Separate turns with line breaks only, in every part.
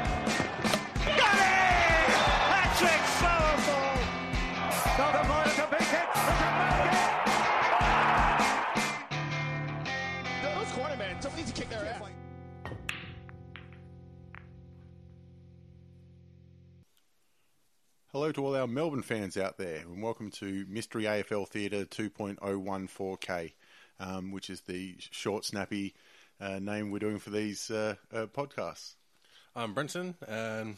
Got it! Patrick Sauerbrunn! Now the ball is a big hit. It's a big hit.
Those corner men, somebody needs to kick their ass.
Hello to all our Melbourne fans out there, and welcome to Mystery AFL Theatre 2.014K, um, which is the short, snappy uh, name we're doing for these uh, uh, podcasts.
I'm Brenton, and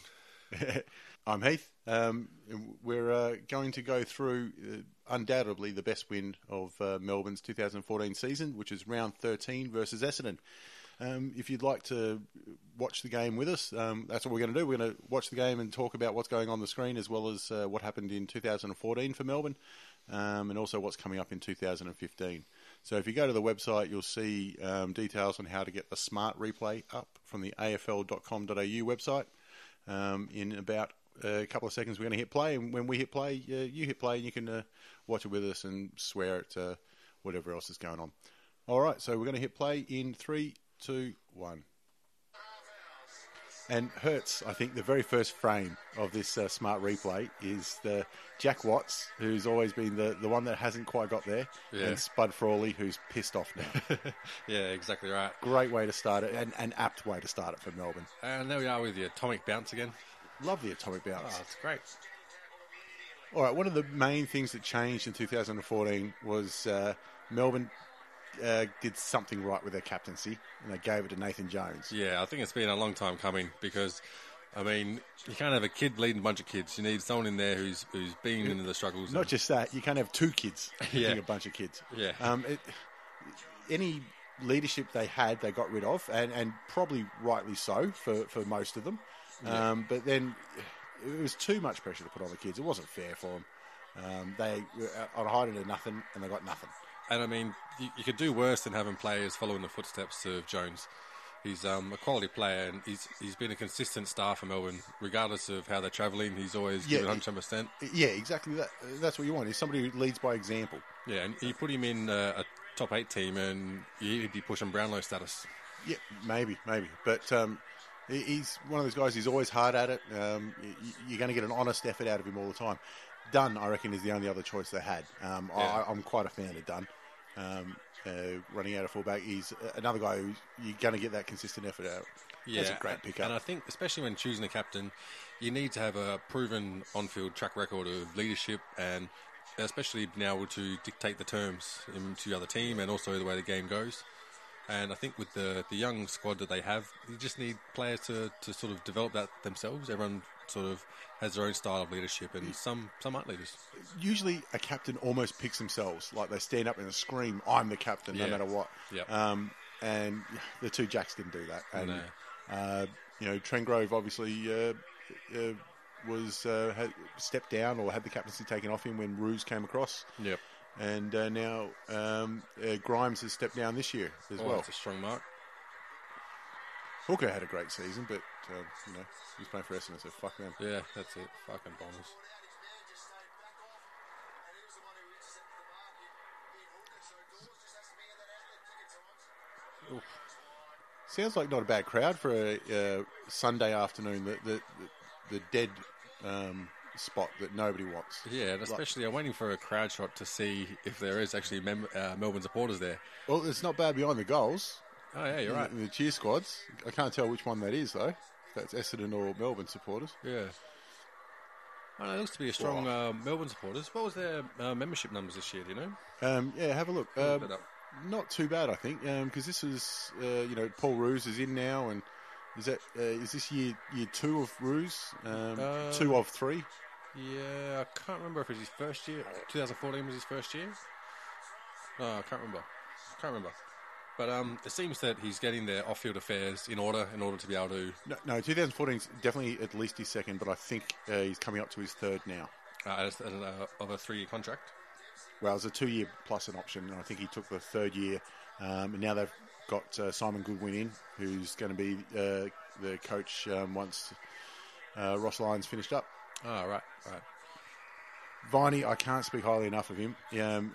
I'm Heath. Um, and we're uh, going to go through uh, undoubtedly the best win of uh, Melbourne's 2014 season, which is round 13 versus Essendon. Um, if you'd like to watch the game with us, um, that's what we're going to do. We're going to watch the game and talk about what's going on the screen as well as uh, what happened in 2014 for Melbourne um, and also what's coming up in 2015. So if you go to the website, you'll see um, details on how to get the smart replay up from the afl.com.au website. Um, in about uh, a couple of seconds, we're going to hit play, and when we hit play, uh, you hit play, and you can uh, watch it with us and swear at uh, whatever else is going on. All right, so we're going to hit play in three, two, one. And Hertz, I think the very first frame of this uh, smart replay is the Jack Watts, who's always been the, the one that hasn't quite got there,
Yeah.
and Spud Frawley, who's pissed off now.
yeah, exactly right.
Great way to start it, and an apt way to start it for Melbourne.
And there we are with the atomic bounce again.
Love the atomic bounce.
Oh, it's great.
All right, one of the main things that changed in 2014 was uh, Melbourne uh, did something right with their captaincy, and they gave it to Nathan Jones.
Yeah, I think it's been a long time coming because, I mean, you can't have a kid leading a bunch of kids. You need someone in there who's who's been into the struggles.
Not
and-
just that, you can't have two kids,
Yeah.
yeah. a bunch of kids.
Yeah.
Um, it, any leadership they had, they got rid of, and, and probably rightly so for, for most of them. Um, but then it was too much pressure to put on the kids. It wasn't fair for them. Um, they were on hiding to nothing, and they got nothing.
and I mean, you, you could do worse than having players following the footsteps of Jones. He's um, a quality player, and he's he's been a consistent star for Melbourne, regardless of how they're travelling. He's always
Yeah,
given
he-
100. percent
Yeah, exactly. That, that's what you want. Is somebody who leads by example.
Yeah, and you put him in uh, a top eight team, and he'd be pushing Brownlow status.
Yeah, maybe, maybe. But um, he- he's one of those guys. He's always hard at it. Um, y- y- you're going to get an honest effort out of him all the time. Dunn, I reckon, is the only other choice they had. Um,
Yeah.
I, I'm quite a fan of Dunn. Um, uh, running out of fullback, he's another guy who you're going to get that consistent effort out.
Yeah,
That's a great
and-
pickup.
And I think, especially when choosing a captain, you need to have a proven on-field track record of leadership, and especially being able to dictate the terms in- to the other team, and also the way the game goes. And I think with the the young squad that they have, you just need players to, to sort of develop that themselves. Everyone sort of has their own style of leadership, and some some aren't leaders.
usually a captain almost picks themselves. Like they stand up and scream, "I'm the captain,"
Yeah.
no matter what.
Yep.
Um, and the two Jacks didn't do that. And
No.
uh, you know, Trengrove obviously uh, uh, was uh, had stepped down or had the captaincy taken off him when Ruse came across.
Yep.
And uh, now um, uh, Grimes has stepped down this year as
Oh,
well.
that's a strong mark.
Hooker had a great season, but um, you know he was playing for Essendon, so fuck them.
Yeah, that's it. Fucking bombers.
Sounds like not a bad crowd for a uh, Sunday afternoon. The the the, the dead um, spot that nobody wants.
Yeah, and especially I'm waiting for a crowd shot to see if there is actually mem- uh, Melbourne supporters there.
Well, it's not bad behind the goals.
Oh yeah, you're right.
In the cheer squads. I can't tell which one that is though. That's Essendon or Melbourne supporters.
Yeah. I know, it looks to be a strong uh, Melbourne supporters. What was their uh, membership numbers this year? Do you know?
Um, yeah, have a look. Um,
that up.
not too bad, I think, because this is uh, you know Paul Ruse is in now, and is that uh, is this year year two of Ruse? Um,
Uh,
two of three.
Yeah, I can't remember if it was his first year. 2014 was his first year. No, I can't remember. Can't remember. But um, it seems that he's getting their off-field affairs in order in order to be able to.
No, no 2014 is definitely at least his second, but I think uh, he's coming up to his third now.
Uh, as, as, uh, of a three-year contract.
Well, it was a two year plus an option, and I think he took the third year. Um, and now they've got uh, Simon Goodwin in, who's going to be uh, the coach um, once uh, Ross Lyons finished up.
Oh, right, right.
Viney, I can't speak highly enough of him. Um,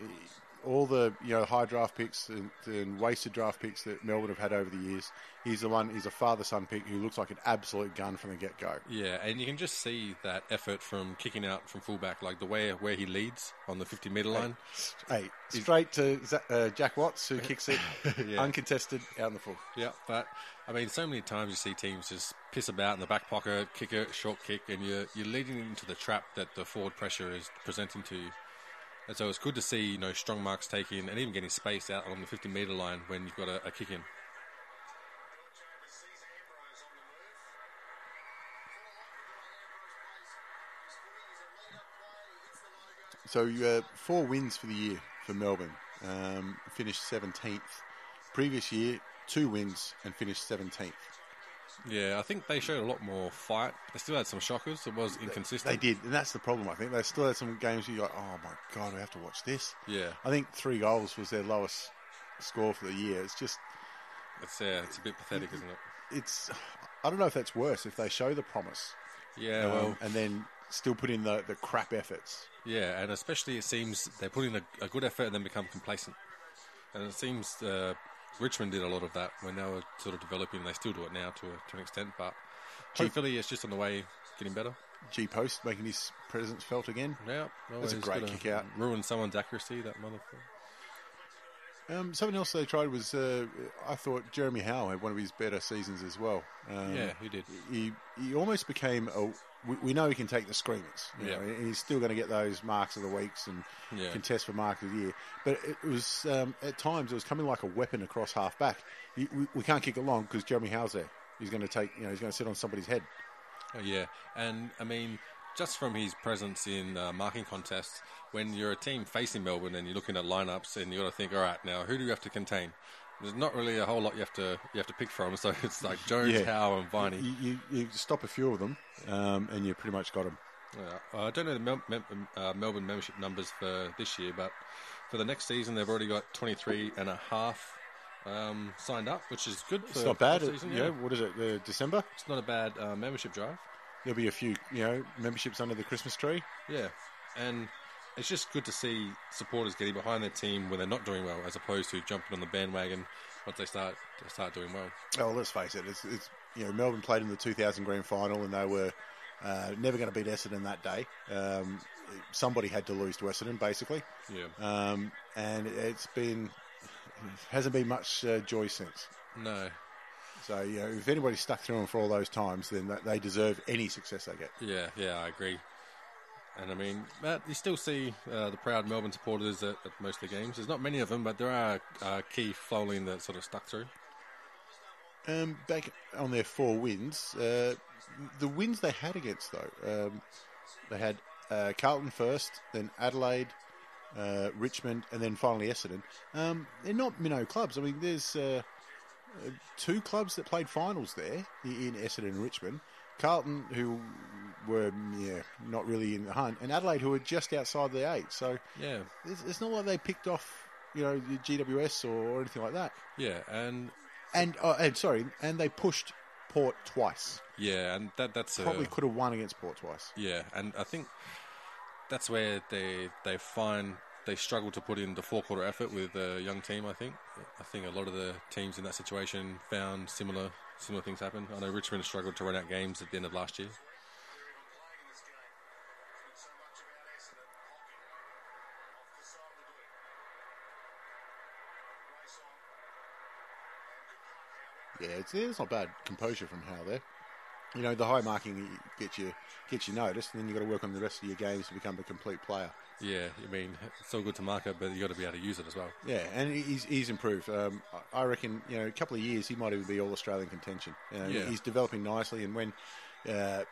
all the you know high draft picks and, and wasted draft picks that Melbourne have had over the years, he's the one. He's a father-son pick who looks like an absolute gun from the get-go.
Yeah, and you can just see that effort from kicking out from fullback, like the way where he leads on the 50 metre line.
Hey, straight to Za- uh, Jack Watts who kicks it uncontested out in the full.
Yeah, but I mean, so many times you see teams just piss about in the back pocket, kick a short kick, and you're you're leading into the trap that the forward pressure is presenting to you. And so it's good to see you know strong marks taken and even getting space out on the 50 metre line when you've got a, a kick in.
So uh, four wins for the year for Melbourne. Um, finished 17th. Previous year, two wins and finished 17th.
Yeah, I think they showed a lot more fight. They still had some shockers. It was
They
inconsistent.
did, and that's the problem. I think they still had some games. You're like, oh my god, I have to watch this.
Yeah,
I think three goals was their lowest score for the year. It's just,
it's yeah, it's a bit pathetic, isn't it?
it's. I don't know if that's worse if they show the promise
Yeah,
um,
well,
and then still put in the, the crap efforts.
Yeah, and especially it seems they put in a, a good effort and then become complacent. And it seems uh, Richmond did a lot of that when they were sort of developing. They still do it now to, a, to an extent, but hopefully it's just on the way getting better.
G Post making his presence felt again.
Yeah,
That's a
always
great
gotta
kick out.
Ruin someone's accuracy, that motherfucker.
Um, something else they tried was uh, I thought Jeremy Howe had one of his better seasons as well. Um,
yeah, he did.
he he almost became a. We, we know he can take the screamers, you know,
Yeah.
and he's still going to get those marks of the weeks and
Yeah.
contest for mark of the year. But it was um, at times it was coming like a weapon across half back. You, we, we can't kick it long because Jeremy Howe's there. He's going to take, you know, he's going to sit on somebody's head.
Oh, yeah, and I mean, just from his presence in uh, marking contests, when you're a team facing Melbourne and you're looking at lineups and you got to think, all right, now who do you have to contain? There's not really a whole lot you have to you have to pick from, so it's like Jones,
Yeah.
Howe, and Viney.
You, you, you stop a few of them, um, and you pretty much got them.
Yeah, I don't know the Mel- Mem- uh, Melbourne membership numbers for this year, but for the next season, they've already got 23 and a half um, signed up, which is good for
It's not bad.
for the
It,
season,
you know, what is it? Uh, December.
It's not a bad uh, membership drive.
There'll be a few, you know, memberships under the Christmas tree.
Yeah, and it's just good to see supporters getting behind their team when they're not doing well, as opposed to jumping on the bandwagon once they start they start doing well.
Oh, let's face it. It's, it's you know Melbourne played in the 2000 Grand Final and they were uh, never going to beat Essendon that day. Um, somebody had to lose to Essendon, basically,
Yeah.
um, and it's been hasn't been much uh, joy since.
No,
So you know, if anybody's stuck through them for all those times, then that, they deserve any success they get.
Yeah, yeah, I agree. And I mean, Matt, you still see uh, the proud Melbourne supporters at, at most of the games. There's not many of them, but there are uh, key following that sort of stuck through.
Um, back on their four wins, uh, the wins they had against though, um, they had uh, Carlton first, then Adelaide, uh, Richmond, and then finally Essendon. Um, they're not minnow clubs. I mean, there's uh, uh, two clubs that played finals there i- in Essendon and Richmond. Carlton, who were yeah not really in the hunt, and Adelaide, who were just outside the eight. So
Yeah,
it's, it's not like they picked off you know the GWS or, or anything like that.
yeah, and
And uh, and sorry, and they pushed Port twice.
yeah, and that that's a,
Probably could have won against Port twice.
yeah, and I think that's where they they find they struggle to put in the four quarter effort with a young team. I think I think a lot of the teams in that situation found similar similar things happen. I know Richmond struggled to run out games at the end of last year.
Yeah, it's, it's not bad composure from Howe there. You know, the high marking gets you gets you noticed, and then you've got to work on the rest of your games to become a complete player.
Yeah, I mean, it's all good to mark it, but you got to be able to use it as well.
Yeah, and he's, he's improved. Um, I- I reckon, you know, a couple of years, he might even be All Australian contention. You know,
Yeah.
He's developing nicely, and when uh,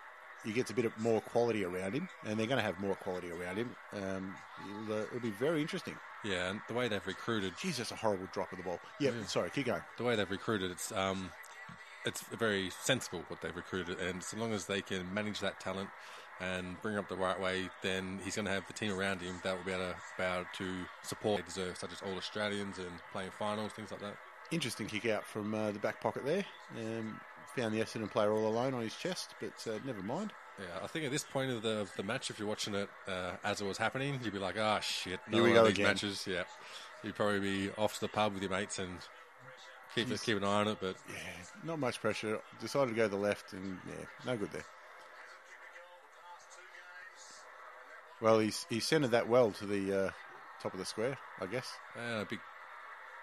he gets a bit of more quality around him, and they're going to have more quality around him. Um, it'll, uh, it'll be very interesting.
Yeah, and the way they've recruited,
Geez, that's a horrible drop of the ball. Yeah, sorry, keep going.
the way they've recruited, it's um, it's very sensible what they've recruited, and so long as they can manage that talent and bring it up the right way, then he's going to have the team around him that will be able to, be able to support they deserve, such as all Australians and playing finals, things like that.
Interesting kick out from uh, the back pocket there. Um, found the Essendon player all alone on his chest, but uh, never mind.
Yeah, I think at this point of the of the match, if you're watching it uh, as it was happening, you'd be like, "Ah, shit,
Here
no
we
one
go
of these
again."
matches." Yeah, you'd probably be off to the pub with your mates and keep keep an eye on it. But
Not much pressure. Decided to go to the left, and yeah, no good there. Well, he's he centered that well to the uh, top of the square, I guess.
uh, a big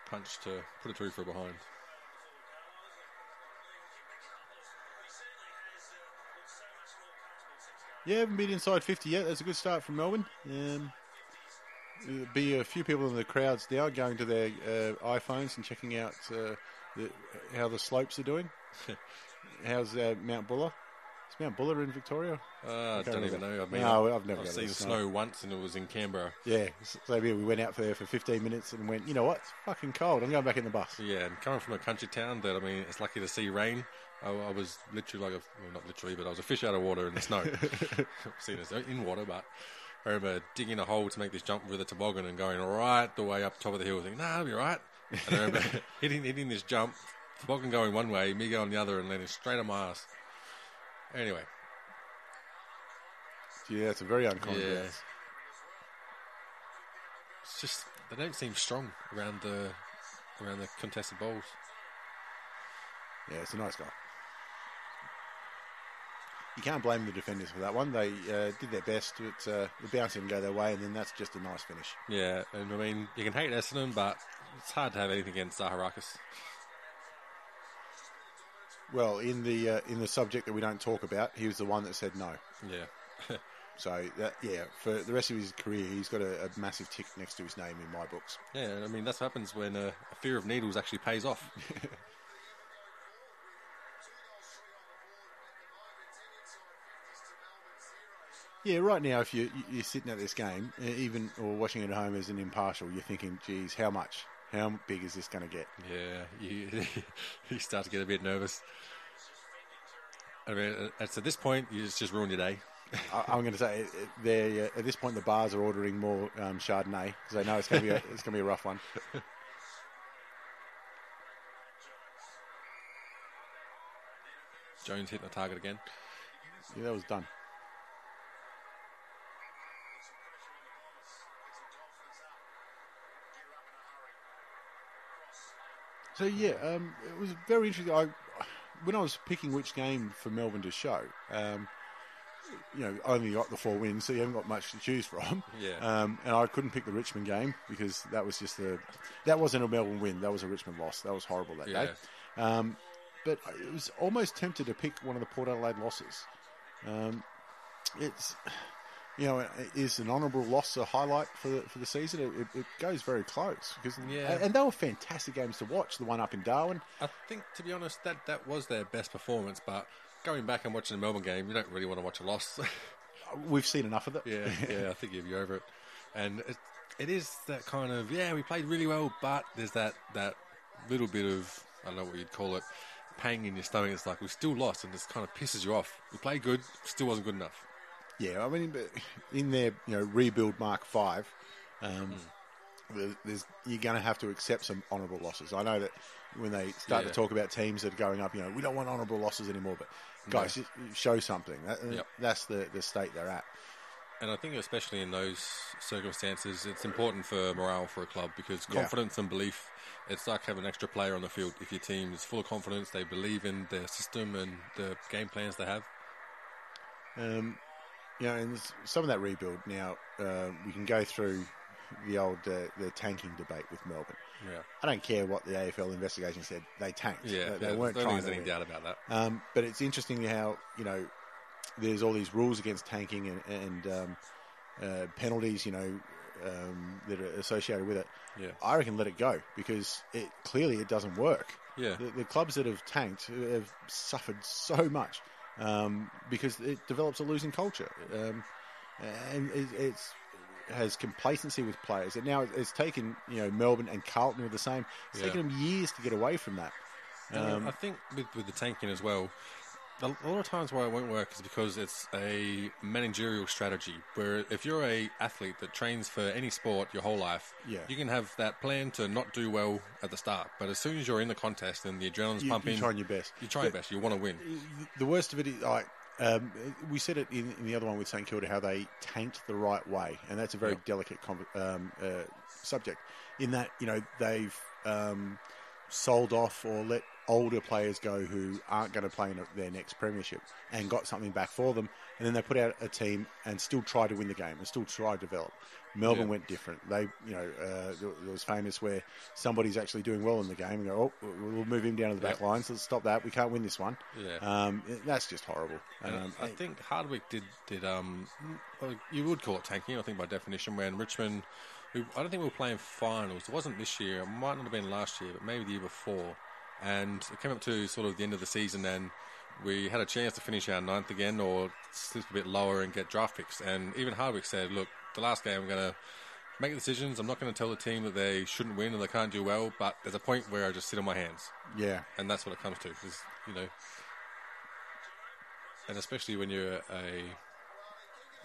punch to put it through for behind.
Yeah, haven't been inside 50 yet. That's a good start from Melbourne. Um, there'll be a few people in the crowds now going to their uh, iPhones and checking out uh, the, how the slopes are doing. How's uh, Mount Buller? Is Mount Buller in Victoria?
Uh, I
Okay,
don't
well,
even
that-
know. I mean,
No,
I-
I've never
I've
got
seen
the
snow.
snow.
once, and it was in Canberra.
Yeah, so yeah, we went out there for 15 minutes and went, you know what? It's fucking cold. I'm going back in the bus.
Yeah, and coming from a country town, that I mean, it's lucky to see rain. I, I was literally like a well, not literally, but I was a fish out of water in the snow. Seen as in water, but I remember digging a hole to make this jump with a toboggan and going right the way up top of the hill, thinking, "Nah, I'll be right." And I remember hitting hitting this jump, toboggan going one way, me going the other, and landing straight on my ass. Anyway,
Yeah, it's a very uncommon
Yeah.
yeah.
it's just they don't seem strong around the around the contested balls.
Yeah, it's a nice goal. You can't blame the defenders for that one. They uh, did their best, but uh, the bounce didn't go their way, and then that's just a nice finish.
Yeah, and I mean, you can hate Essendon, but it's hard to have anything against Zaharakis.
Well, in the uh, in the subject that we don't talk about, he was the one that said no.
Yeah.
So that, yeah, for the rest of his career, he's got a, a massive tick next to his name in my books.
Yeah, I mean, that's what happens when uh, a fear of needles actually pays off.
Yeah, right now, if you you're sitting at this game, e- even or watching it at home as an impartial, you're thinking, "Geez, how much? How big is this going to get?"
yeah, you, you start to get a bit nervous. I mean, uh, it's at this point, you just, just ruin your day.
I, I'm going to say uh, they uh, at this point the bars are ordering more um, Chardonnay because they know it's going to be a, it's going to be a rough one.
Jones hitting the target again.
Yeah, that was done. So yeah, um, it was very interesting. I when I was picking which game for Melbourne to show, um, you know, I only got the four wins, so you haven't got much to choose from.
Yeah.
Um, and I couldn't pick the Richmond game because that was just the that wasn't a Melbourne win. That was a Richmond loss. That was horrible that
Yeah.
day. Um, but I was almost tempted to pick one of the Port Adelaide losses. Um, it's you know, is an honourable loss a highlight for the, for the season? It, it, it goes very close because
Yeah.
and they were fantastic games to watch. The one up in Darwin,
I think, to be honest, that, that was their best performance, but going back and watching the Melbourne game, you don't really want to watch a loss.
we've seen enough of it.
yeah, yeah, I think you'd be over it. And it, it is that kind of, yeah, we played really well, but there's that, that little bit of, I don't know what you'd call it, pang in your stomach. It's like, we still lost, and this kind of pisses you off. We played good, still wasn't good enough.
Yeah, I mean, but in their you know rebuild Mark Five, um, there- there's you're going to have to accept some honourable losses. I know that when they start
Yeah.
to talk about teams that are going up, you know, we don't want honourable losses anymore. But guys, just show something. That,
Yep.
That's the the state they're at.
And I think, especially in those circumstances, it's important for morale for a club because confidence and belief, it's like having an extra player on the field. If your team is full of confidence, they believe in their system and the game plans they have.
Um, you know, and s- some of that rebuild now, uh, we can go through the old uh, the tanking debate with Melbourne.
Yeah.
I don't care what the AFL investigation said; they tanked.
Yeah,
they, they
I
weren't
don't
trying
think there's
to
any
win.
doubt about that.
Um, but it's interesting how you know there's all these rules against tanking and, and um, uh, penalties, you know, um, that are associated with it.
Yeah.
I reckon let it go because it clearly it doesn't work.
Yeah.
the, the clubs that have tanked have suffered so much, um, because it develops a losing culture, um, and it, it's has complacency with players. And now it's taken you know Melbourne and Carlton are the same. It's
Yeah.
taken them years to get away from that.
Um, I think with, with the tanking as well, a a lot of times why it won't work is because it's a managerial strategy. Where if you're a athlete that trains for any sport your whole life,
Yeah.
you can have that plan to not do well at the start. But as soon as you're in the contest and the adrenaline's
You- you're
pumping,
trying your best.
You try your best. You want to win.
the worst of it is like um, we said it in, in the other one with St Kilda how they tanked the right way, and that's a very
Yep.
delicate com- um, uh, subject. In that you know they've um, sold off or let older players go who aren't going to play in their next premiership and got something back for them, and then they put out a team and still try to win the game and still try to develop. Melbourne
Yeah.
went different. They, you know, uh, there was famous where somebody's actually doing well in the game and go, oh, we'll move him down to the back
Yep.
line. So let's stop that. We can't win this one.
Yeah.
Um, that's just horrible.
And
Um,
I think Hardwick did did um, well, you would call it tanking, I think by definition. When Richmond, who I don't think we were playing finals. It wasn't this year. It might not have been last year, but maybe the year before. And it came up to sort of the end of the season, and we had a chance to finish our ninth again, or slip a bit lower and get draft picks. And even Hardwick said, "Look, the last game I'm going to." Make decisions. I'm not going to tell the team that they shouldn't win and they can't do well, but there's a point where I just sit on my hands
yeah.
and that's what it comes to. Is you know, and especially when you're a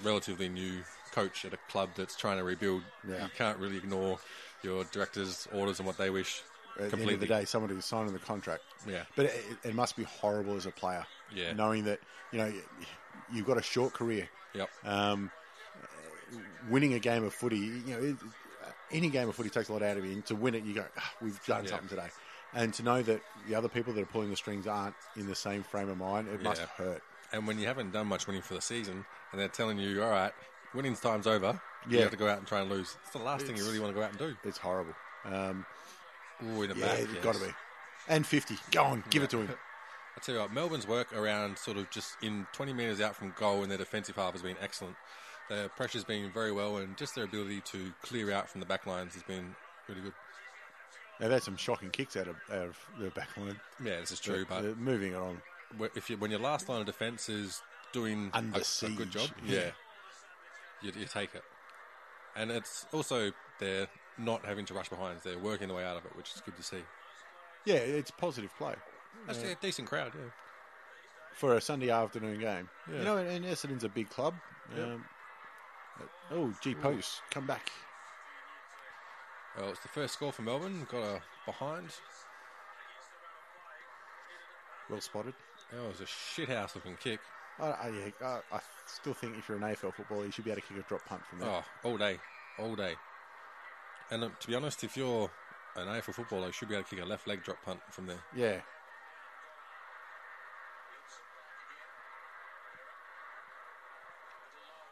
relatively new coach at a club that's trying to rebuild,
Yeah.
you can't really ignore your directors' orders and what they wish.
At the end of the day, somebody was signing the contract.
Yeah.
But it, it must be horrible as a player.
Yeah.
Knowing that, you know, you've got a short career.
Yep.
Um, winning a game of footy, you know, it, any game of footy takes a lot out of you. And to win it, you go, "Ah, we've done
Yeah.
something today. And to know that the other people that are pulling the strings aren't in the same frame of mind, it must
Yeah.
hurt.
and when you haven't done much winning for the season, and they're telling you, "All right, winning time's over. You
Yeah.
have to go out and try and lose." It's the last thing you really want to go out and do.
It's horrible. Um,
Ooh, in a
yeah,
back,
it's
yes.
got to be. And 50. Go on, give it to him.
I tell you what, Melbourne's work around sort of just in 20 metres out from goal in their defensive half has been excellent. Their pressure's been very well, and just their ability to clear out from the back lines has been really good.
They've had some shocking kicks out of, out of the back line.
Yeah, this is true, but
Uh, moving on.
wh- if you, when your last line of defence is doing a,
Under
a good
siege.
job,
Yeah.
yeah, you, you take it. And it's also they're not having to rush behinds; they're working their way out of it, which is good to see.
Yeah, it's positive play
Actually, a decent crowd. Yeah,
for a Sunday afternoon game.
Yeah.
You know, and, and Essendon's a big club. Um, oh, G Post, come back.
well, it's the first score for Melbourne. Got a behind.
Well spotted.
That was a shithouse looking kick.
I, I, yeah, I, I still think if you're an AFL footballer, you should be able to kick a drop punt from there.
Oh, all day, all day. And um, to be honest, if you're an AFL footballer, you should be able to kick a left leg drop punt from there.
Yeah.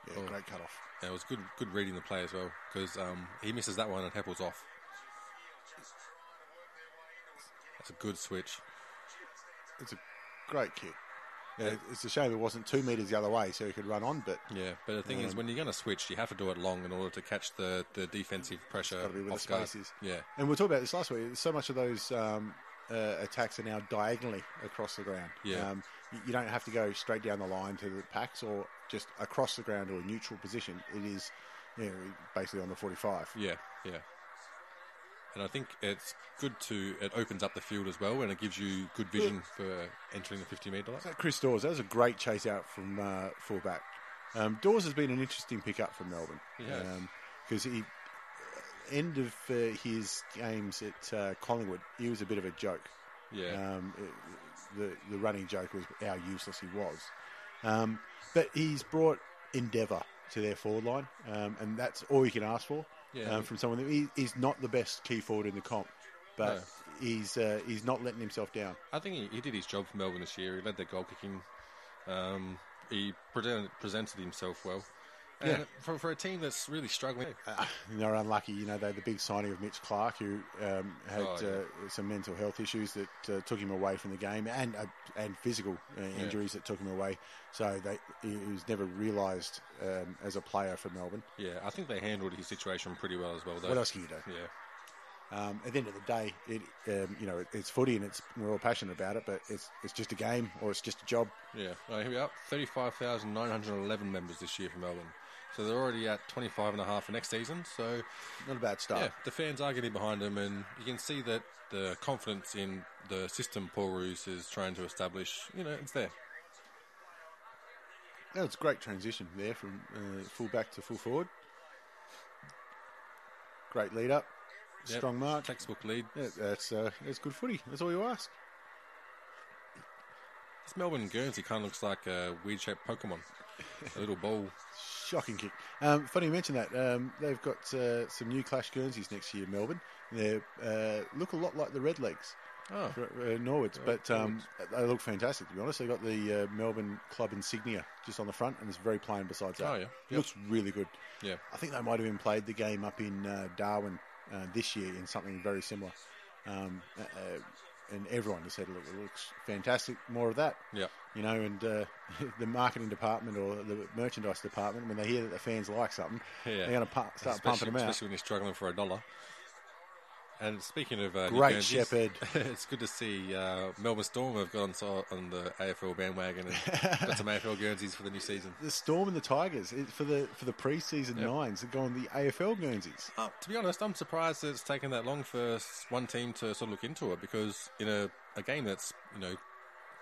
Yeah,
Oh.
great cut off.
And it was good, good reading the play as well because um, he misses that one and Heppel's off. That's a good switch.
It's a great kick. Yeah, it's a shame it wasn't two metres the other way so he could run on, but
Yeah, but the thing is, when you're going to switch, you have to do it long in order to catch the, the defensive pressure.
Got to be where the
off guard.
space is.
Yeah,
And we'll talk about this last week. So much of those um, uh, attacks are now diagonally across the ground.
Yeah.
Um, you, you don't have to go straight down the line to the packs or just across the ground or a neutral position. It is you know, basically on the 45.
yeah, yeah. And I think it's good to it opens up the field as well, and it gives you good vision
Mm.
for entering the 50 metre line.
So Chris Dawes, that was a great chase out from uh, fullback. Um, Dawes has been an interesting pickup for Melbourne.
He has.
Because he, uh, end of uh, his games at uh, Collingwood, he was a bit of a joke.
Yeah.
Um, it- the the running joke was how useless he was, um, but he's brought endeavour to their forward line, um, and that's all you can ask for
Yeah.
um, from someone. He, he's not the best key forward in the comp, but he's uh, he's not letting himself down.
I think he, he did his job for Melbourne this year. He led their goal kicking. Um, he presented, presented himself well. And for, for a team that's really struggling, uh,
And they're unlucky, you know. They had the big signing of Mitch Clark, who um, had
Oh, yeah.
uh, some mental health issues that uh, took him away from the game, and uh, and physical uh, injuries that took him away. So they, he he was never realised um, as a player for Melbourne.
yeah, I think they handled his situation pretty well as well. Though.
What else can you do?
Yeah.
Um, at the end of the day, it um, you know it, it's footy and it's we're all passionate about it, but it's it's just a game or it's just a job.
Yeah, uh, here we are. 35,911 members this year for Melbourne. So they're already at 25 and a half for next season. So,
Not a bad start.
yeah, the fans are getting behind them, and you can see that the confidence in the system Paul Roos is trying to establish, you know, it's there.
That was a great transition there from uh, full back to full forward. Great lead up,
Yep.
strong mark.
Textbook lead.
Yeah, that's uh, that's good footy. That's all you ask.
This Melbourne Guernsey kind of looks like a weird shaped Pokemon. a little ball.
Shocking kick. Um, funny you mention that. Um, they've got uh, some new Clash Guernseys next year, Melbourne. They uh, look a lot like the Red Legs,
Oh,
r- uh, Norwoods, but um, they look fantastic, to be honest. They've got the uh, Melbourne club insignia just on the front, and it's very plain besides that.
Oh, yeah. Yep.
Looks really good.
yeah.
I think they might have even played the game up in uh, Darwin uh, this year in something very similar. Um, uh, uh, and everyone has said, look, it looks fantastic. More of that.
Yeah.
You know, and uh, the marketing department or the merchandise department, when they hear that the fans like something,
Yeah.
they're going to pu- start
especially,
pumping them out.
especially when you're struggling for a dollar. And speaking of uh, New
Great
Guernseys,
shepherd.
it's good to see uh, Melbourne Storm have gone so on the AFL bandwagon and got some AFL Guernseys for the new season.
The Storm and the Tigers it, for the for the preseason nines are going the AFL Guernseys.
Uh, to be honest, I'm surprised that it's taken that long for s- one team to sort of look into it because in a, a game that's you know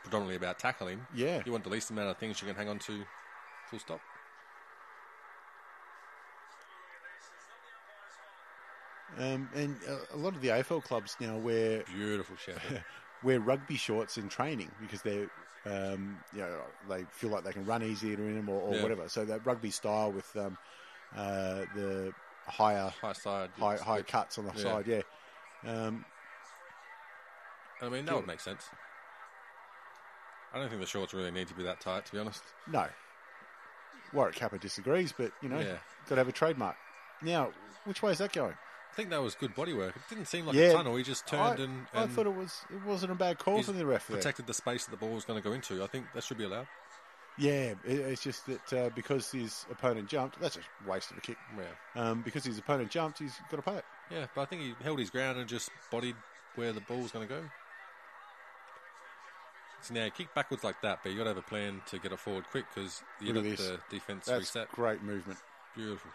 predominantly about tackling,
Yeah.
you want the least amount of things you can hang on to. Full stop.
Um, and uh, a lot of the AFL clubs now wear
Beautiful shepherd.
wear rugby shorts in training because they're, um, you know, they feel like they can run easier in them or, or
Yeah.
whatever. So that rugby style with um, uh, the higher
high side.
high,
it's
high
good.
cuts on the
Yeah.
side, yeah. Um,
I mean, that would make sense. I don't think the shorts really need to be that tight, to be honest.
no, Warwick Kappa disagrees, but you know,
Yeah.
got to have a trademark. Now, which way is that going?
I think that was good body work. It didn't seem like
Yeah.
a tunnel. He just turned
I,
and,
I
and
thought it was it wasn't a bad call
he's
from the ref. there.
protected the space that the ball was going to go into. I think that should be allowed.
Yeah, it, it's just that uh, because his opponent jumped, that's a waste of a kick.
Yeah.
Um, because his opponent jumped, he's got to pay it.
Yeah, but I think he held his ground and just bodied where the ball was going to go. So now kick backwards like that, but you got to have a plan to get it forward quick because you
Look
got
at this.
the defense
That's
reset.
great movement.
Beautiful.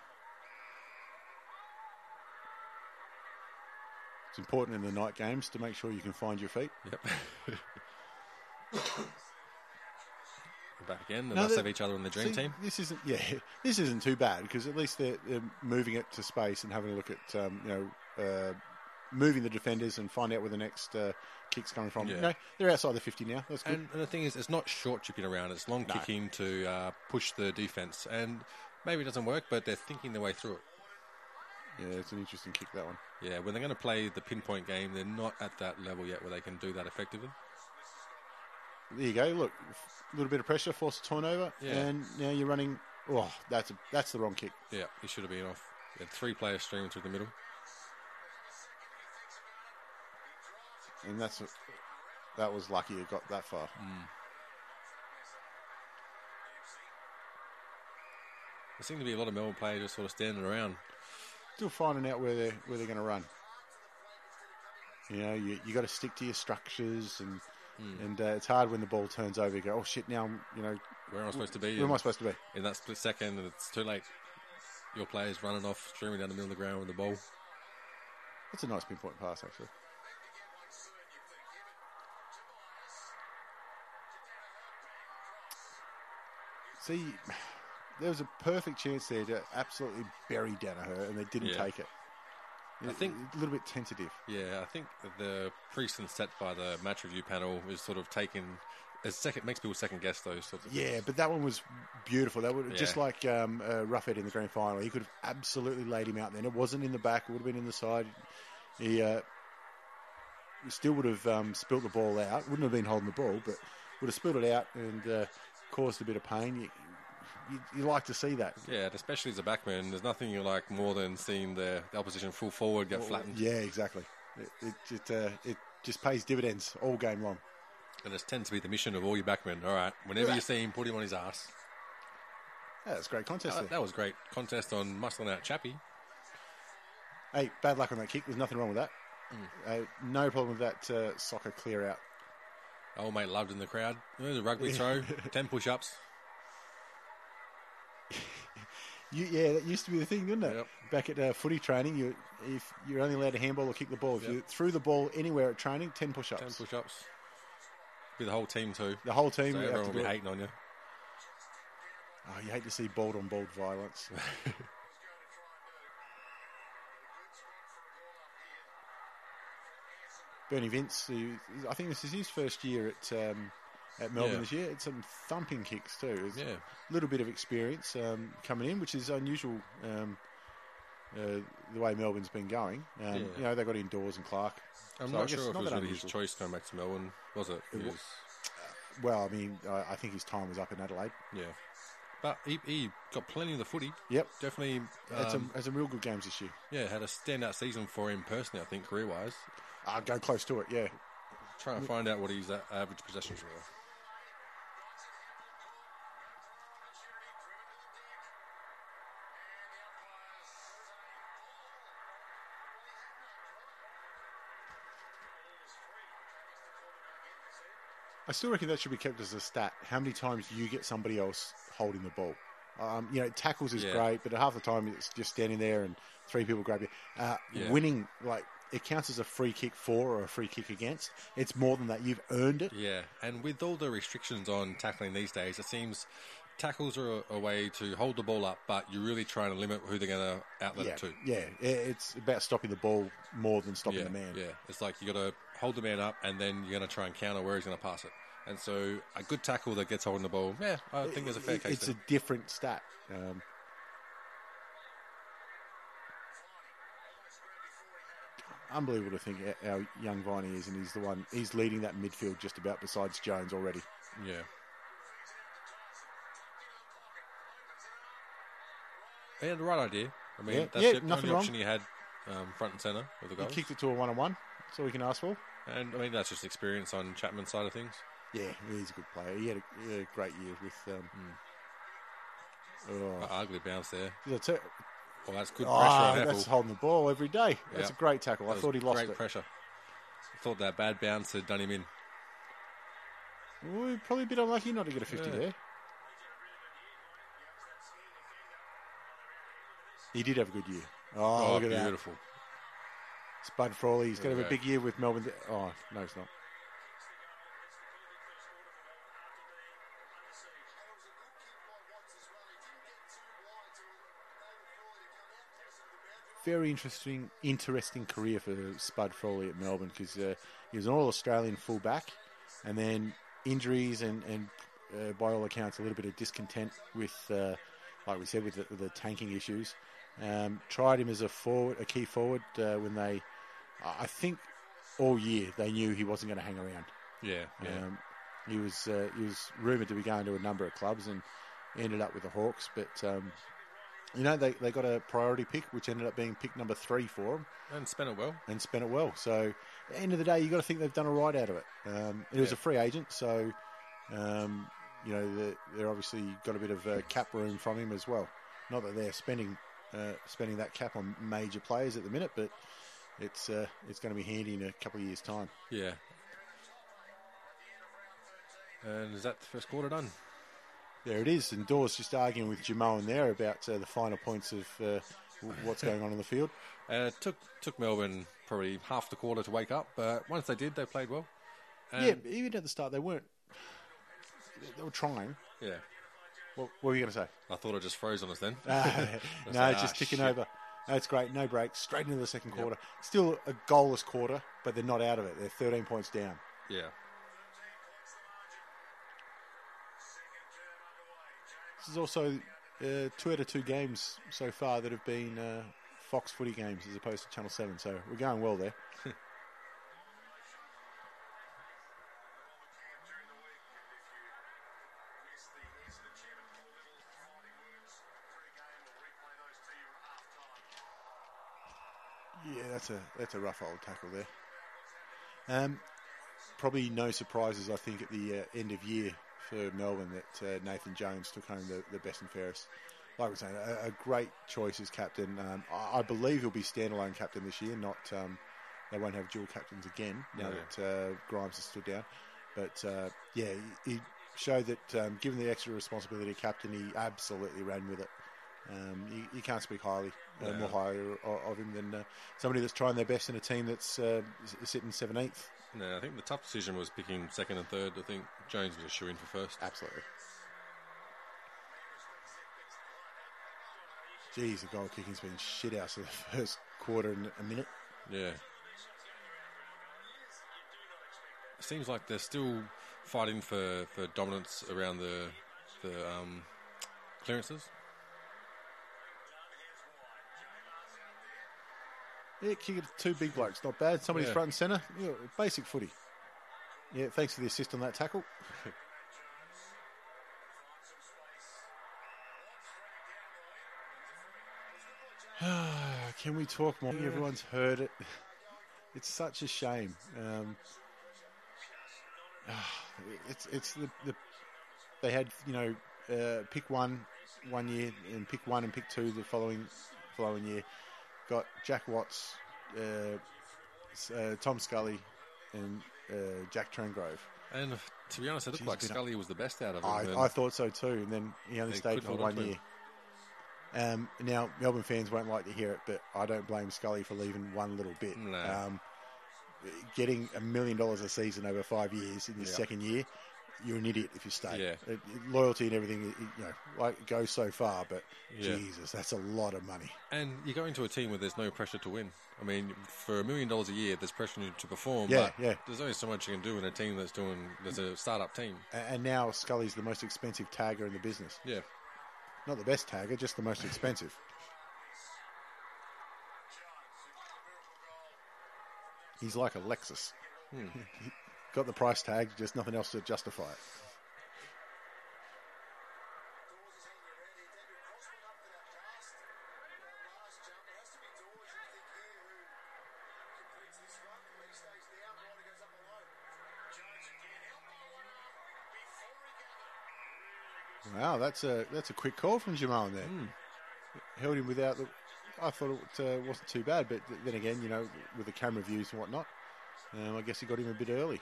It's important in the night games to make sure you can find your feet.
Yep. We're back again. They
No,
must
that-
have each other in the dream
See,
team.
This isn't yeah, this isn't too bad because at least they're, they're moving it to space and having a look at um, you know uh, moving the defenders and find out where the next uh, kick's coming from.
Yeah.
No, they're outside the fifty now. That's good.
And, and the thing is, it's not short chipping around; it's long kicking to uh, push the defense. And maybe it doesn't work, but they're thinking their way through it.
yeah, it's an interesting kick that one.
Yeah, when they're going to play the pinpoint game, they're not at that level yet where they can do that effectively.
There you go. Look, a little bit of pressure, force a turnover,
Yeah.
and now you're running. Oh, that's a, that's the wrong kick.
Yeah, he should have been off. He had three players streaming through the middle.
And that's that was lucky it got that far.
There seemed to be a lot of Melbourne players just sort of standing around.
Still finding out where they're where they're going to run. You know, you you got to stick to your structures, and and uh, it's hard when the ball turns over. You go, oh shit! Now I'm, you know,
Where am I supposed to be?
where am I supposed to be?
In that split second, and it's too late. Your player's running off, streaming down the middle of the ground with the ball.
That's a nice pinpoint pass, actually. See, there was a perfect chance there to absolutely bury Danaher, and they didn't
Yeah.
take it.
I think-
a little bit tentative.
Yeah, I think the precedent set by the match review panel is sort of taken as second makes people second guess those sorts of
Yeah,
things.
but that one was beautiful. That would just
Yeah.
like um, uh, Roughhead in the grand final. He could have absolutely laid him out. Then it wasn't in the back; it would have been in the side. He uh, still would have um, spilt the ball out. Wouldn't have been holding the ball, but would have spilt it out and uh, caused a bit of pain. You, you, you like to see that.
Yeah, and especially as a backman, there's nothing you like more than seeing the, the opposition full forward get flattened.
Yeah, exactly. It it, it, uh, it just pays dividends all game long.
And this tends to be the mission of all your backmen. All right, whenever you see him, put him on his ass.
Yeah, that's a great contest.
Uh,
there.
that Mm. was great contest on muscling out Chappie.
Hey, bad luck on that kick. There's nothing wrong with that. Uh, no problem with that uh, soccer clear out.
Old mate loved in the crowd. There's a rugby throw, 10 push ups.
You, yeah, that used to be the thing, didn't it?
Yep.
Back at uh, footy training, you if you're only allowed to handball or kick the ball. If you threw the ball anywhere at training, ten
10
push-ups.
push ups. Be the whole team, too.
the whole team.
So
would have
everyone
to
will
do
be
it.
hating on you.
Oh, you hate to see bald on bald violence. Bernie Vince, who, I think this is his first year at um, at Melbourne
Yeah.
this year. It's some thumping kicks too. It's
Yeah.
a little bit of experience um, coming in, which is unusual. Um, uh, the way Melbourne's been going, um,
Yeah.
you know, they got indoors and Clark.
I'm
So I
not
guess
sure if
not
it was
that
really his
unusual.
choice coming back to Melbourne, was it? He
wa-
was-
Well, I mean, I, I think his time was up in Adelaide.
yeah. But he, he got plenty of the footy.
Yep,
Definitely,
had some
um,
had some real good games this year.
yeah, had a standout season for him personally, I think, career wise.
I'd go close to it. Yeah,
Trying to find out what his uh, average possessions were.
I still reckon that should be kept as a stat. How many times you get somebody else holding the ball? Um, you know, tackles is
Yeah.
great, but half the time it's just standing there and three people grab you. Uh,
Yeah.
Winning, like, it counts as a free kick for or a free kick against. It's more than that. You've earned it.
Yeah, and with all the restrictions on tackling these days, it seems tackles are a, a way to hold the ball up, but you're really trying to limit who they're going to outlet
Yeah,
it to.
yeah. I- It's about stopping the ball more than stopping
yeah,
the man.
yeah. It's like you got to hold the man up, and then you're going to try and counter where he's going to pass it. And so, a good tackle that gets holding the ball, yeah, I think there's a fair
It-
case.
It's
there.
a different stat. Um, unbelievable to think how young Viney is, and he's the one. He's leading that midfield just about, besides Jones already.
Yeah. He had the right idea. I mean,
Yeah,
that's
yeah,
it. the
nothing
only
wrong.
option he had um, front and centre with the
He
goal.
kicked it to a one-on-one. That's all we can ask for.
And I mean, that's just experience on Chapman's side of things.
Yeah, he's a good player. He had a, he had a great year with. Um,
But ugly bounce there.
that's it.
Well, that's good pressure
Ah,
on
that's
Apple.
holding the ball every day. That's
Yeah.
a great tackle.
That
I
was
thought he lost
great
it.
pressure. Thought that bad bounce had done him in.
Well, we're probably a bit unlucky not to get a 50
Yeah.
there. He did have a good year. Oh,
Oh,
look at that.
beautiful.
Spud Frawley, he's going
There
to
we
have a
go.
big year with Melbourne. Oh, no, it's not. Very interesting, interesting career for Spud Frawley at Melbourne because uh, he was an All Australian fullback, and then injuries and and uh, by all accounts a little bit of discontent with, uh, like we said, with the, with the tanking issues. Um, tried him as a forward, a key forward uh, when they, I I think, all year they knew he wasn't going to hang around.
Yeah, yeah.
Um, he was uh, he was rumored to be going to a number of clubs and ended up with the Hawks. But um, you know they, they got a priority pick, which ended up being pick number three for him,
and spent it well.
and spent it well. So at the end of the day, you got to think they've done all right out of it. Um, it was
Yeah.
a free agent, so um, you know the, they're obviously got a bit of uh, cap room from him as well. Not that they're spending uh, spending that cap on major players at the minute, but it's uh, it's going to be handy in a couple of years' time.
Yeah. And is that the first quarter done?
There it is, and Dawes just arguing with Jamoan there about uh, the final points of uh, w- what's going on in the field.
Uh, it took took Melbourne probably half the quarter to wake up, but once they did, they played well.
yeah, but even at the start, they weren't. they- They were trying.
Yeah.
What, what were you going to say?
I thought it just froze on us then.
Uh, no,
like,
it's just
ah,
ticking
shit.
over. That's great. No break. Straight into the second quarter. Still a goalless quarter, but they're not out of it. They're 13 points down.
yeah.
This is also uh, two out of two games so far that have been uh, Fox footy games as opposed to Channel 7, so we're going well there. Yeah, that's a that's a rough old tackle there. Um, probably no surprises, I think, at the uh, end of year for Melbourne that uh, Nathan Jones took home the, the best and fairest. like we're saying, a, a great choice as captain. Um, I, I believe he'll be standalone captain this year. Not um, they won't have dual captains again now
No.
that uh, Grimes has stood down. But uh, yeah, he, he showed that um, given the extra responsibility of captain, he absolutely ran with it. Um, you, you can't speak highly, uh, more highly of, of him than uh, somebody that's trying their best in a team that's uh, s- sitting seventeenth.
No, uh, I think the tough decision was picking second and third. I think Jones was a shoe in for first.
Absolutely. Jeez, the goal kicking's been shit out for the first quarter and a minute.
Yeah. Seems like they're still fighting for, for dominance around the the um, clearances.
Yeah, kick it to two big blokes, not bad. Somebody's
Yeah.
front and centre. Yeah, basic footy. Yeah, thanks for the assist on that tackle. Can we talk more? Everyone's heard it. It's such a shame. Um, it's it's the, the they had you know uh, pick one one year and pick one and pick two the following following year got Jack Watts, uh, s- uh, Tom Scully, and uh, Jack Trangrove.
And to be honest, it looked
Jeez,
like
been a-
Scully was the best out of them.
I,
and-
I thought so too, and then he only
They
stayed
couldn't hold
for one
on to
year. Um, now, Melbourne fans won't like to hear it, but I don't blame Scully for leaving one little bit.
No.
Um, getting a million dollars a season over five years in your
Yeah.
second year, you're an idiot if you stay.
Yeah.
It- it- loyalty and everything, it- you know, like it goes so far, but
Yeah.
Jesus, that's a lot of money.
and you go into a team where there's no pressure to win. I mean, for a million dollars a year, there's pressure on you to perform.
Yeah,
but
yeah.
There's only so much you can do in a team that's doing that's a startup team.
A- And now Scully's the most expensive tagger in the business.
Yeah.
Not the best tagger, just the most expensive. He's like a Lexus. Got the price tag, just nothing else to justify it. Wow, that's a that's a quick call from Jamal there. Held him without the. I thought it uh, wasn't too bad, but th- then again, you know, with the camera views and whatnot, um, I guess he got him a bit early.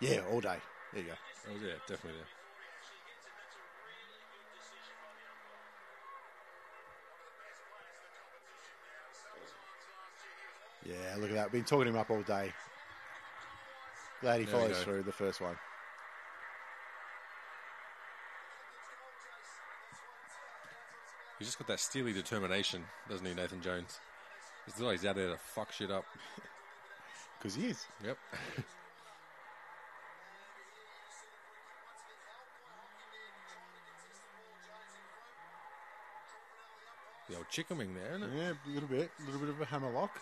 Yeah, all day. There you go.
Oh, yeah, definitely. Yeah.
Yeah, look at that. Been talking him up all day. Glad
There we
he follows
go.
through the first one.
He's just got that steely determination, doesn't he, Nathan Jones? It's like he's out there to fuck shit up.
Because he is.
Yep. the old chicken wing there, isn't it?
Yeah, a little bit. A little bit of a hammer lock.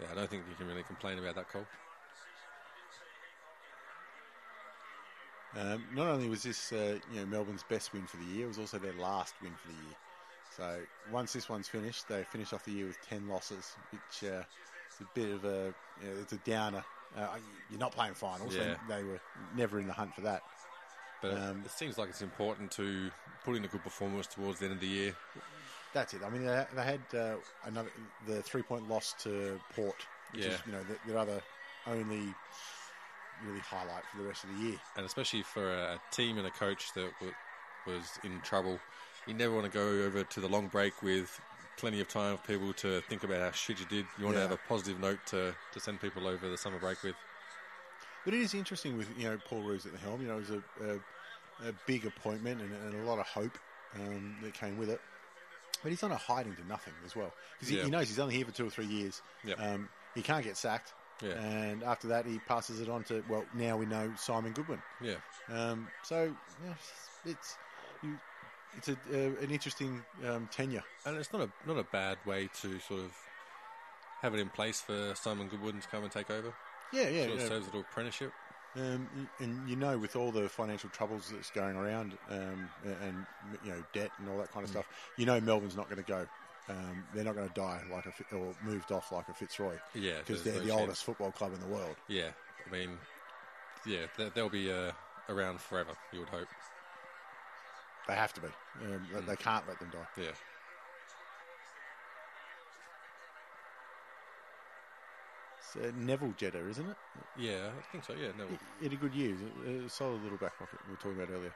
Yeah, I don't think you can really complain about that call.
Um, not only was this uh, you know Melbourne's best win for the year, it was also their last win for the year. So once this one's finished, they finish off the year with ten losses, which uh, is a bit of a you know, it's a downer. Uh, you're not playing finals, and
Yeah.
they were never in the hunt for that.
But
Um,
it seems like it's important to put in a good performance towards the end of the year.
That's it. I mean, they, they had uh, another the three point loss to Port, which is
Yeah.
you know their, their other only really highlight for the rest of the year.
and especially for a a team and a coach that w- was in trouble, you never want to go over to the long break with plenty of time for people to think about how shit you did. You want
Yeah.
to have a positive note to, to send people over the summer break with.
But it is interesting with you know Paul Roos at the helm. You know, it was a, a, a big appointment and, and a lot of hope um, that came with it. But he's on a hiding to nothing as well because he,
Yeah.
he knows he's only here for two or three years.
Yep.
Um, he can't get sacked,
Yeah.
and after that he passes it on to well now we know Simon Goodwin.
Yeah,
Um, so you know, it's you, it's a, uh, an interesting um, tenure.
and it's not a not a bad way to sort of have it in place for Simon Goodwin to come and take over.
Yeah, yeah,
sort of
yeah.
serves a little apprenticeship.
Um, y- and you know, with all the financial troubles
Mm.
that's going around, um, a- and you know, debt and all that kind of stuff, you know, Melbourne's not going to go um, they're not going to die like a Fi- or moved off like a Fitzroy.
Yeah, there's
because they're
no
the
chance.
oldest football club in the world.
Yeah, I mean, yeah, they- they'll be uh, around forever. You would hope.
They have to be. Um, they-
Mm.
They can't let them die.
Yeah.
It's uh, Neville Jeddah, isn't it?
Yeah, I think so. Yeah, no,
He had a good year. He was A a solid little back pocket we were talking about earlier.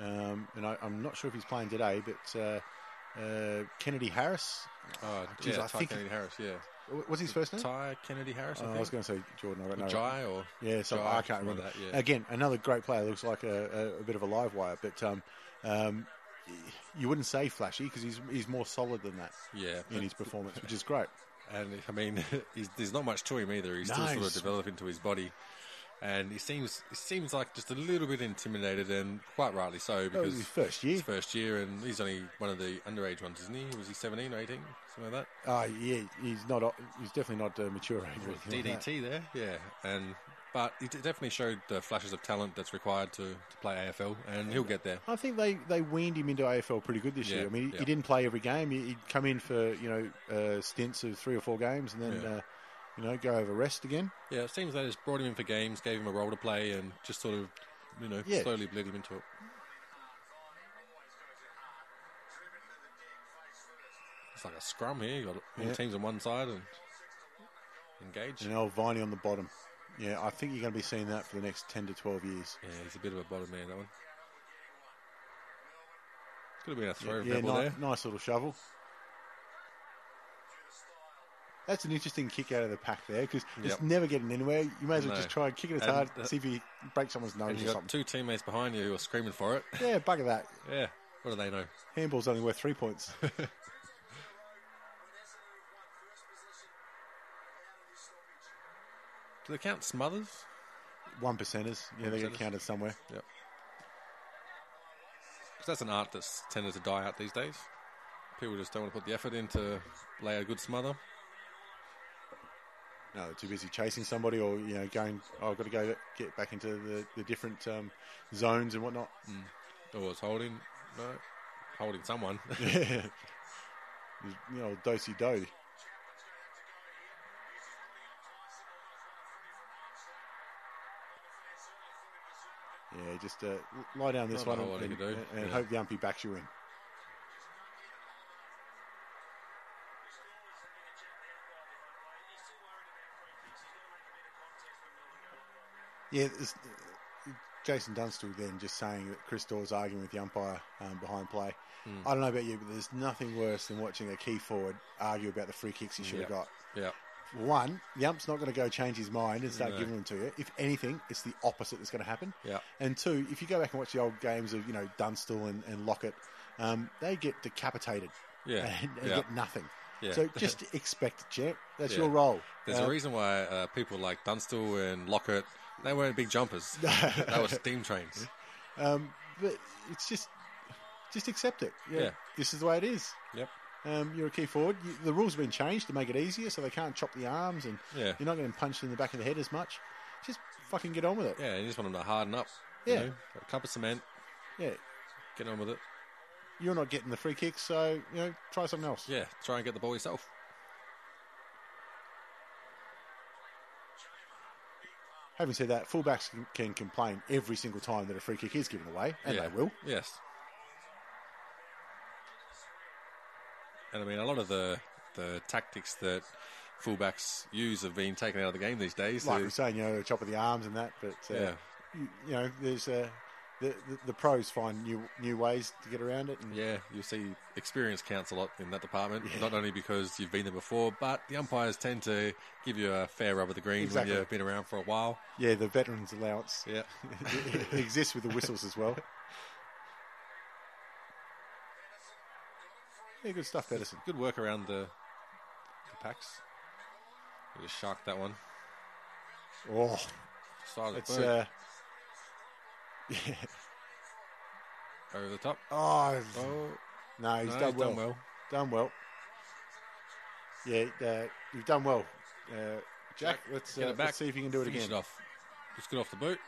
Um, and I, I'm not sure if he's playing today, but uh, uh, Kennedy Harris
uh,
geez,
yeah,
I
Ty
think-
Kennedy Harris. Yeah,
What was his first name?
Ty Kennedy Harris. I,
Oh, I
think.
was going to say Jordan. I don't know.
Jai or
Yeah, so
Jai,
I can't
something like
remember.
that. Yeah,
Again, another great player. Looks like a, a, a bit of a live wire, but um, um, you wouldn't say flashy because he's he's more solid than that
yeah,
in his performance, which is great.
and I mean, he's, there's not much to him either. He's still sort
Nice.
of developing to his body, and he seems he seems like just a little bit intimidated, and quite rightly so
That
because
was Oh, his first year.
his first year, and he's only one of the underage ones, isn't he? Was he 17 or 18, something like that?
Oh, yeah, he's not. o- He's definitely not uh, mature. or anything like that.
DDT there, yeah, and but he d- definitely showed the flashes of talent that's required to, to play AFL, and he'll get there.
I think they, they weaned him into AFL pretty good this
Yeah,
year. I mean, he,
yeah.
he didn't play every game. He, he'd come in for you know uh, stints of three or four games, and then
Yeah.
uh, you know go over rest again.
Yeah, it seems they just brought him in for games, gave him a role to play, and just sort of, you know,
Yeah.
slowly led him into it. It's like a scrum here. You got all
Yeah.
the teams on one side and engaged.
And old Viney on the bottom. Yeah, I think you're going to be seeing that for the next ten to twelve years.
Yeah, he's a bit of a bottom man that one. Could have been a throw
Yeah,
pebble
ni-
there.
nice little shovel. That's an interesting kick out of the pack there because it's
Yep.
never getting anywhere. You may as well
No.
just try and kick it as
And
hard,
the-
see if you break someone's nose
And
or
you got
something.
two teammates behind you who are screaming for it.
Yeah, bugger that.
Yeah, what do they know?
Handball's only worth three points.
Do they count smothers?
One percenters. Yeah, they get
One-percenters.
counted somewhere.
Yep. Because that's an art that's tended to die out these days. People just don't want to put the effort in to lay out a good smother.
No, they're too busy chasing somebody or you know going. Oh, I've got to go get back into the the different um, zones and whatnot.
Oh, it's holding. No. Holding someone.
You know, dosey do. Yeah, just uh, lie down this
Not a whole
one
lot
and,
you can do.
and
Yeah.
hope the umpy backs you in. Yeah, it's, Jason Dunstall then just saying that Chris Dawes arguing with the umpire um, behind play.
Hmm.
I don't know about you, but there's nothing worse than watching a key forward argue about the free kicks he should have
Yeah.
got.
yeah.
One, the ump's not going to go change his mind and start
No.
giving them to you. If anything, it's the opposite that's going to happen.
Yeah.
And two, if you go back and watch the old games of you know Dunstall and, and Lockett, um, they get decapitated.
Yeah.
And, and
Yeah.
get nothing.
Yeah.
So just expect it, Jet. That's
Yeah.
your role.
There's
Uh,
a reason why uh, people like Dunstall and Lockett, they weren't big jumpers. they were steam trains.
Um, but it's just, just accept it.
Yeah.
This is the way it is.
Yep.
Um, you're a key forward. You, the rules have been changed to make it easier, so they can't chop the arms, and
Yeah.
you're not getting punched in the back of the head as much. Just fucking get on with it.
Yeah, you just want them to harden up. you
Yeah.
know? a cup of cement,
Yeah.
get on with it.
You're not getting the free kick, so you know try something else.
Yeah, try and get the ball yourself.
Having said that, fullbacks can, can complain every single time that a free kick is given away, and
yeah.
they will.
Yes. And I mean, a lot of the the tactics that fullbacks use have been taken out of the game these days.
Like
They-
we're saying, you know, the chop of the arms and that. But uh,
Yeah.
you, you know, there's uh, the, the the pros find new new ways to get around it. And
Yeah, you'll see experience counts a lot in that department. Not only because you've been there before, but the umpires tend to give you a fair rub of the green
Exactly.
when you've been around for a while.
yeah, the veterans allowance
Yeah,
it exists with the whistles as well. Yeah, good stuff, Pedersen.
good work around the, the packs. You just sharked that one.
Oh,
Silent
it's
bird
uh,
over the top.
oh
Oh,
no, he's
no,
done
he's
well.
done well.
Done well. Yeah, uh, you've done well, uh, Jack. Let's, uh,
Get it back.
let's see if you can do it
Finish
again.
off. Just get off the boot.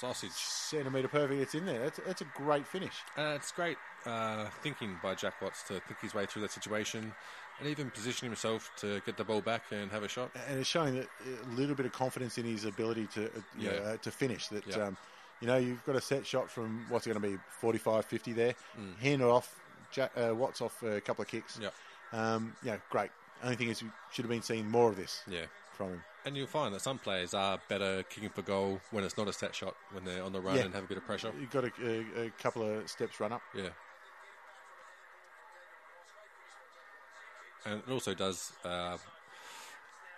sausage.
Centimetre perfect, it's in there. That's, that's a great finish.
Uh, it's great uh, thinking by Jack Watts to think his way through that situation and even position himself to get the ball back and have a shot.
and it's showing that a little bit of confidence in his ability to uh, you know,
Yeah.
uh, to finish. That
Yeah.
um, you know you've got a set shot from what's going to be 45, 50 there. Hand it off, Jack, uh, Watts off a couple of kicks.
Mm. Yeah.
um, yeah, great. Only thing is, we should have been seeing more of this.
Yeah.
from him.
And you'll find that some players are better kicking for goal when it's not a set shot, when they're on the run
Yeah.
and have a bit of pressure.
You got a, a, a couple of steps run up.
Yeah. And it also does uh,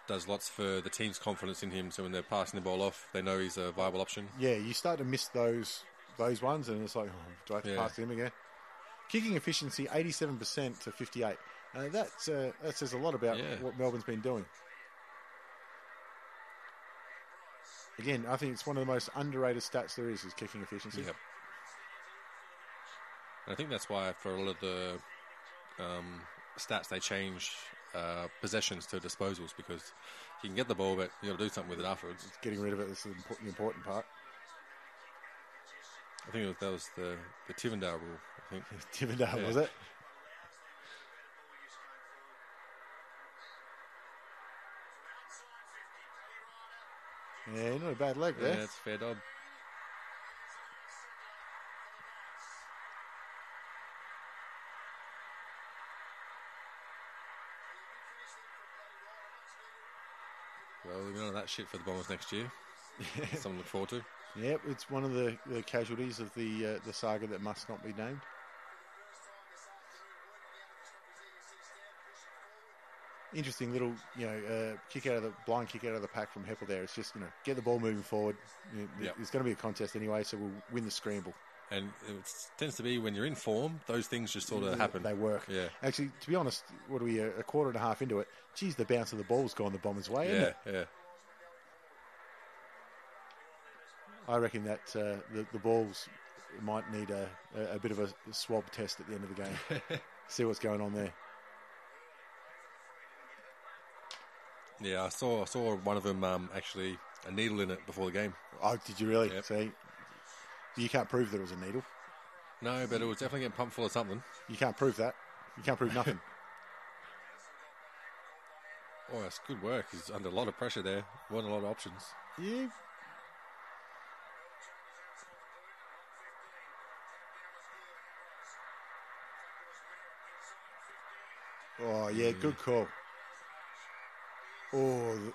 does lots for the team's confidence in him. So when they're passing the ball off, they know he's a viable option.
Yeah, you start to miss those those ones, and it's like, oh, do I have to
Yeah.
pass to him again? Kicking efficiency, eighty-seven percent to fifty-eight. Uh, that's uh, that says a lot about
Yeah.
what Melbourne's been doing. Again, I think it's one of the most underrated stats there is: is kicking efficiency.
Yep. And I think that's why for a lot of the um, stats they change uh, possessions to disposals because you can get the ball, but you got to do something with it afterwards.
Getting rid of it is the impor- the important part.
I think it was, that was the the Tivendale rule. I think.
Tivendale,
Yeah.
was it? Yeah, not a bad leg
Yeah,
there.
it's fair dob. Well, we know that shit for the Bombers next year. Something to look forward to.
Yep, it's one of the, the casualties of the uh, the saga that must not be named. Interesting little, you know, uh, kick out of the blind kick out of the pack from Heppel there. It's just, you know, get the ball moving forward. You know,
Yep.
It's going to be a contest anyway, so we'll win the scramble.
And it tends to be when you're in form, those things just sort of happen.
They work.
Yeah.
Actually, to be honest, what are we a, a quarter and a half into it? Geez, the bounce of the ball's gone the bombers' way, isn't
Yeah,
it?
yeah.
I reckon that uh, the, the balls might need a, a, a bit of a swab test at the end of the game. See what's going on there.
Yeah, I saw I saw one of them um, actually a needle in it before the game.
Oh, did you really?
Yep.
See, you can't prove that it was a needle.
No, but it was definitely getting pumped full of something.
You can't prove that. You can't prove nothing.
Oh, that's good work. He's under a lot of pressure there. Wasn't a lot of options.
yeah. Oh yeah,
Mm.
good call. Oh, the...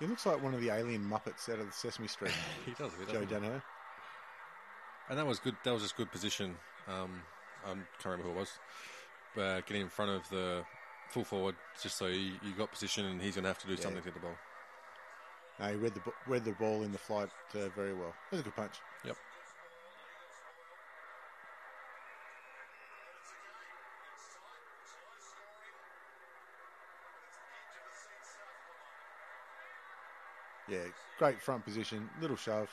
he looks like one of the alien Muppets out of the Sesame Street.
He does. He
Joe
doesn't he?
Danaher.
And that was good. That was just good position. Um, I can't remember who it was. Uh, getting in front of the full forward, just so you, you got position, and he's going to have to do something to get the ball.
No, he read the b- read the ball in the flight uh, very well. That was a good punch.
Yep.
Yeah, great front position, little shove.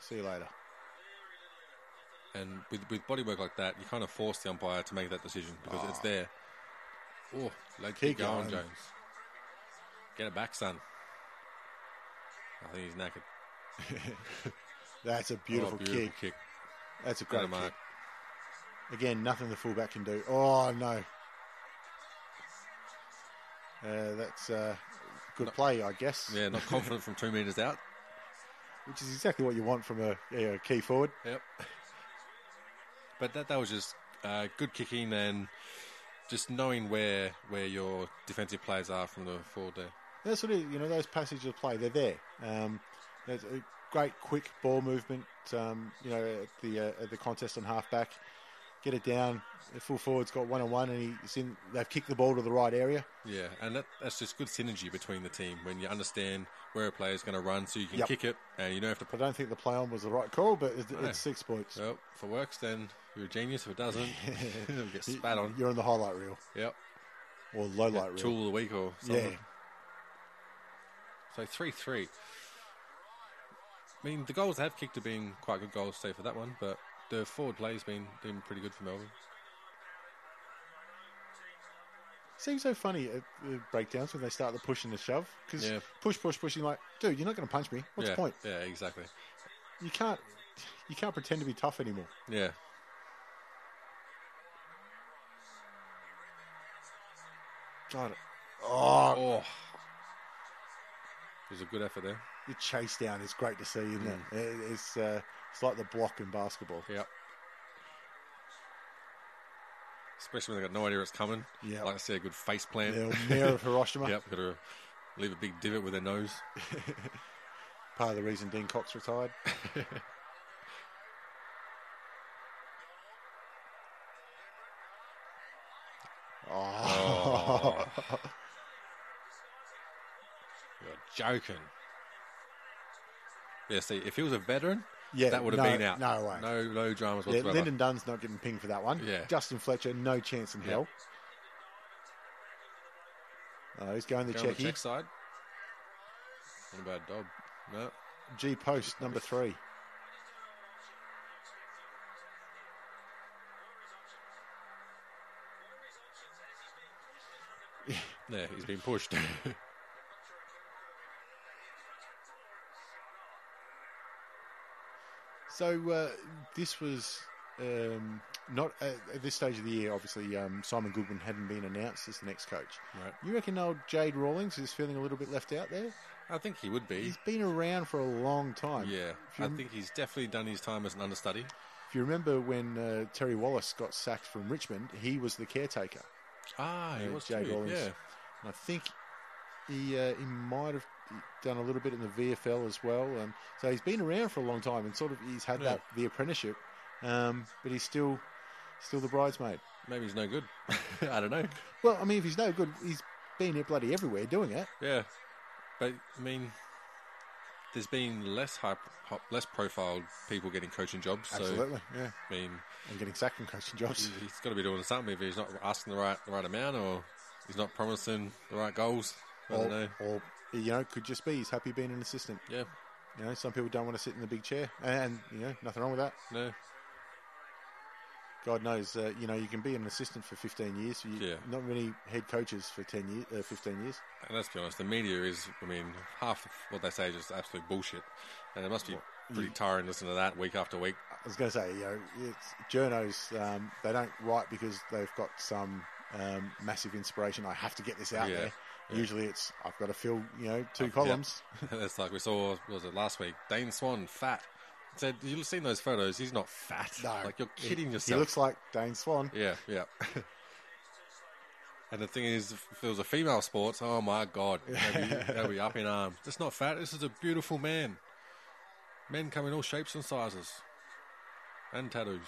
See you later.
And with with body work like that, you kind of force the umpire to make that decision because it's there. Oh, like keep,
Ah. Keep
going,
going.
Jones. Get it back, son. I think he's knackered.
That's a beautiful,
oh, beautiful
kick.
kick.
That's a
Got
great
a mark.
kick. Again, nothing the fullback can do. Oh no. Uh, that's uh, good play, I guess.
Yeah, not confident from two meters out.
Which is exactly what you want from a, yeah, a key forward.
Yep. But that that was just uh, good kicking and just knowing where where your defensive players are from the forward there.
That's what it is, you know, those passages of play, they're there. Um, there's a great quick ball movement, um, you know, at the, uh, at the contest on halfback. Get it down. The full forward's got one on one, and he's in, they've kicked the ball to the right area.
Yeah, and that, that's just good synergy between the team when you understand where a player is going to run, so you can
Yep.
kick it and you don't have to
I
put.
don't think the play on was the right call, but it, it's six points.
Well, if it works, then you're a genius. If it doesn't, you'll get spat on.
You're on the highlight reel
Yep,
or low light reel.
tool of the week or something.
Yeah,
So three three. I mean, the goals they have kicked have been quite good goals, say for that one, but the forward play's been been pretty good for Melbourne.
Seems so funny at the breakdowns when they start the push and the shove because
Yeah.
push, push, push. You're like, dude, you're not going to punch me. What's
yeah,
the point?
Yeah, exactly.
You can't, you can't pretend to be tough anymore.
Yeah.
God, oh,
Oh. It was a good effort there.
the chase down is great to see, isn't
Mm.
it? It- It's uh, it's like the block in basketball.
Yep. Especially when they got no idea it's coming.
Yeah.
Like I said, a good face plant.
The mayor of Hiroshima.
Yep, got to leave a big divot with their nose.
Part of the reason Dean Cox retired.
Oh. You're joking. Yeah, see, if he was a veteran,
Yeah,
that would have
no-
been out.
no way.
No, no dramas
Yeah,
whatsoever.
Lyndon Dunn's not getting pinged for that one.
Yeah.
Justin Fletcher, no chance in hell. Uh, he's going the
Go on the
checky.
check side. What about Dob? No.
G post number three.
Yeah, he's been pushed.
So uh, this was um, not at, at this stage of the year. Obviously, um, Simon Goodwin hadn't been announced as the next coach.
Right.
You reckon old Jade Rawlings is feeling a little bit left out there?
I think he would be.
He's been around for a long time.
Yeah,
If you,
I think he's definitely done his time as an understudy.
if you remember when uh, Terry Wallace got sacked from Richmond, he was the caretaker.
Ah, he
uh,
was
Jay
too.
Rawlings.
Yeah,
And I think he uh, he might have done a little bit in the VFL as well. Um, so he's been around for a long time, and sort of he's had
Yeah.
that the apprenticeship, um, but he's still still the bridesmaid.
maybe he's no good. I don't know.
Well, I mean, if he's no good, he's been at bloody everywhere doing it.
Yeah, but I mean, there's been less high, hop- less profiled people getting coaching jobs.
Absolutely, yeah.
So I mean,
And getting sacked from coaching jobs.
he's got to be doing something if he's not asking the right the right amount or he's not promising the right goals. I don't know.
Or, or, you know, it could just be he's happy being an assistant.
Yeah,
You know, some people don't want to sit in the big chair, and you know, nothing wrong with that.
no,
God knows, uh, you know, you can be an assistant for 15 years. You,
Yeah.
Not many head coaches for 10 years, uh, 15 years.
and let's be honest, the media is. I mean, half of what they say is just absolute bullshit, and it must be pretty tiring listening to that week after week.
I was going to say, you know, it's, journos, um, they don't write because they've got some um, massive inspiration. I have to get this out
Yeah,
there.
yeah.
Usually it's, I've got to fill, you know, two columns.
That's like we saw, what was it last week? Dane Swan, fat. Said, you've seen those photos. He's not fat.
No.
Like, you're kidding
He
yourself.
looks like Dane Swan.
yeah, yeah. and the thing is, if it was a female sports, oh my God. They'd be, they'd be up in arms. It's not fat. This is a beautiful man. Men come in all shapes and sizes and tattoos.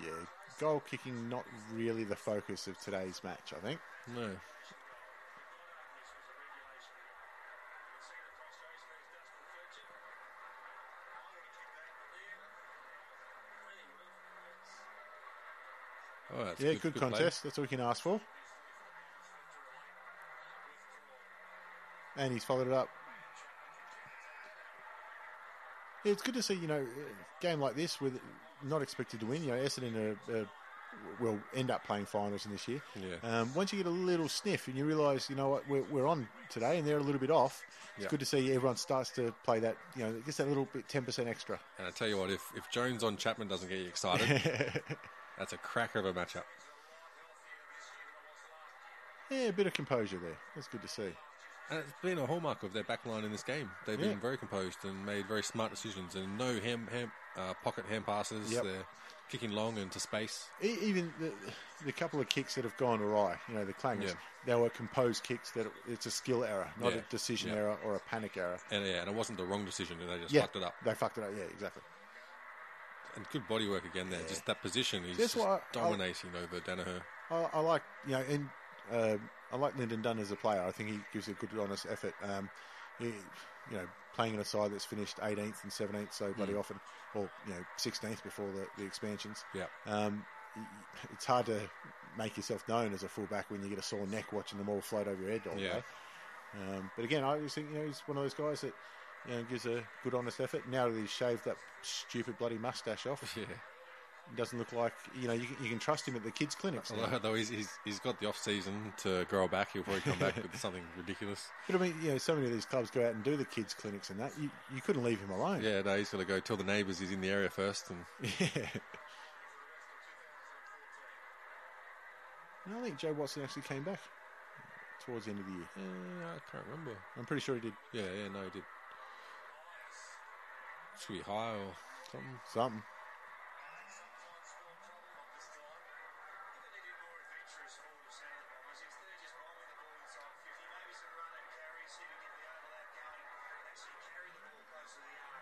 Yeah, goal kicking not really the focus of today's match. I think
No. Oh, that's
yeah, good,
play.
contest. That's all we can ask for. And he's followed it up. Yeah, it's good to see you know a game like this with not expected to win. You know, Essendon are, are, will end up playing finals in this year.
Yeah.
Um, once you get a little sniff and you realise you know what we're, we're on today and they're a little bit off, it's
Yeah.
good to see everyone starts to play that. You know, it gets that little bit ten percent extra.
And I tell you what, if, if Jones on Chapman doesn't get you excited, that's a cracker of a matchup.
Yeah, a bit of composure there. That's good to see.
And it's been a hallmark of their back line in this game. They've
Yeah.
been very composed and made very smart decisions and no ham, ham, uh, pocket hand passes.
Yep.
They're kicking long into space.
E- Even the, the couple of kicks that have gone awry, you know, the clangers,
Yeah.
they were composed kicks that it's a skill error, not
Yeah.
a decision
Yeah.
error or a panic error.
And yeah, and it wasn't the wrong decision. They just
yeah,
fucked it up.
They fucked it up. Yeah, exactly.
And good body work again there. Just that position. He's
That's
just
why I-
dominating over Danaher.
I, I like, you know, and uh, I like Lyndon Dunn as a player. I think he gives a good, honest effort. Um, he, you know, playing in a side that's finished 18th and 17th so bloody
Mm.
often, or you know, 16th before the, the expansions.
Yeah.
Um, y- it's hard to make yourself known as a fullback when you get a sore neck watching them all float over your head all
Yeah.
day. Um, but again, I just think you know he's one of those guys that you know gives a good honest effort. Now that he's shaved that stupid bloody mustache off,
Yeah.
doesn't look like you know you, can- you can trust him at the kids' clinics. now.
Although he's, he's, he's got the off season to grow back, he'll probably come back with something ridiculous.
But I mean, you know, so many of these clubs go out and do the kids' clinics and that. You, you couldn't leave him alone.
Yeah, no, he's got to go tell the neighbours he's in the area first. And
And I think Joe Watson actually came back towards the end of the year.
Uh, I can't remember.
I'm pretty sure he did
Yeah, yeah, no, he did. Should be high or something.
something.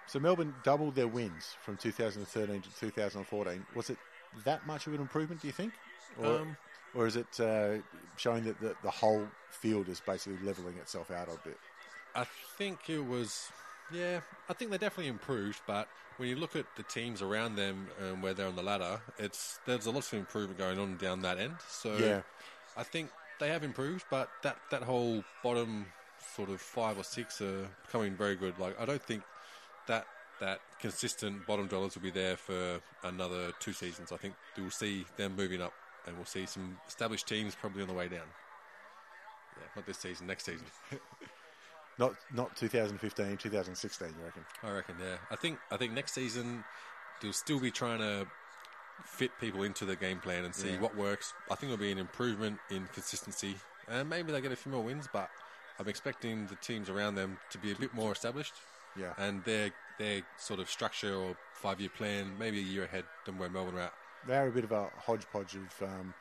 So Melbourne doubled their wins from 2013 to 2014. Was it that much of an improvement? Do you think, or,
Um,
or is it uh, showing that the, the whole field is basically leveling itself out a bit?
I think it was. Yeah, I think they definitely improved, but when you look at the teams around them and where they're on the ladder, it's there's a lot of improvement going on down that end. So
Yeah.
I think they have improved, but that that whole bottom sort of five or six are becoming very good. Like I don't think that that consistent bottom dollars will be there for another two seasons. I think we'll see them moving up, and we'll see some established teams probably on the way down. Yeah, not this season, next season.
Not not 2015, 2016. You reckon?
I reckon, yeah. I think I think next season they'll still be trying to fit people into the game plan and see what works. I think there'll be an improvement in consistency, and maybe they get a few more wins. But I'm expecting the teams around them to be a bit more established.
Yeah.
and their their sort of structure or five year plan, maybe a year ahead than where Melbourne are at.
They are a bit of a hodgepodge of um,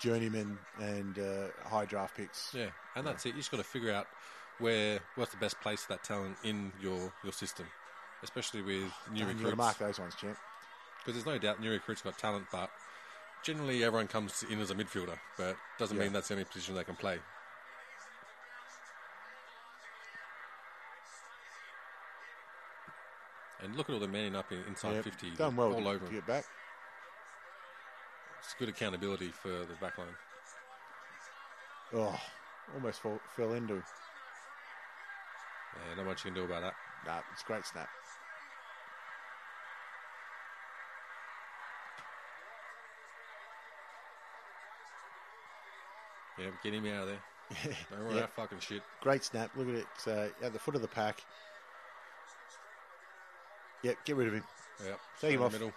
journeymen and uh, high draft picks.
Yeah, and that's it. You just got to figure out where what's the best place for that talent in your your system, especially with new
you got to
recruits.
mark those ones, champ.
Because there's no doubt new recruits got talent, but generally everyone comes in as a midfielder, but doesn't
Yeah.
mean that's the only position they can play. And look at all the manning up in, inside
Yeah,
50.
done well
all
to,
over
to
'em.
get back.
It's good accountability for the back line.
Oh, almost fall, fell into him.
Yeah, not much you can do about that.
Nah, it's a great snap.
Yeah, get him out of there. Don't worry
Yeah.
about fucking shit.
Great snap. Look at it uh, at the foot of the pack. Yep, get rid of him.
Yep.
Take him
straight in the
off.
middle.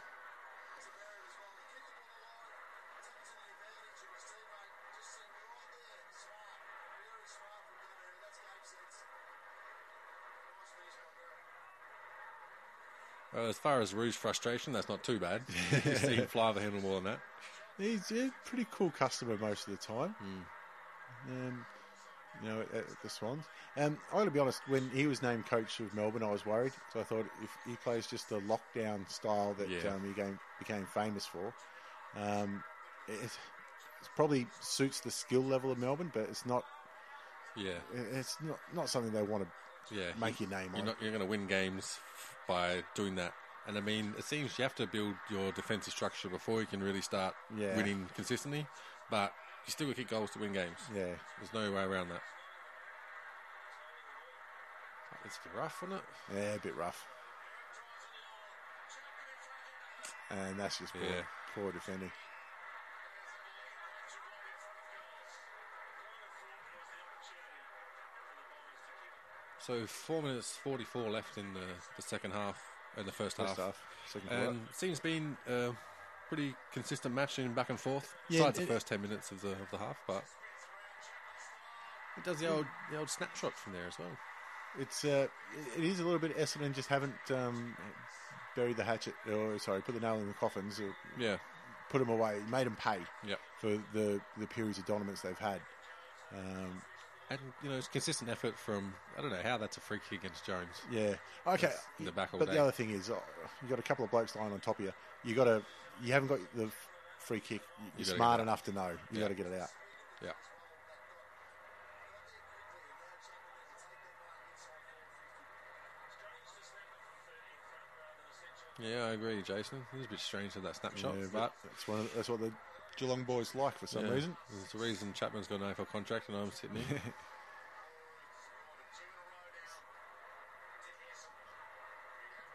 Well, Uh, as far as Rue's frustration, that's not too bad. You see him fly the handle more than that.
He's a pretty cool customer most of the time.
Hmm.
Um, you know, at, at the Swans. Um, I got to be honest. When he was named coach of Melbourne, I was worried. So I thought if he plays just the lockdown style that
Yeah.
um, he became, became famous for, um, it, it probably suits the skill level of Melbourne, but it's not.
Yeah,
It's not, not something they want to
yeah.
make your name
You're
on.
not you're going to win games by doing that. And I mean, it seems you have to build your defensive structure before you can really start
Yeah.
winning consistently. But you still kick goals to win games.
Yeah.
There's no way around that. It's a bit rough, wasn't it?
Yeah, a bit rough. And that's just poor,
Yeah.
poor defending.
So four minutes forty-four left in the, the second half and the first,
First
half.
half, second quarter.
And it seems been a pretty consistent match in back and forth.
Yeah,
besides
it-
the first ten minutes of the of the half, but it does the old the old snapshot from there as well.
It's uh, it- it is a little bit Essendon just haven't um, buried the hatchet, or sorry, put the nail in the coffins, or
Yeah,
put them away, made them pay
yeah.
for the the periods of dominance they've had. Um,
And you know, it's consistent effort from I don't know how that's a free kick against Jones.
yeah, okay.
That's in the back all
but
day.
the other thing is, oh, you got a couple of blokes lying on top of you. You got to, you haven't got the free kick.
You
You're
gotta
smart
get it
enough to know you
Yeah.
got to get it out.
Yeah. Yeah, I agree, Jason. It was a bit strange with that snapshot,
Yeah,
but
but that's one. Of, that's what the Geelong boys like for some
Yeah.
reason.
There's a reason Chapman's got an AFL contract and I'm sitting here.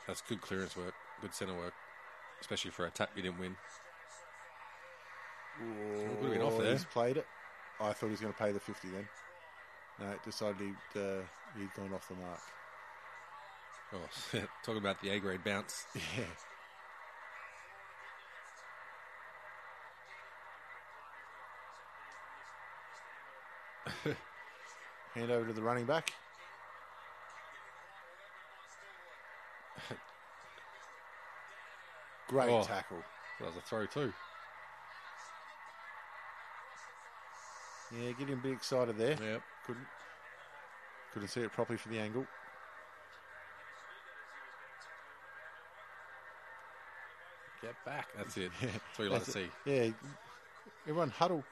That's good clearance work, good centre work. especially for a tap you didn't win.
Would
would've been off there.
He's played it. I thought he was going to pay the 50 then. No, it decided he'd, uh, he'd gone off the mark.
Oh, talking about the A grade bounce.
Yeah. Hand over to the running back. Great
Oh.
tackle.
That was a throw too.
Yeah, getting a bit excited there.
Yep.
Couldn't couldn't see it properly for the angle.
Get back. That's it. That's what you like to
That's
see.
it. Yeah, everyone huddle.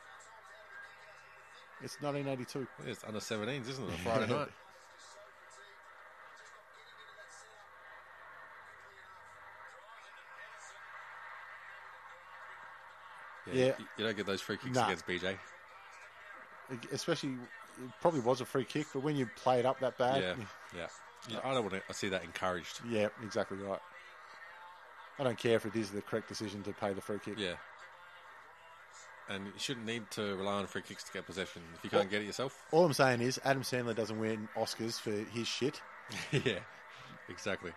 It's 1982.
It's under 17s, isn't it? On Friday night.
Yeah.
You, you don't get those free kicks
Nah.
against BJ.
Especially, it probably was a free kick, but when you play it up that bad,
Yeah. Yeah. You- I don't want to see that encouraged.
yeah, exactly right. I don't care if it is the correct decision to pay the free kick.
Yeah. And you shouldn't need to rely on free kicks to get possession. If you can't get it yourself,
All I'm saying is Adam Sandler doesn't win Oscars for his shit.
yeah, exactly.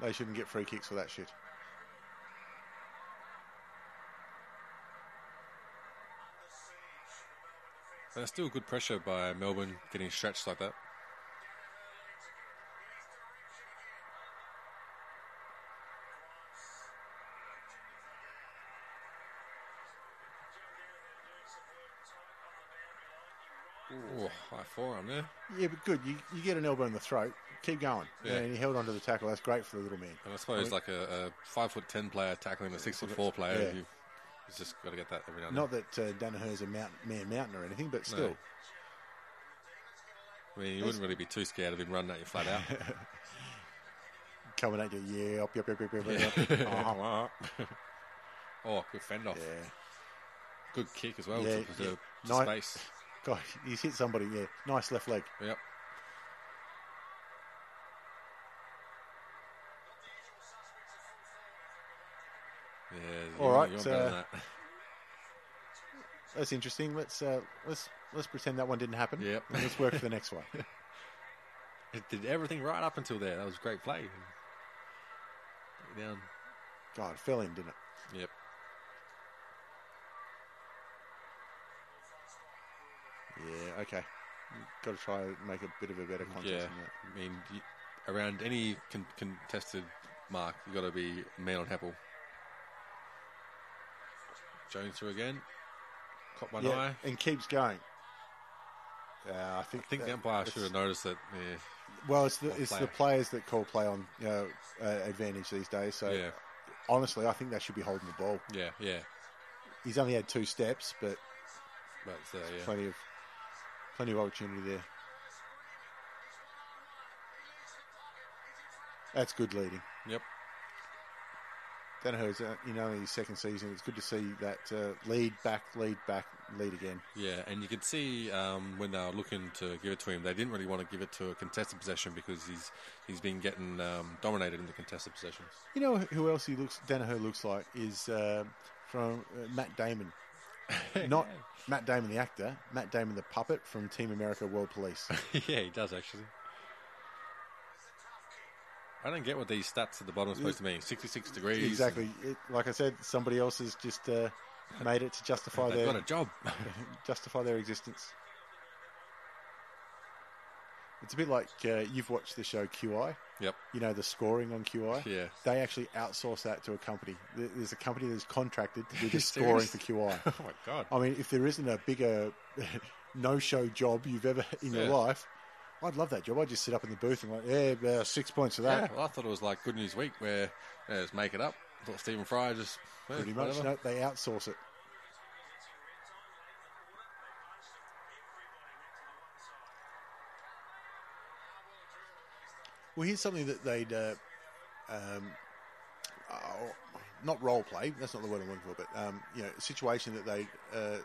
They shouldn't get free kicks for that shit.
But it's still good pressure by Melbourne getting stretched like that. Ooh, high forearm there.
Yeah, but good. You, you get an elbow in the throat. Keep going.
Yeah.
And he held onto the tackle. That's great for the little man.
And I suppose like a, a five foot ten player tackling a six foot four player,
Yeah.
you, he's just got to get that every now and then.
Not that uh, Danaher's a mountain, man mountain or anything, but still.
I mean, you wouldn't really be too scared of him running at you flat out.
Coming at you, yeah, up, yup, yup, yup, yup, yup. Uh-huh.
oh, good fend off.
Yeah.
Good kick as well
Yeah,
to, to-
yeah.
to
Nice.
space.
God, he's hit somebody, yeah. Nice left leg.
Yep. Yeah, you
All
want-
right,
you want better than
uh,
that.
That's interesting. Let's uh, let's let's pretend that one didn't happen.
Yep.
And let's work for the next one.
It did everything right up until there. That was a great play. Down.
God, it fell in, didn't it?
Yep.
Yeah. Okay. Got to try and make a bit of a better contest.
Yeah.
Than that.
I mean, you, around any con- contested mark, you got to be man on apple. Jones through again. Caught one
yeah.
eye.
And keeps going. Uh, I think
I think
that-
the umpire
it's-
should have noticed that. Yeah,
Well, it's the
or
it's the
player.
players that call play on you know, uh, advantage these days. So
yeah,
honestly, I think they should be holding the ball.
yeah, yeah.
He's only had two steps, but
But uh, yeah,
plenty of plenty of opportunity there. That's good leading.
yep.
Danaher's uh, in only his second season. It's good to see that uh, lead back, lead back, lead again.
Yeah, and you could see um, when they were looking to give it to him, they didn't really want to give it to a contested possession because he's he's been getting um, dominated in the contested possessions.
You know who else he looks Danaher looks like is uh, from uh, Matt Damon. Not Matt Damon the actor, Matt Damon the puppet from Team America World Police.
yeah, he does actually. I don't get what these stats at the bottom are supposed to mean. Sixty-six degrees.
exactly. It, like I said, somebody else has just uh, made it to justify
They've got
their
a job.
justify their existence. It's a bit like uh, you've watched the show QI.
yep.
you know, the scoring on QI.
Yeah.
They actually outsource that to a company. There- There's a company that's contracted to do the scoring for QI.
Oh my god.
I mean, if there isn't a bigger no-show job you've ever in your
Yeah.
life, I'd love that job. I'd just sit up in the booth and like, yeah, uh, six points for
Yeah,
that.
well, I thought it was like Good News Week where yeah, just make it up. I thought Stephen Fry just yeah,
Pretty much.
whatever.
No, they outsource it. Well, here's something that they'd, uh, um, oh, not role play. That's not the word I'm looking for, but um, you know, situation that they, uh,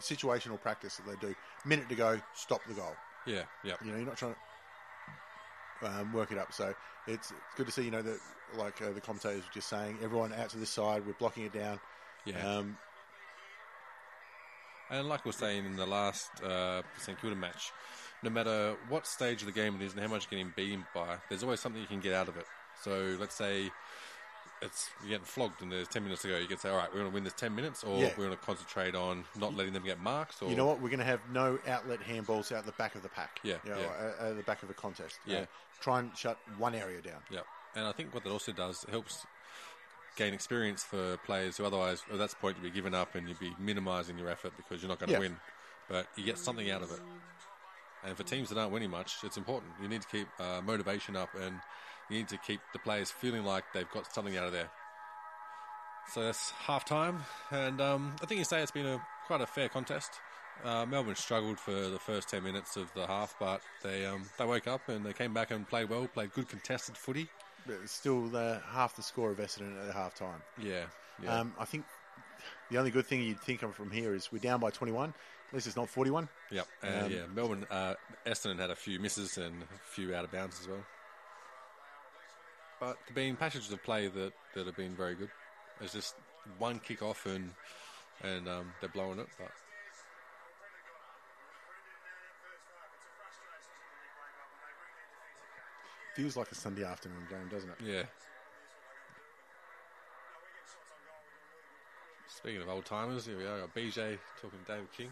situational practice that they do. Minute to go, stop the goal.
Yeah, yeah.
You know, you're not trying to. um, work it up. So it's good to see, you know, that like uh, the commentators were just saying, everyone out to the side, we're blocking it down.
Yeah.
Um,
And like we were saying in the last uh, St Kilda match, no matter what stage of the game it is and how much you're getting beaten by, there's always something you can get out of it. So let's say it's you're getting flogged and there's 10 minutes to go. You can say, all right, we're going to win this 10 minutes or
Yeah.
we're going to concentrate on not letting them get marks. Or
You know what? We're going to have no outlet handballs out the back of the pack.
Yeah,
You know,
yeah.
uh, Out, the back of a contest.
Yeah.
Uh, try and shut one area down.
Yeah, and I think what that also does it helps gain experience for players who otherwise at that point you'd be giving up and you'd be minimising your effort because you're not going to
Yeah.
win. But you get something out of it. And for teams that aren't winning much, it's important. You need to keep uh, motivation up and you need to keep the players feeling like they've got something out of there. So that's half time, and um, I think you say it's been a quite a fair contest. Uh, Melbourne struggled for the first ten minutes of the half, but they um, they woke up and they came back and played well, played good contested footy.
But it's still uh, half the score of Essendon at half time.
Yeah, yeah,
Um, I think the only good thing you'd think of from here is we're down by 21. At least it's not 41.
yep. And,
um,
yeah, Melbourne, uh, Essendon had a few misses and a few out of bounds as well. But there have been passages of play that, that have been very good. It's just one kick off and and um, they're blowing it, but
Feels like a Sunday afternoon game, doesn't it?
Yeah. Speaking of old timers, here we are. Got BJ talking to David King.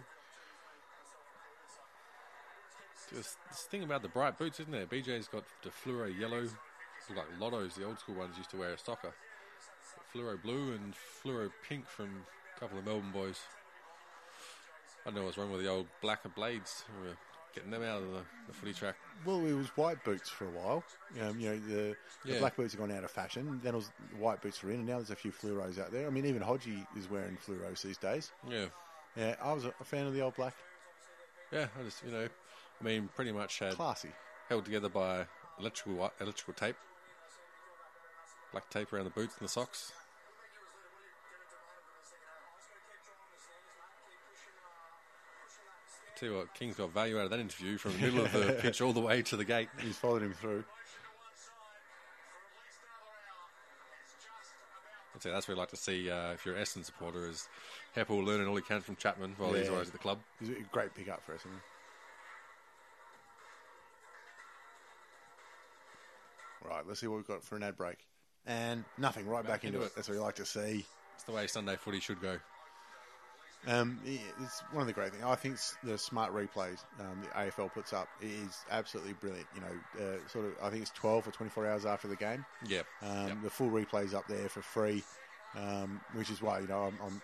Just this thing about the bright boots, isn't there? BJ's got the fluoro yellow, look like lottos. The old school ones used to wear at soccer. Fluoro blue and fluoro pink from a couple of Melbourne boys. I don't know what's wrong with the old blacker blades. We're getting them out of the, the footy track.
Well, it was white boots for a while. Um, you know, the,
Yeah.
the black boots have gone out of fashion. Then it was white boots were in, and now there's a few fluoros out there. I mean, even Hodgie is wearing fluoros these days.
Yeah.
Yeah, I was a a fan of the old black.
Yeah, I just, you know, I mean, pretty much had
Classy.
held together by electrical wi- electrical tape, black tape around the boots and the socks. Tell you what, King's got value out of that interview from the middle of the pitch all the way to the gate.
He's followed him through.
I'd say that's what we like to see uh, if you're an Essendon supporter is Heppel learning all he can from Chapman while he's
Yeah.
always at the club.
It was a great pickup for us. isn't it? Right, let's see what we've got for an ad break. And nothing, right back, into, it. That's what you like to see.
It's the way Sunday footy should go.
Um, yeah, it's one of the great things. I think s- the smart replays um, the AFL puts up is absolutely brilliant. You know, uh, sort of, I think it's 12 or 24 hours after the game.
Yeah.
Um,
Yep.
The full replay's up there for free, um, which is why you know I'm, I'm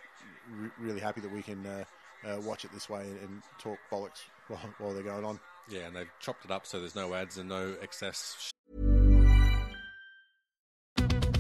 re- really happy that we can uh, uh, watch it this way and, and talk bollocks while, while they're going on.
Yeah, and they've chopped it up so there's no ads and no excess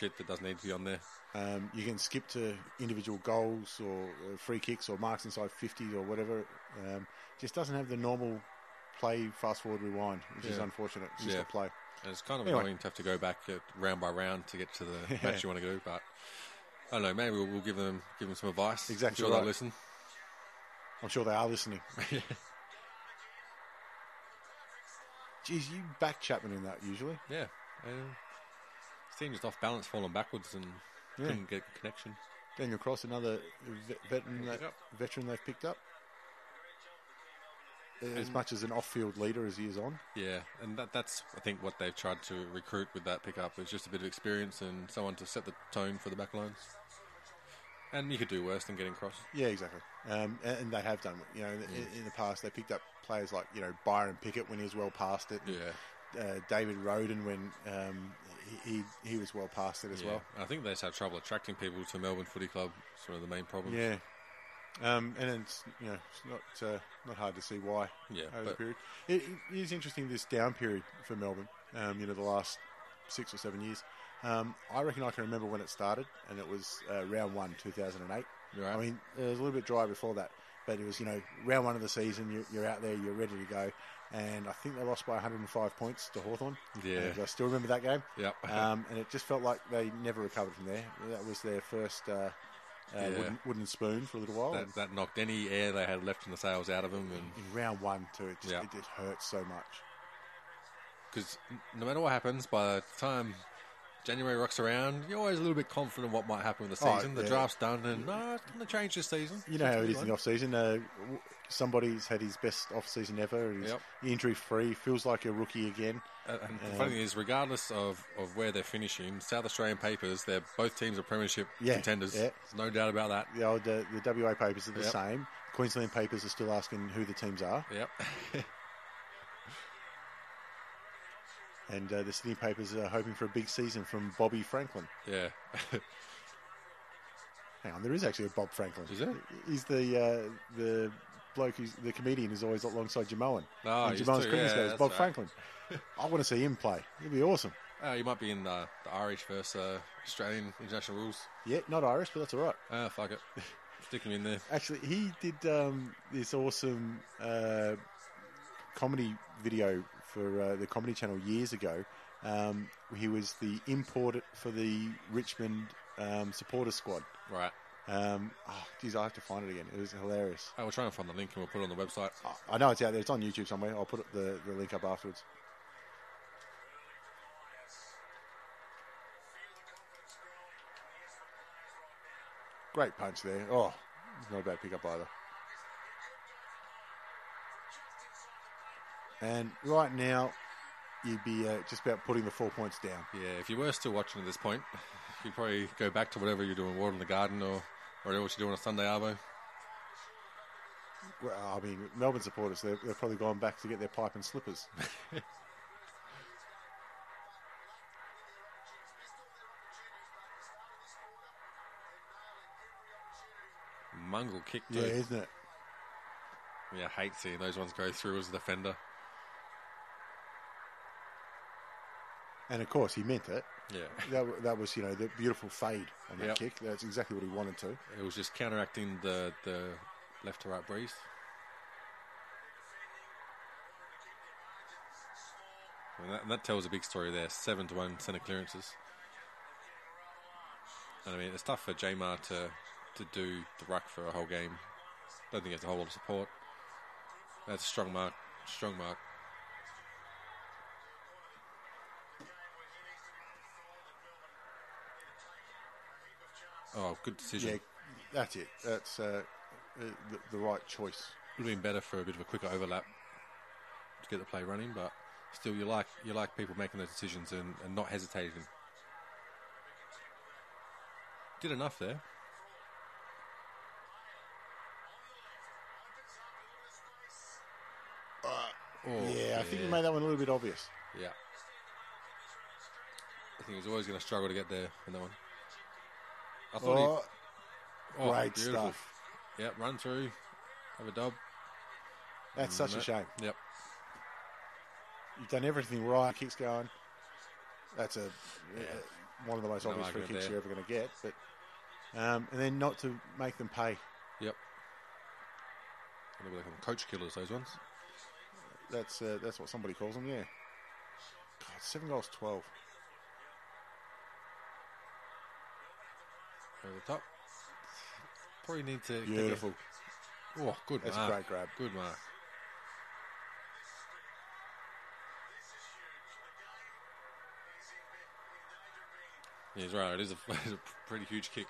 shit that doesn't need to be on there.
Um, you can skip to individual goals or uh, free kicks or marks inside 50 or whatever. Um, just doesn't have the normal play, fast forward, rewind, which is
Yeah.
unfortunate. It's just
Yeah.
a play.
And it's kind of
Anyway.
annoying to have to go back at round by round to get to the match you want to go. But I don't know. Maybe we'll, we'll give them give them some advice. I'm
Exactly
sure
right.
they'll listen.
I'm sure they are listening. Geez, you back Chapman in that usually.
Yeah. Um, Seen just off balance, falling backwards, and couldn't get a connection.
Daniel Cross, another ve- veteran, that,
Yep.
veteran they've picked up. As much as an off-field leader as he is on,
Yeah, and that, that's I think what they've tried to recruit with that pickup is just a bit of experience and someone to set the tone for the back lines. And you could do worse than getting cross.
yeah, exactly. Um, and, and they have done, you know, in, in the past they picked up players like you know Byron Pickett when he was well past it.
Yeah.
uh, David Roden when um, he, he he was well past it as
Yeah.
well.
I think that's our trouble attracting people to Melbourne Footy Club. It's one of the main problems.
Yeah, Um, and then it's, you know it's not uh, not hard to see why.
Yeah,
over the
but-
period, it, it is interesting this down period for Melbourne. Um, you know, the last six or seven years. Um, I reckon I can remember when it started, and it was uh, round one, two thousand and eight.
Right.
I mean, it was a little bit dry before that, but it was you know round one of the season. You're, you're out there, you're ready to go, and I think they lost by 105 points to Hawthorn.
Yeah.
I still remember that game.
Yep.
um, and it just felt like they never recovered from there. That was their first. Uh, uh,
Yeah.
wooden, wooden spoon for a little while.
That, that knocked any air they had left in the sails out of them, and
in round one too. It just,
Yeah.
it just hurts so much.
because no matter what happens, by the time January rocks around, you're always a little bit confident what might happen with the
Oh,
season. the
yeah.
draft's done, and no, it's going to change this season.
You know how it is in the
Fine.
off season. Uh, w- somebody's had his best off season ever. He's
Yep.
injury free. Feels like a rookie again.
And and the funny thing is, regardless of, of where they're finishing, South Australian papers, they're both teams are premiership
Yeah,
contenders.
yeah.
There's no doubt about that.
The old uh, the WA papers are the
Yep.
same. Queensland papers are still asking who the teams are,
Yep.
and uh, the Sydney papers are hoping for a big season from Bobby Franklin.
yeah.
Hang on, there is actually a Bob Franklin.
Is there?
He's the uh, the bloke who's the comedian who's always alongside Jamoan.
Oh,
and
he's
Jamoan's
too-
cricket
yeah,
goes
that's
Bob
right.
Franklin. I want to see him play. It'd be awesome.
uh, you might be in the, the Irish versus uh, Australian international rules.
Yeah, not Irish, but that's all right.
Ah, fuck it. Stick him in there.
Actually, he did um, this awesome uh, comedy video for uh, the Comedy Channel years ago. Um, he was the import for the Richmond um, supporter squad.
Right.
Um, oh, geez, I have to find it again. It was hilarious.
I will try and find the link and Uh, we'll put it on the website.
I- I know it's out there. It's on YouTube somewhere. I'll put the, the link up afterwards. Great punch there. Oh, not a bad pickup either. And right now, you'd be uh, just about putting the four points down.
Yeah, if you were still watching at this point, you'd probably go back to whatever you're doing, Ward in the Garden or whatever else you're doing on Sunday Arvo.
Well, I mean, Melbourne supporters, they've, they've probably gone back to get their pipe and slippers.
Mungrel kick,
yeah,
too. Yeah.
isn't it?
I mean, I hate seeing those ones go through as a defender.
And of course, he meant it.
Yeah.
That, wa- that was, you know, the beautiful fade on that
Yep.
kick. That's exactly what he wanted to.
It was just counteracting the, the left to right breeze. And that, that tells a big story there. Seven to one centre clearances. And I mean, it's tough for Jamar to to do the ruck for a whole game. Don't think he has a whole lot of support. That's a strong mark. Strong mark. Oh, good decision.
Yeah, that's it. That's uh, uh, the, the right choice.
Would have been better for a bit of a quicker overlap to get the play running, but still, you like you like people making those decisions and, and not hesitating. Did enough there. Oh,
Uh, yeah, I think he made that one a little bit obvious.
Yeah. I think he's always going to struggle to get there in that one. I thought
Oh,
he, oh,
great
beautiful.
stuff.
Yep, run through, have a dob.
That's such a
Nope.
shame.
Yep.
You've done everything right. Kicks going. That's a uh, one of the most
No
obvious free
argument
kicks
there.
you're ever going to get. But um, and then not to make them pay.
Yep. I don't know what they call them, coach killers, those ones.
That's uh, that's what somebody calls them. Yeah. God, seven goals, twelve.
Over the top. Probably need to. get a-
Beautiful.
Oh, good
That's a
mark.
great grab.
Good mark. Yeah, he's right. It is a, it's a pretty huge kick.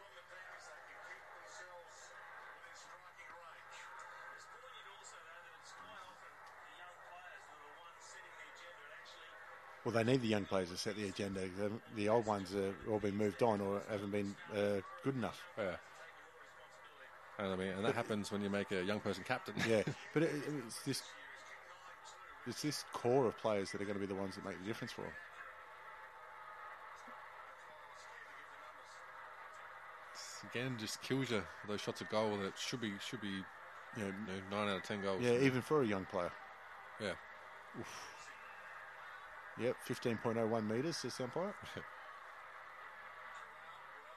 Well, they need the young players to set the agenda. The, the old ones have all been moved on or haven't been uh, good enough.
Yeah. And I mean, and that happens when you make a young person captain.
Yeah, but it, it's this it's this core of players that are going to be the ones that make the difference for them.
again just kills you. Those shots of goal that should be should be
Yeah,
you know, nine out of ten goals.
yeah, even for a young player.
yeah.
Yep, fifteen point oh one meters. This umpire.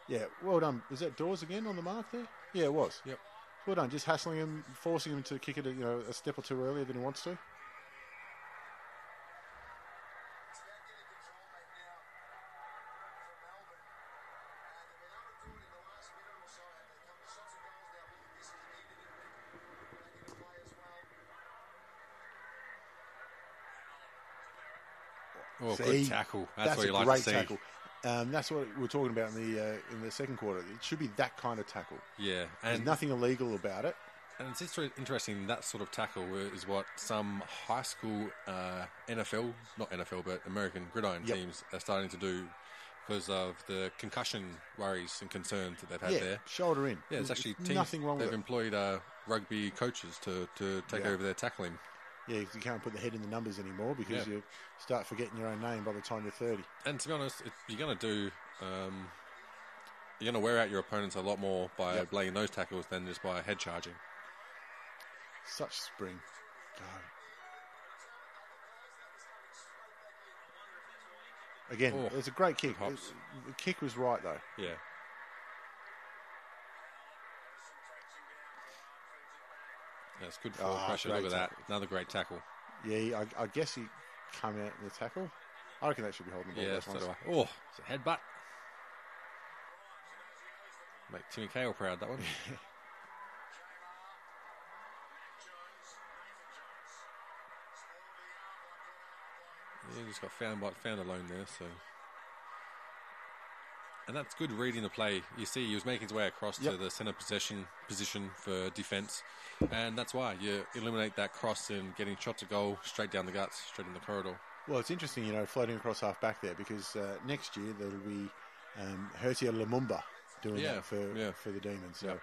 yeah, well done. Is that Dawes again on the mark there? Yeah, it was.
Yep.
Well done. Just hassling him, forcing him to kick it, you know, a step or two earlier than he wants to.
Oh,
See,
good tackle. That's, what
a
you like
great
to see.
tackle. Um, that's what we we're talking about in the uh, in the second quarter. It should be that kind of tackle.
Yeah,
There's
and
nothing illegal about it.
And it's just really interesting that sort of tackle is what some high school uh, NFL, not NFL, but American gridiron
Yep.
teams are starting to do because of the concussion worries and concerns that they've had
Yeah,
there.
shoulder in.
Yeah,
There's
it's actually teams,
nothing wrong
They've
with it.
employed uh, rugby coaches to, to take
Yeah.
over their tackling.
Yeah, you can't put the head in the numbers anymore because
Yeah.
you start forgetting your own name by the time you're 30.
And to be honest, it, you're going to do, um, you're going to wear out your opponents a lot more by
Yep.
laying those tackles than just by head charging.
Such spring. God. Again,
Oh,
it's a great kick.
hops.
It's- The kick was right though.
Yeah. That's good for
Ah,
pressure.
great
Look at that.
tackle.
Another great tackle.
Yeah, I, I guess he come out in the tackle. I reckon that should be holding the ball.
yeah,
that's
so
nice.
do I. Oh, it's a headbutt. Make Timmy Cahill proud, that one. yeah, just got found, by- found alone there, so. And that's good reading the play. You see, he was making his way across to
Yep.
the centre possession position for defence, and that's why you eliminate that cross and getting shot to goal straight down the guts, straight in the corridor.
Well, it's interesting, you know, floating across half back there because uh, next year there'll be um, Hertia Lumumba doing
Yeah,
that for
yeah.
for the Demons. So
Yeah.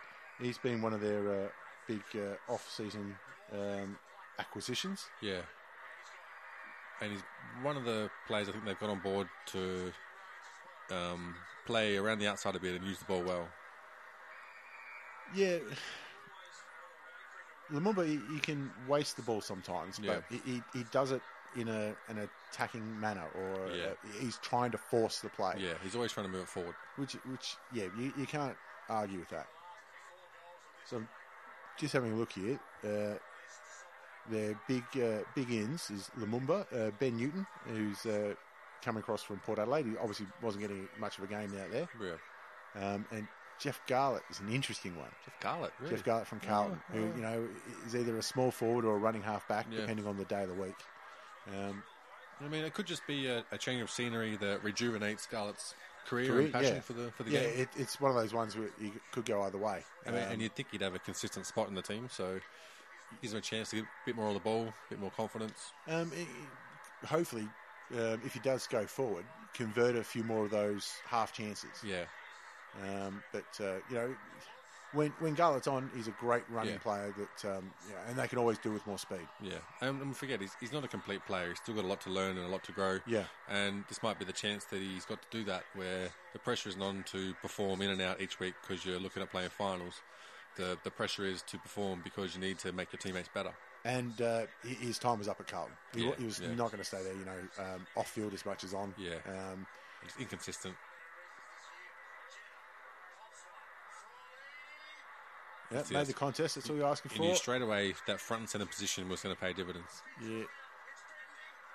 he's been one of their uh, big uh, off-season um, acquisitions.
Yeah. And he's one of the players I think they've got on board to um, play around the outside a bit and use the ball well.
Yeah. Lumumba, he, he can waste the ball sometimes,
Yeah.
but he, he, he does it in a an attacking manner, or
Yeah.
uh, he's trying to force the play.
Yeah, he's always trying to move it forward.
Which, which, yeah, you, you can't argue with that. So, just having a look here, uh, their big uh, big ins is Lumumba, uh, Ben Newton, who's uh, coming across from Port Adelaide. He obviously wasn't getting much of a game out there,
Yeah.
um, and Jeff Garlett is an interesting one.
Jeff Garlett, really? Oh,
Jeff Garlett from Carlton, who you know is either a small forward or a running half back,
Yeah.
depending on the day of the week. Um,
I mean, it could just be a, a change of scenery that rejuvenates Garlett's career,
career-
and passion for the for the
yeah,
game.
it, it's one of those ones where you could go either way.
I mean,
Um,
and you'd think he'd have a consistent spot in the team, so gives him a chance to get a bit more on the ball, a bit more confidence.
Um, it, it- hopefully, um, if he does go forward, convert a few more of those half chances.
Yeah,
Um, but uh, you know, when when Garlett's on, he's a great running
Yeah.
player that, um, yeah, and they can always do with more speed.
yeah. And, and forget, he's, he's not a complete player. He's still got a lot to learn and a lot to grow.
Yeah,
And this might be the chance that he's got to do that, where the pressure isn't on to perform in and out each week because you're looking at playing finals. The the pressure is to perform because you need to make your teammates better.
and uh, hi- his time was up at Carlton. He, wa-
Yeah,
he was
yeah.
not going to stay there, you know, um, off field as much as on.
Yeah.
Um,
It's inconsistent.
yeah,
That's it.
made the contest. That's all you're asking
You knew
for.
straight away that front and centre position was going to pay dividends.
Yeah,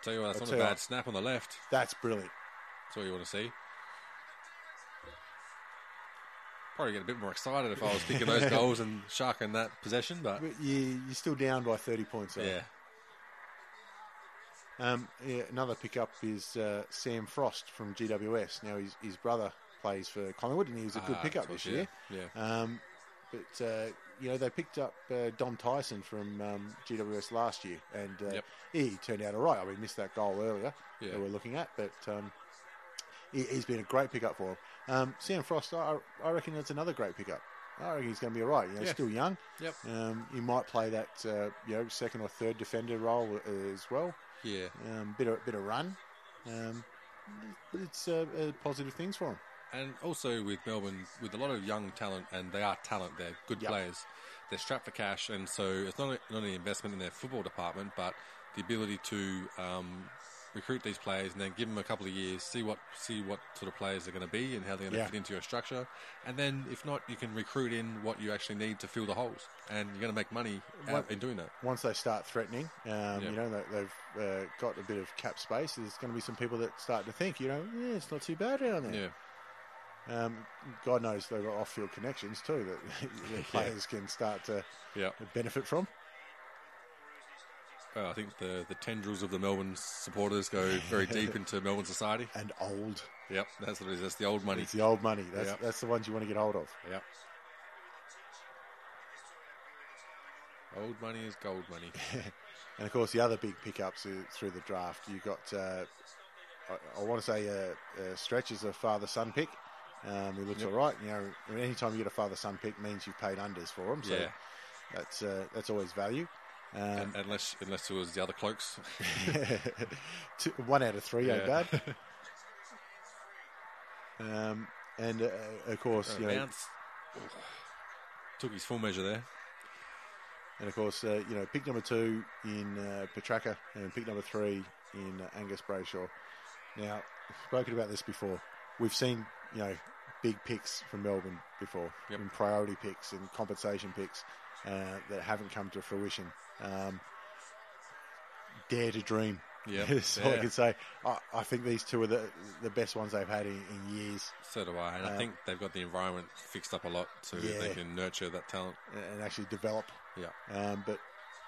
Tell you what, that's not
I'll
a
tell you
bad
what.
snap on the left.
that's brilliant.
That's all you want to see. Probably get a bit more excited if I was kicking those goals and sharking that possession, but
But you, you're still down by 30 points. though.
yeah,
Um, yeah, another pickup is uh, Sam Frost from GWS. Now his, his brother plays for Collingwood, and he was a good
Ah,
pickup
of course,
this year.
yeah,
Um, but uh, you know they picked up uh, Dom Tyson from um, GWS last year, and uh,
Yep.
he turned out all right. I mean, missed that goal earlier
Yeah.
that we're looking at, but um, he, he's been a great pickup for him. Um, Sam Frost, I, I reckon that's another great pickup. I reckon he's going to be all right. You know, he's
Yeah.
still young.
Yep.
Um, he might play that uh, you know second or third defender role uh, as well
yeah.
um, bit of bit of run. Um, it's uh, uh, positive things for him.
And also with Melbourne, with a lot of young talent, and they are talent, they're good
Yep.
players. They're strapped for cash, and so it's not, a, not an investment in their football department, but the ability to um, recruit these players and then give them a couple of years, see what see what sort of players they're going to be and how they're going to
Yeah.
fit into your structure, and then if not, you can recruit in what you actually need to fill the holes, and you're going to make money out
What-
in doing that.
once they start threatening, um,
Yeah.
you know, they, they've uh, got a bit of cap space. There's going to be some people that start to think, you know, yeah, it's not too bad down there.
Yeah,
Um, God knows they've got off-field connections too that their players can start to
yeah.
benefit from.
Well, I think the the tendrils of the Melbourne supporters go very deep into Melbourne society.
And old,
Yep, that's what it is. That's the old money.
it's the old money. That's
Yeah.
that's the ones you want to get hold of.
Yep. Old money is gold money.
And of course, the other big pickups uh, through the draft, you got, uh, I, I want to say, uh, uh, Stretch is a father son pick. Um, he looks all right. You know, I mean, anytime you get a father son pick means you've paid unders for him. So
Yeah.
that's uh, that's always value. Um,
unless unless it was the other cloaks.
two, one out of three, ain't
Yeah.
bad. um, and uh, of course, you know,
Bounce. Took his full measure there.
and of course, uh, you know, pick number two in uh, Petraka and pick number three in uh, Angus Brayshaw. Now, we've spoken about this before. We've seen, you know, big picks from Melbourne before,
Yep.
in priority picks and compensation picks uh, that haven't come to fruition. Um, dare to dream.
Yep.
That's all I
Yeah.
can say. I, I think these two are the the best ones they've had in, in years,
So do I. And I
Uh,
think they've got the environment fixed up a lot so that they
Yeah.
can nurture that talent.
and, and actually develop.
Yeah.
Um, but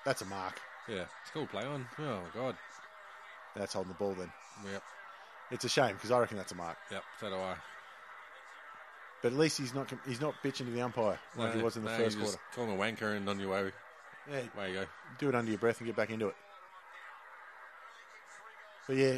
that's a mark.
Yeah. It's cool play on. Oh my god.
That's holding the ball. Then
Yep.
it's a shame because I reckon that's a mark.
Yep. So do I.
But at least he's not com- he's not bitching to the umpire like he was in the
no,
first
you just
quarter.
Call him a wanker and on your way
Yeah,
way you go.
do it under your breath and get back into it. But yeah,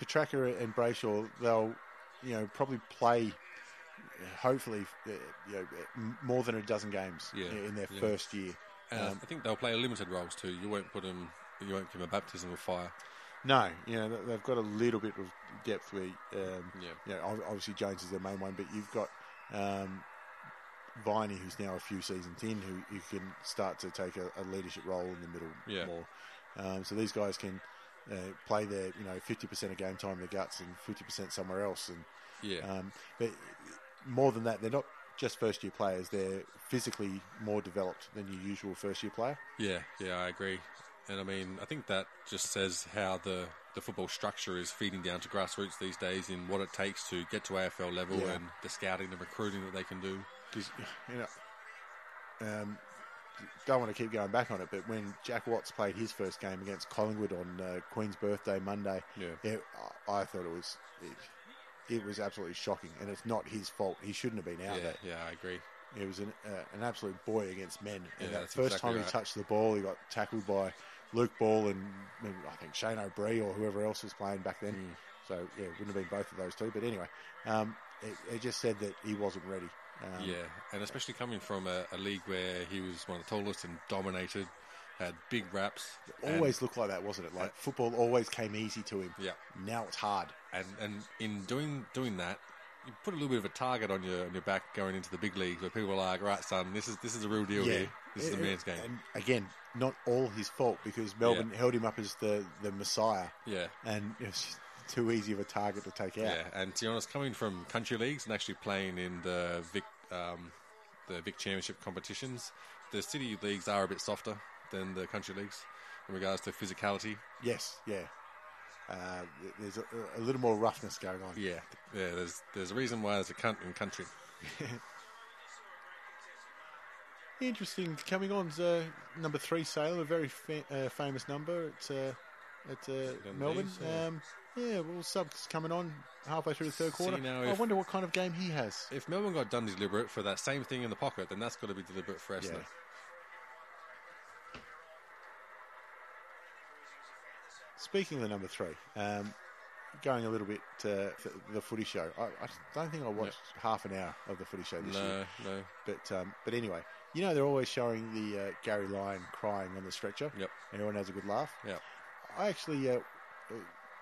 Petraka and Brayshaw, they'll you know probably play uh, hopefully uh, you know m- more than a dozen games
Yeah,
in their
yeah.
first year.
And I think they'll play limited roles too. You won't put them. You won't give them a baptism of fire.
No, you know they- they've got a little bit of depth. Where um,
Yeah.
you know, ob- obviously Jones is their main one, but you've got um, Viney, who's now a few seasons in, who, who can start to take a, a leadership role in the middle
Yeah.
more. Um, so these guys can uh, play their you know fifty percent of game time in the guts and fifty percent somewhere else, and
Yeah.
um, but more than that, they're not just first year players; they're physically more developed than your usual first year player.
Yeah, yeah, I agree. And I mean, I think that just says how the, the football structure is feeding down to grassroots these days in what it takes to get to AFL level
Yeah.
and the scouting and recruiting that they can do.
because you know, um, don't want to keep going back on it, but when Jack Watts played his first game against Collingwood on uh, Queen's Birthday Monday,
Yeah.
I, I thought it was it, it was absolutely shocking, and it's not his fault. He shouldn't have been out
yeah,
there.
yeah, I agree.
It was an uh, an absolute boy against men. And
Yeah,
that
that's
first
exactly
time
right.
he touched the ball, he got tackled by Luke Ball and maybe, I think Shane O'Brien or whoever else was playing back then.
Mm.
So yeah, it wouldn't have been both of those two. But anyway, um, it, it just said that he wasn't ready. Um,
yeah, and especially coming from a, a league where he was one of the tallest and dominated, had big raps. and-
always looked like that, wasn't it? Like football always came easy to him.
Yeah.
Now it's hard.
and and in doing doing that, you put a little bit of a target on your on your back going into the big leagues where people are like, right, son, this is this is the real deal here. This is the
And-
man's game.
And again, not all his fault because Melbourne held him up as the the messiah.
Yeah.
And it was just too easy of a target to take out.
Yeah, and to be honest, coming from country leagues and actually playing in the Vic, um, the Vic Championship competitions, the city leagues are a bit softer than the country leagues in regards to physicality.
Yes. Yeah. Uh, th- there's a, a little more roughness going on.
Yeah, yeah. There's there's a reason why there's a cunt in country.
Interesting. Coming on's uh, number three sale, a very fa- uh, famous number at uh, at uh,
Down the
Melbourne.
leagues, yeah.
Um, yeah, well, subs coming on halfway through the third quarter.
now
I
if-
wonder what kind of game he has.
If Melbourne got done deliberate for that same thing in the pocket, then that's got to be deliberate for Essendon.
Yeah. Speaking of the number three, um, going a little bit to th- the footy show. I, I don't think I watched half an hour of the footy show this
No,
year.
no.
But um, but anyway, you know they're always showing the uh, Gary Lyon crying on the stretcher.
Yep.
Everyone has a good laugh.
Yeah.
I actually, uh, uh,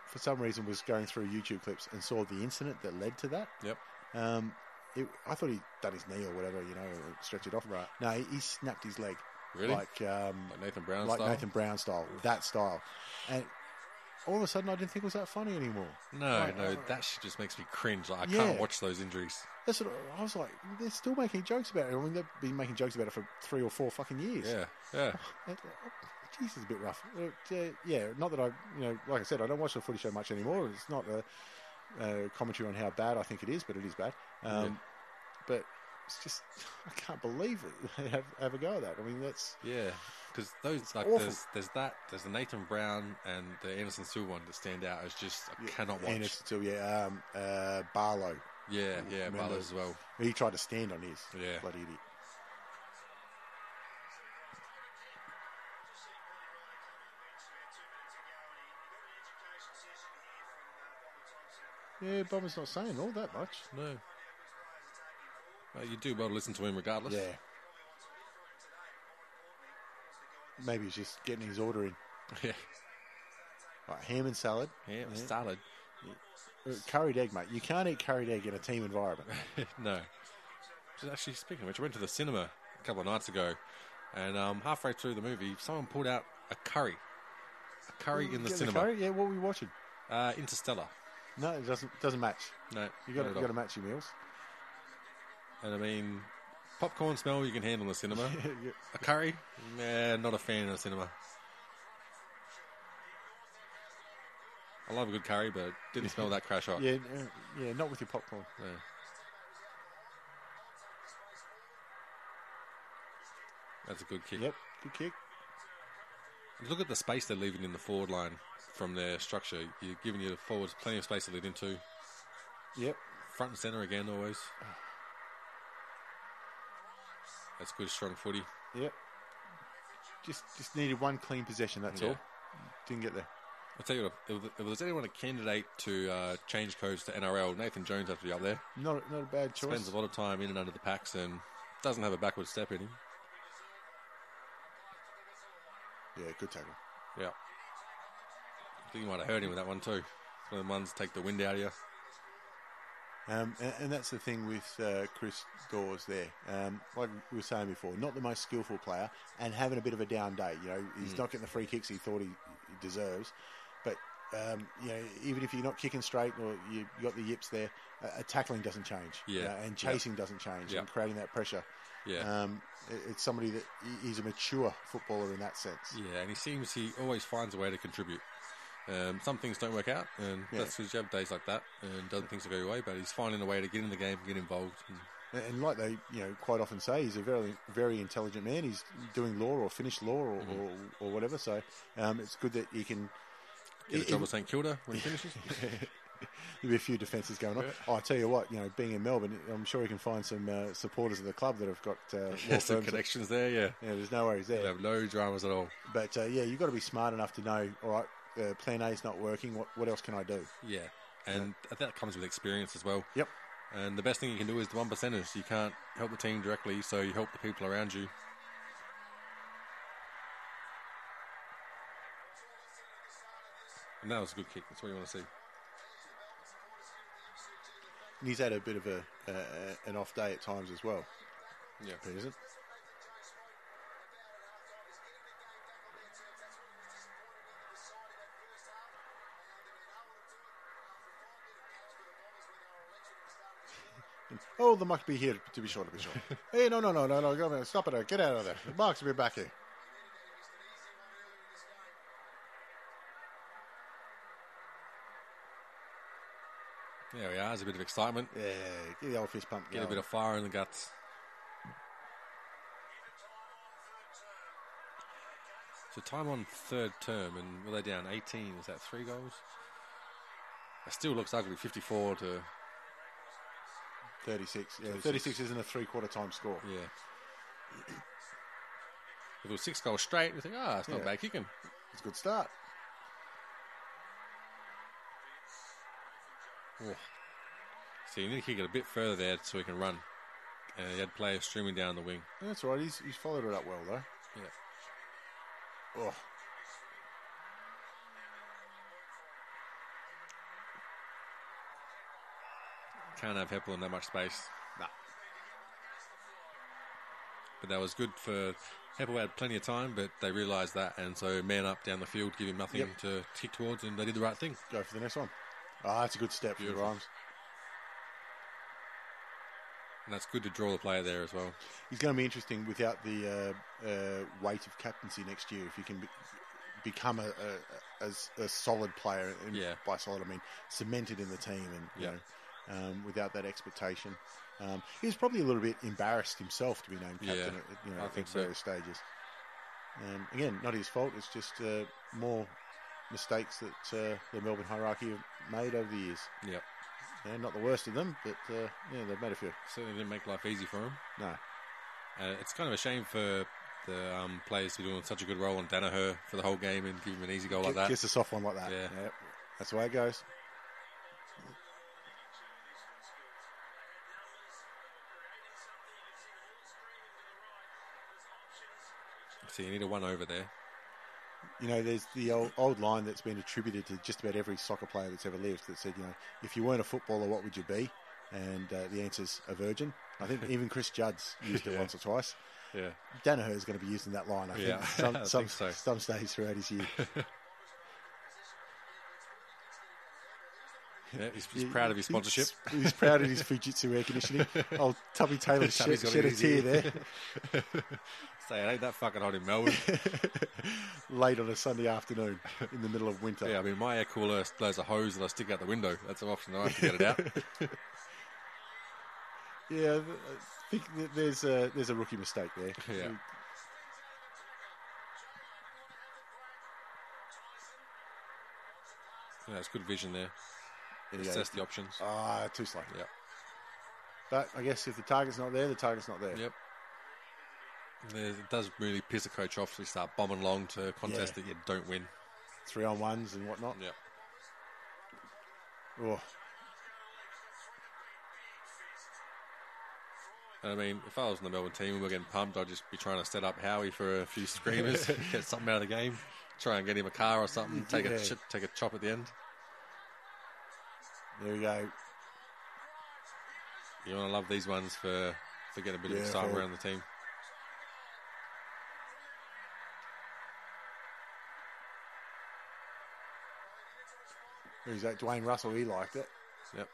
for some reason, was going through YouTube clips and saw the incident that led to that.
Yep.
Um, it, I thought he'd done his knee or whatever, you know, or stretch it off.
Right.
No, he, he snapped his leg.
Really?
Like, um,
Like Nathan Brown
like
style?
Nathan Brown style, that style. And all of a sudden, I didn't think it was that funny anymore.
No,
Like,
no,
I-
that shit just makes me cringe. Like, I
Yeah.
can't watch those injuries.
That's what I- I was like. They're still making jokes about it. I mean, they've been making jokes about it for three or four fucking years.
Yeah, yeah.
That- Jeez, it's a bit rough. Uh, yeah, yeah, not that I, you know, like I said, I don't watch the footy show much anymore. It's not a, a commentary on how bad I think it is, but it is bad. Um, But it's just, I can't believe it. They have, have a go at that. I mean, that's
Yeah, because those like
awful.
there's there's that there's the Nathan Brown and the Anderson Silva one that stand out as just I cannot watch.
and it's still yeah. Um, uh, Barlow,
yeah, yeah,
remember-
Barlow as well.
he tried to stand on his.
Yeah.
bloody idiot. Yeah, Bomber's not saying all that much.
No, well, you do well to listen to him regardless.
Yeah. Maybe he's just getting his order in.
yeah.
Like ham and salad,
Yeah, salad.
Uh, curried egg, mate. You can't eat curried egg in a team environment.
no. Just actually, speaking of which, I went to the cinema a couple of nights ago, and um, halfway through the movie, someone pulled out a curry, a curry in the
Get
cinema,
curry? Yeah, what were we watching?
Uh, Interstellar.
No, it doesn't doesn't match.
No,
You got
not
to
at
got
all.
to match your meals.
And I mean, popcorn smell you can handle in the cinema. A curry, nah, not a fan of the cinema. I love a good curry, but didn't smell that crash hot.
Yeah, uh, yeah, not with your popcorn.
No. That's a good kick.
Yep, good kick.
Look at the space they're leaving in the forward line from their structure. You're giving your forwards plenty of space to lead into.
Yep.
Front and centre again, always. That's good, strong footy.
Yep. Just just needed one clean possession. That's
Yeah.
all. Didn't get there.
I'll tell you what, if, if there's anyone a candidate to uh, change codes to NRL, Nathan Jones has to be up there.
Not not a bad choice.
Spends a lot of time in and under the packs and doesn't have a backward step in him.
Yeah, good tackle.
Yeah. I think you might have heard him with that one too. It's One of the ones that take the wind out of you.
Um, and, and that's the thing with uh, Chris Dawes there. Um, like we were saying before, not the most skillful player and having a bit of a down day. You know, he's
Mm.
not getting the free kicks he thought he, he deserves. But, um, you know, even if you're not kicking straight or you you got the yips there, a, a tackling doesn't change. you
Yeah.
know, and chasing doesn't change
Yeah.
and creating that pressure.
Yeah.
Um, it- it's somebody that he- he's a mature footballer in that sense.
Yeah, and he seems he always finds a way to contribute. Um, some things don't work out, and
Yeah.
that's because you have days like that, and other things will go your way, but he's finding a way to get in the game, get involved. And,
And, and like they, you know, quite often say, he's a very, very intelligent man. He's doing law or Finnish law or,
Mm-hmm.
or, or whatever. So um, it's good that he can.
Get a
it-
job
it-
at St Kilda when he finishes.
There'll be a few defences going on. Oh, I tell you what, you know, being in Melbourne, I'm sure he can find some uh, supporters of the club that have got uh, law
There's some
firms.
connections there, yeah.
Yeah, there's no worries
They
there.
have no dramas at all.
But uh, yeah, you've got to be smart enough to know. All right, uh, Plan A is not working. What, what else can I do?
Yeah, and that comes with experience as well.
Yep.
And the best thing you can do is the one percenters. You can't help the team directly, so you help the people around you. And that was a good kick. That's what you want to see.
And he's had a bit of a uh, an off day at times as well.
Yeah.
Peterson. Oh, the muck be here to be sure, to be sure. hey, no, no, no, no, no, go on, stop it, get out of there. The muck's be back here.
There we are. There's a bit of excitement.
Yeah, get the old fist pump.
Get a
going.
bit of fire in the guts. So time on third term, and were they down 18? Is that three goals? It still looks ugly, 54 to
36. Yeah, 36 isn't a three quarter time score.
Yeah. If it was six goals straight, we think, ah, it's not
Yeah.
bad kicking.
It's a good start.
So you need to kick it a bit further there so he can run. And he had players streaming down the wing.
Yeah, That's all right. He's, he's followed it up well, though.
Yeah.
Oh,
Can't have Heppel in that much space.
Nah.
But that was good for Heppel had plenty of time, but they realised that, and so man up down the field, give him nothing
Yep.
to kick towards, and they did the right thing.
Go for the next one. Ah, that's a good step for
Beautiful.
the Rhymes.
And that's good to draw the player there as well.
He's going to be interesting without the uh, uh, weight of captaincy next year. If he can be, become a, a, a, a solid player, and
Yeah.
by solid I mean cemented in the team, and you
Yeah.
know, um, without that expectation, um, he was probably a little bit embarrassed himself to be named
Yeah,
captain. at, you know,
I
at
think so.
various stages. Um, again, not his fault. It's just uh, more mistakes that uh, the Melbourne hierarchy have made over the years.
Yep.
Yeah, not the worst of them, but uh, yeah, they've made a few.
Certainly didn't make life easy for him.
No,
Uh, it's kind of a shame for the um, players who are doing such a good role on Danaher for the whole game and give him an easy goal like that.
Just a soft one like that.
Yeah.
Yep. That's the way it goes.
So you need a one over there.
You know, there's the old, old line that's been attributed to just about every soccer player that's ever lived that said, you know, if you weren't a footballer, what would you be? And uh, the answer's a virgin. I think even Chris Judd's used it once or twice.
Yeah.
Danaher is going to be using that line, I think,
Yeah,
some,
I
some,
think so.
some stage throughout his year.
yeah he's, he's proud of his sponsorship.
He's, he's proud of his Fujitsu air conditioning. Old Tubby Taylor shed,
Tubby's got it
shed a
easy.
tear there
Say, it ain't that fucking hot in Melbourne.
late on a Sunday afternoon in the middle of winter.
yeah, I mean, my air cooler blows a hose and I stick it out the window. That's how often I have to get it out.
Yeah, th- I think that there's a there's a rookie mistake there.
Yeah. Yeah, it's good vision there.
There you go.
Assess the options.
Ah, too slow.
Yeah.
But I guess if the target's not there, the target's not there.
Yep. There- It does really piss a coach off. So you start bombing long to a contest
Yeah.
that you don't win.
Three on ones and whatnot.
Yep.
Oh,
And I mean, if I was in the Melbourne team and we're getting pumped, I'd just be trying to set up Howie for a few screamers, get something out of the game, try and get him a car or something, take
Yeah.
a chip, take a chop at the end.
there you go.
You want to love these ones for to get a bit of excitement
Beautiful.
around the team.
Who's that? Dwayne Russell. He liked it.
Yep.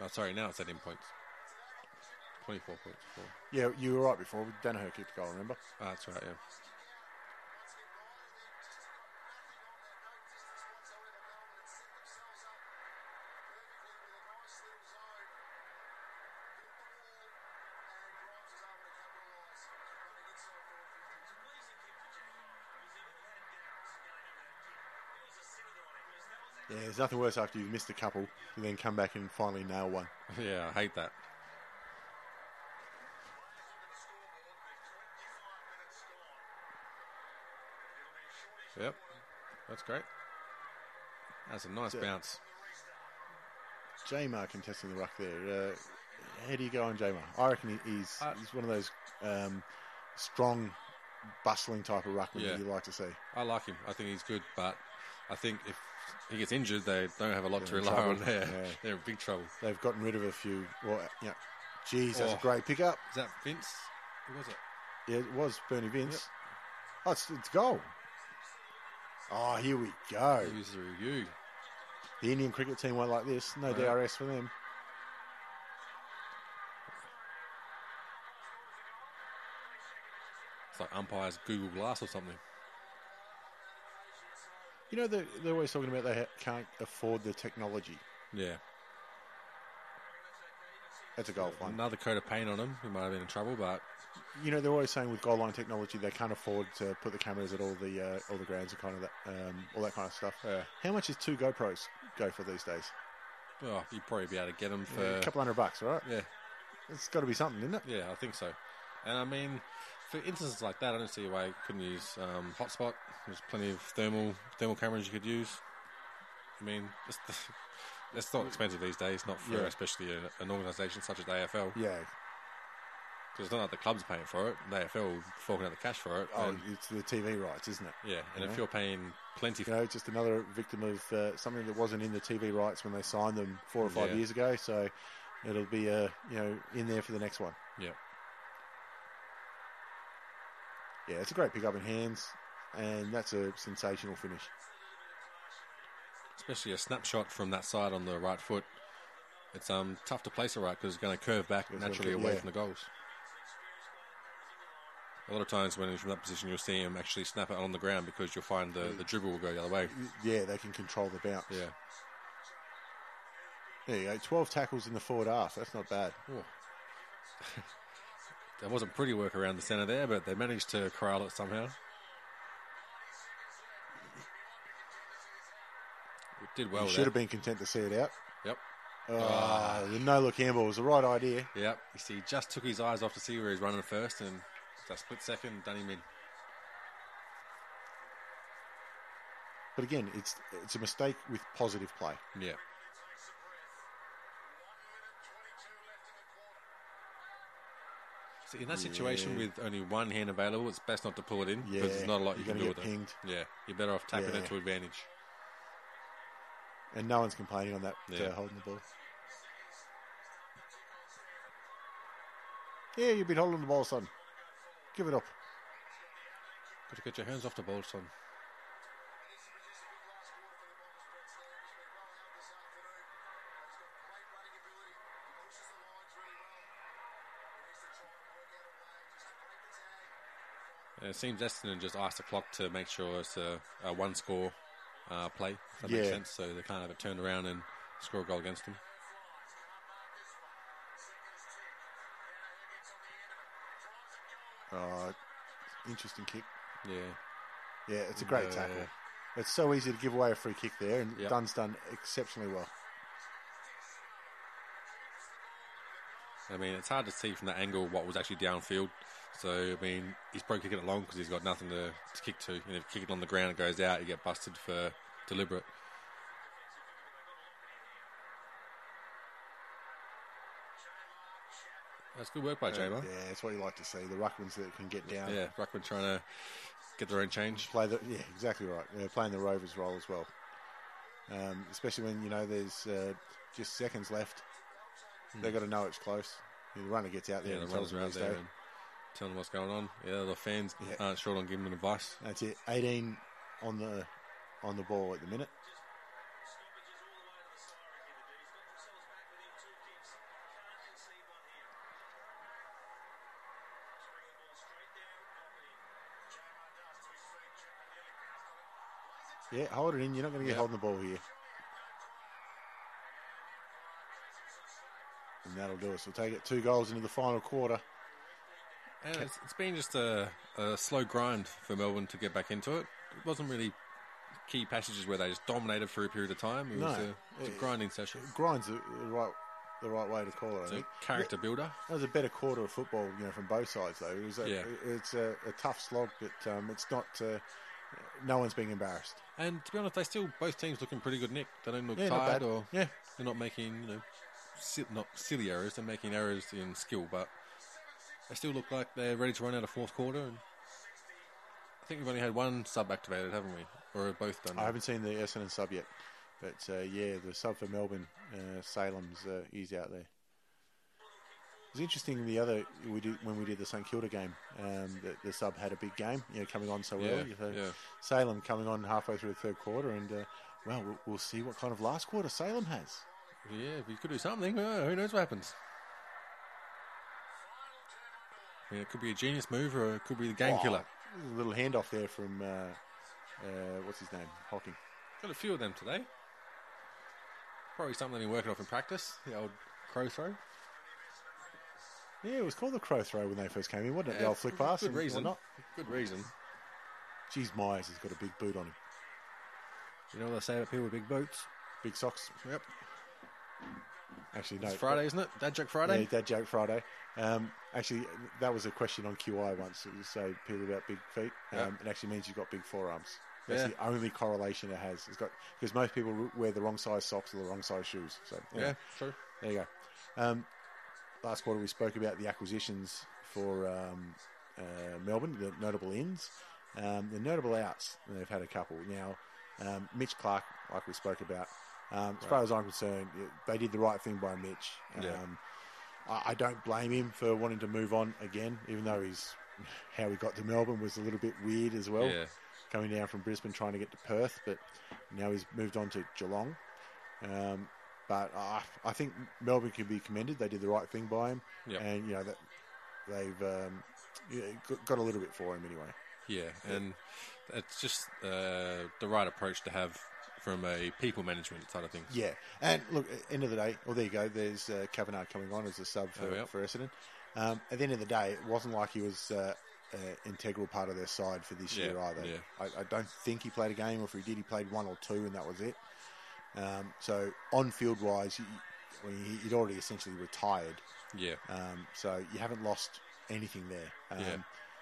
Oh, sorry, now it's at in points. 24 points. Four.
Yeah, you were right before. Danaher kicked the goal. Remember?
Ah, that's right, yeah.
Yeah, there's nothing worse after you've missed a couple to then come back and finally nail one.
Yeah, I hate that. Yep. That's great. That's a nice
Yeah.
bounce.
Jamar contesting the ruck there. Uh, how do you go on Jamar? I reckon he, he's
Uh,
he's one of those um, strong, bustling type of ruckman
Yeah.
that you like to see.
I like him. I think he's good, but I think if he gets injured, they don't have a lot to
They're in
rely on
trouble.
there.
Yeah.
They're in big trouble.
They've gotten rid of a few. Well, yeah. Geez, that's
Oh.
a great pickup.
Is that Vince? Who was it?
Yeah, it was Bernie Vince. Oh, it's, it's goal. Oh, here we go.
He was the review.
The Indian cricket team won't like this. No
Yeah.
DRS for them.
It's like umpires Google Glass or something.
You know, they're, they're always talking about they ha- can't afford the technology.
Yeah.
That's a goal one.
Another coat of paint on him. He might have been in trouble, but
You know, they're always saying with goal line technology they can't afford to put the cameras at all the uh, all the grounds and kind of that, um, all that kind of stuff.
Yeah.
How much is two GoPros go for these days?
well, you'd oh, probably be able to get him for.
a couple hundred bucks, all right?
yeah,
It's got to be something, isn't it?
yeah, I think so. And I mean, for instances like that, I don't see why you couldn't use um, hotspot. There's plenty of thermal thermal cameras you could use. I mean, it's, it's not expensive these days, not for
Yeah.
especially an, an organisation such as the AFL.
Yeah.
Because it's not like the club's paying for it. The AFL will forking out the cash for it.
Oh,
and,
it's the TV rights, isn't it?
yeah, and
yeah.
if you're paying plenty
you
for
know, just another victim of uh, something that wasn't in the TV rights when they signed them four or five
Yeah.
years ago. So it'll be uh, you know in there for the next one.
Yeah.
Yeah, it's a great pick up in hands, and that's a sensational finish.
Especially a snapshot from that side on the right foot. It's um tough to place a right because it's going to curve back
That's what
naturally
it-
away
yeah.
from the goals. A lot of times when he's from that position, you'll see him actually snap it on the ground because you'll find the, the dribble will go the other way.
Yeah, they can control the bounce.
Yeah.
There you go. Twelve tackles in the forward half. That's not bad.
Oh. that wasn't pretty work around the centre there, but they managed to corral it somehow. It did well
you
there.
should have been content to see it out.
Yep.
Ah, the no look handball was the right idea.
Yep. You see, he just took his eyes off to see where he's running first, and that split second done him in.
But again, it's it's a mistake with positive play.
Yeah. See, in that situation
Yeah.
with only one hand available, it's best not to pull it in because
Yeah,
there's not a lot you
you're
can do with
gonna get
it.
pinged.
Yeah, you're better off tapping
Yeah.
it to advantage.
And no one's complaining on that
Yeah.
uh, holding the ball. Yeah, you've been holding the ball, son. Give it up.
Got to get your hands off the ball, son. And it seems Essendon just asked the clock to make sure it's a, a one score uh, play, if that makes
Yeah.
sense, so they can't have it turned around and score a goal against them.
Uh, interesting kick.
Yeah.
Yeah, it's a great
Yeah.
tackle. It's so easy to give away a free kick there, and
Yep.
Dunn's done exceptionally well.
I mean, it's hard to see from that angle what was actually downfield. So, I mean, he's probably kicking it long because he's got nothing to, to kick to. And if you kick it on the ground, it goes out, you get busted for deliberate. That's good work by Jamar.
Yeah, it's what you like to see. The ruckmans that can get down.
Yeah, Ruckman trying to get their own change.
Play the yeah, exactly right. Yeah, playing the Rovers role as well, um, especially when you know there's uh, just seconds left. They got to know it's close. The runner gets out there.
Hmm. Yeah, the
and tells
runners are
them
out there
to stay.
and telling them what's going on. Yeah, the fans
Yeah.
aren't short on giving them advice.
That's it. 18 on the on the ball at the minute. Yeah, hold it in. You're not going to get
Yeah.
holding the ball here. And that'll do us. We'll take it two goals into the final quarter.
And it's, it's been just a, a slow grind for Melbourne to get back into it. It wasn't really key passages where they just dominated for a period of time. It was,
No.
a, it was a grinding session.
Grind's the the right the right way to call it. I
It's a
think
character builder.
that was a better quarter of football, you know, from both sides though. It was a,
Yeah.
it's a, a tough slog, but um, it's not. Uh, no one's being embarrassed.
And to be honest, they still both teams looking pretty good, Nick. They don't look
Yeah, not
tired
bad.
or
Yeah.
they're not making you know si- not silly errors. They're making errors in skill, but they still look like they're ready to run out a fourth quarter. And I think we've only had one sub activated, haven't we? Or have both done?
I haven't seen the Essendon sub yet, but uh, yeah, the sub for Melbourne, uh, Salem's, uh, he's out there. It was interesting the other we did when we did the St Kilda game. Um, the, the sub had a big game, you know, coming on so
Yeah,
early. So
yeah.
Salem coming on halfway through the third quarter, and uh, well, well, we'll see what kind of last quarter Salem has.
Yeah, if we could do something, uh, who knows what happens? I mean, it could be a genius move or it could be the game
Oh,
killer.
there's A little handoff there from uh, uh, what's his name, Hocking.
Got a few of them today. Probably something they've been working off in practice, the old crow throw.
Yeah, it was called the crow throw when they first came in, wasn't it? the
Yeah,
old flick
good-
pass,
Good
and
reason.
whatnot.
Good reason.
Geez, Myers has got a big boot on him,
You know what they say about people with big boots?
big socks.
Yep.
Actually, no,
It's Friday, isn't it? Dad joke Friday?
Yeah, Dad Joke Friday. Um, actually, that was a question on QI once. It was say people about big feet. Um, It actually means you've got big forearms. That's
Yeah.
the only correlation it has. It's got because most people wear the wrong size socks or the wrong size shoes. So
yeah.
anyway,
true.
there you go. Um, last quarter we spoke about the acquisitions for um, uh, Melbourne, the notable ins, um, the notable outs. and They've had a couple now. Um, Mitch Clark, like we spoke about, Um, as far as I'm concerned, it- they did the right thing by Mitch. Um,
Yeah.
I, I don't blame him for wanting to move on again, even though he's how he got to Melbourne was a little bit weird as well.
Yeah.
Coming down from Brisbane trying to get to Perth, but now he's moved on to Geelong. Um, but I, I think Melbourne can be commended. They did the right thing by him,
Yep.
and you know that they've um, yeah, got- got a little bit for him anyway.
Yeah, and it's just uh, the right approach to have from a people management side of things.
Yeah, and look, at the end of the day, well, there you go. There's uh, Kavanaugh coming on as a sub for,
Oh, yeah.
for Essendon. Um, at the end of the day, it wasn't like he was uh, an integral part of their side for this
Yeah,
year either.
yeah.
I, I don't think he played a game, or if he did, he played one or two, and that was it. Um, so on field wise, you, I mean, he- he'd already essentially retired.
Yeah,
Um, so you haven't lost anything there. Um,
Yeah.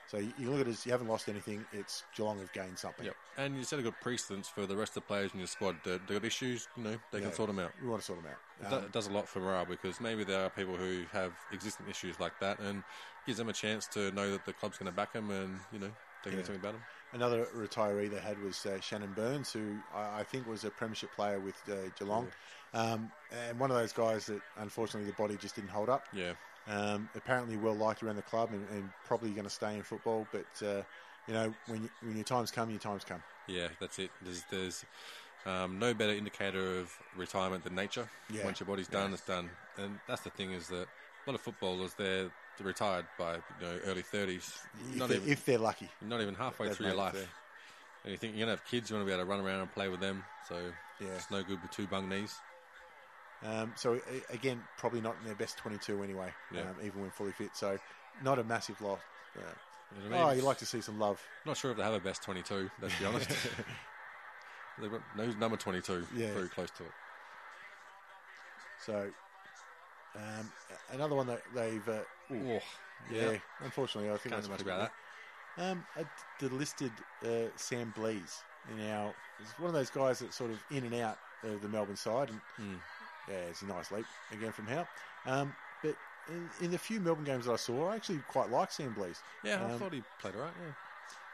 So you, you look at it, as you haven't lost anything. It's Geelong have gained something.
yep. And you set a good precedence for the rest of the players in your squad. They- They've got issues, you know, they can
Yeah.
sort them out.
We want to sort them out.
It
Um,
do- it does a lot for morale because maybe there are people who have existing issues like that, and gives them a chance to know that the club's going to back them, and you know they can do
Yeah.
something about them.
Another retiree they had was uh, Shannon Burns, who I, I think was a premiership player with uh, Geelong, um, and one of those guys that unfortunately the body just didn't hold up.
Yeah,
Um, apparently well liked around the club and, and probably going to stay in football, but uh, you know when you, when your times come, your times come.
yeah, that's it. There's there's um, no better indicator of retirement than nature.
Yeah.
Once your body's done, it's done, and that's the thing is that a lot of footballers they're retired by you know early thirties,
If,
not
they're,
even
if they're lucky,
not even halfway
they've
through your
made it
life.
there.
And you think you're gonna have kids, you want to be able to run around and play with them. So
Yeah.
it's no good with two bung knees.
Um, so a- again, probably not in their best 22 anyway,
Yeah.
um, even when fully fit. So not a massive loss. Uh,
You know what I
oh,
mean?
you like to see some love.
Not sure if they have a best 22, let's be honest. They've got no number 22
Yeah.
very close to it.
So um, a- another one that they've. Uh,
Oh,
ooh, Yeah,
yeah.
unfortunately, I think
Can't
that's
do much about that.
that. Um, I d- delisted uh, Sam Blees. You know, he's one of those guys that's sort of in and out of the Melbourne side, and
Hmm.
yeah, it's a nice leap again from Howe. Um, but in, in the few Melbourne games that I saw, I actually quite liked Sam Blees.
Yeah, I
Um,
thought he played all right, yeah.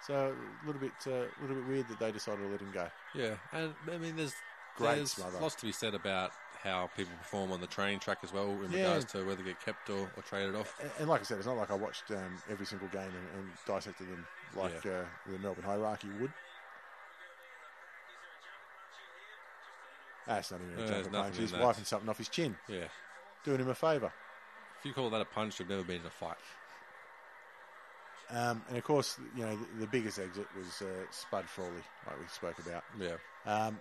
so a little bit, uh, a little bit weird that they decided to let him go.
Yeah, and I mean, there's,
Great
there's
smother.
lots to be said about how people perform on the training track as well in
Yeah.
regards to whether they get kept or, or traded off.
And, and like I said, it's not like I watched um, every single game and, and dissected them like
Yeah.
uh, the Melbourne hierarchy would. That's Ah, not even
No,
a
there's
jumper punch.
nothing in
He's
that.
wiping something off his chin,
Yeah.
doing him a favour.
If you call that a punch, you've never been in a fight.
Um, and of course, you know the, the biggest exit was uh, Spud Frawley, like we spoke about.
Yeah.
Um,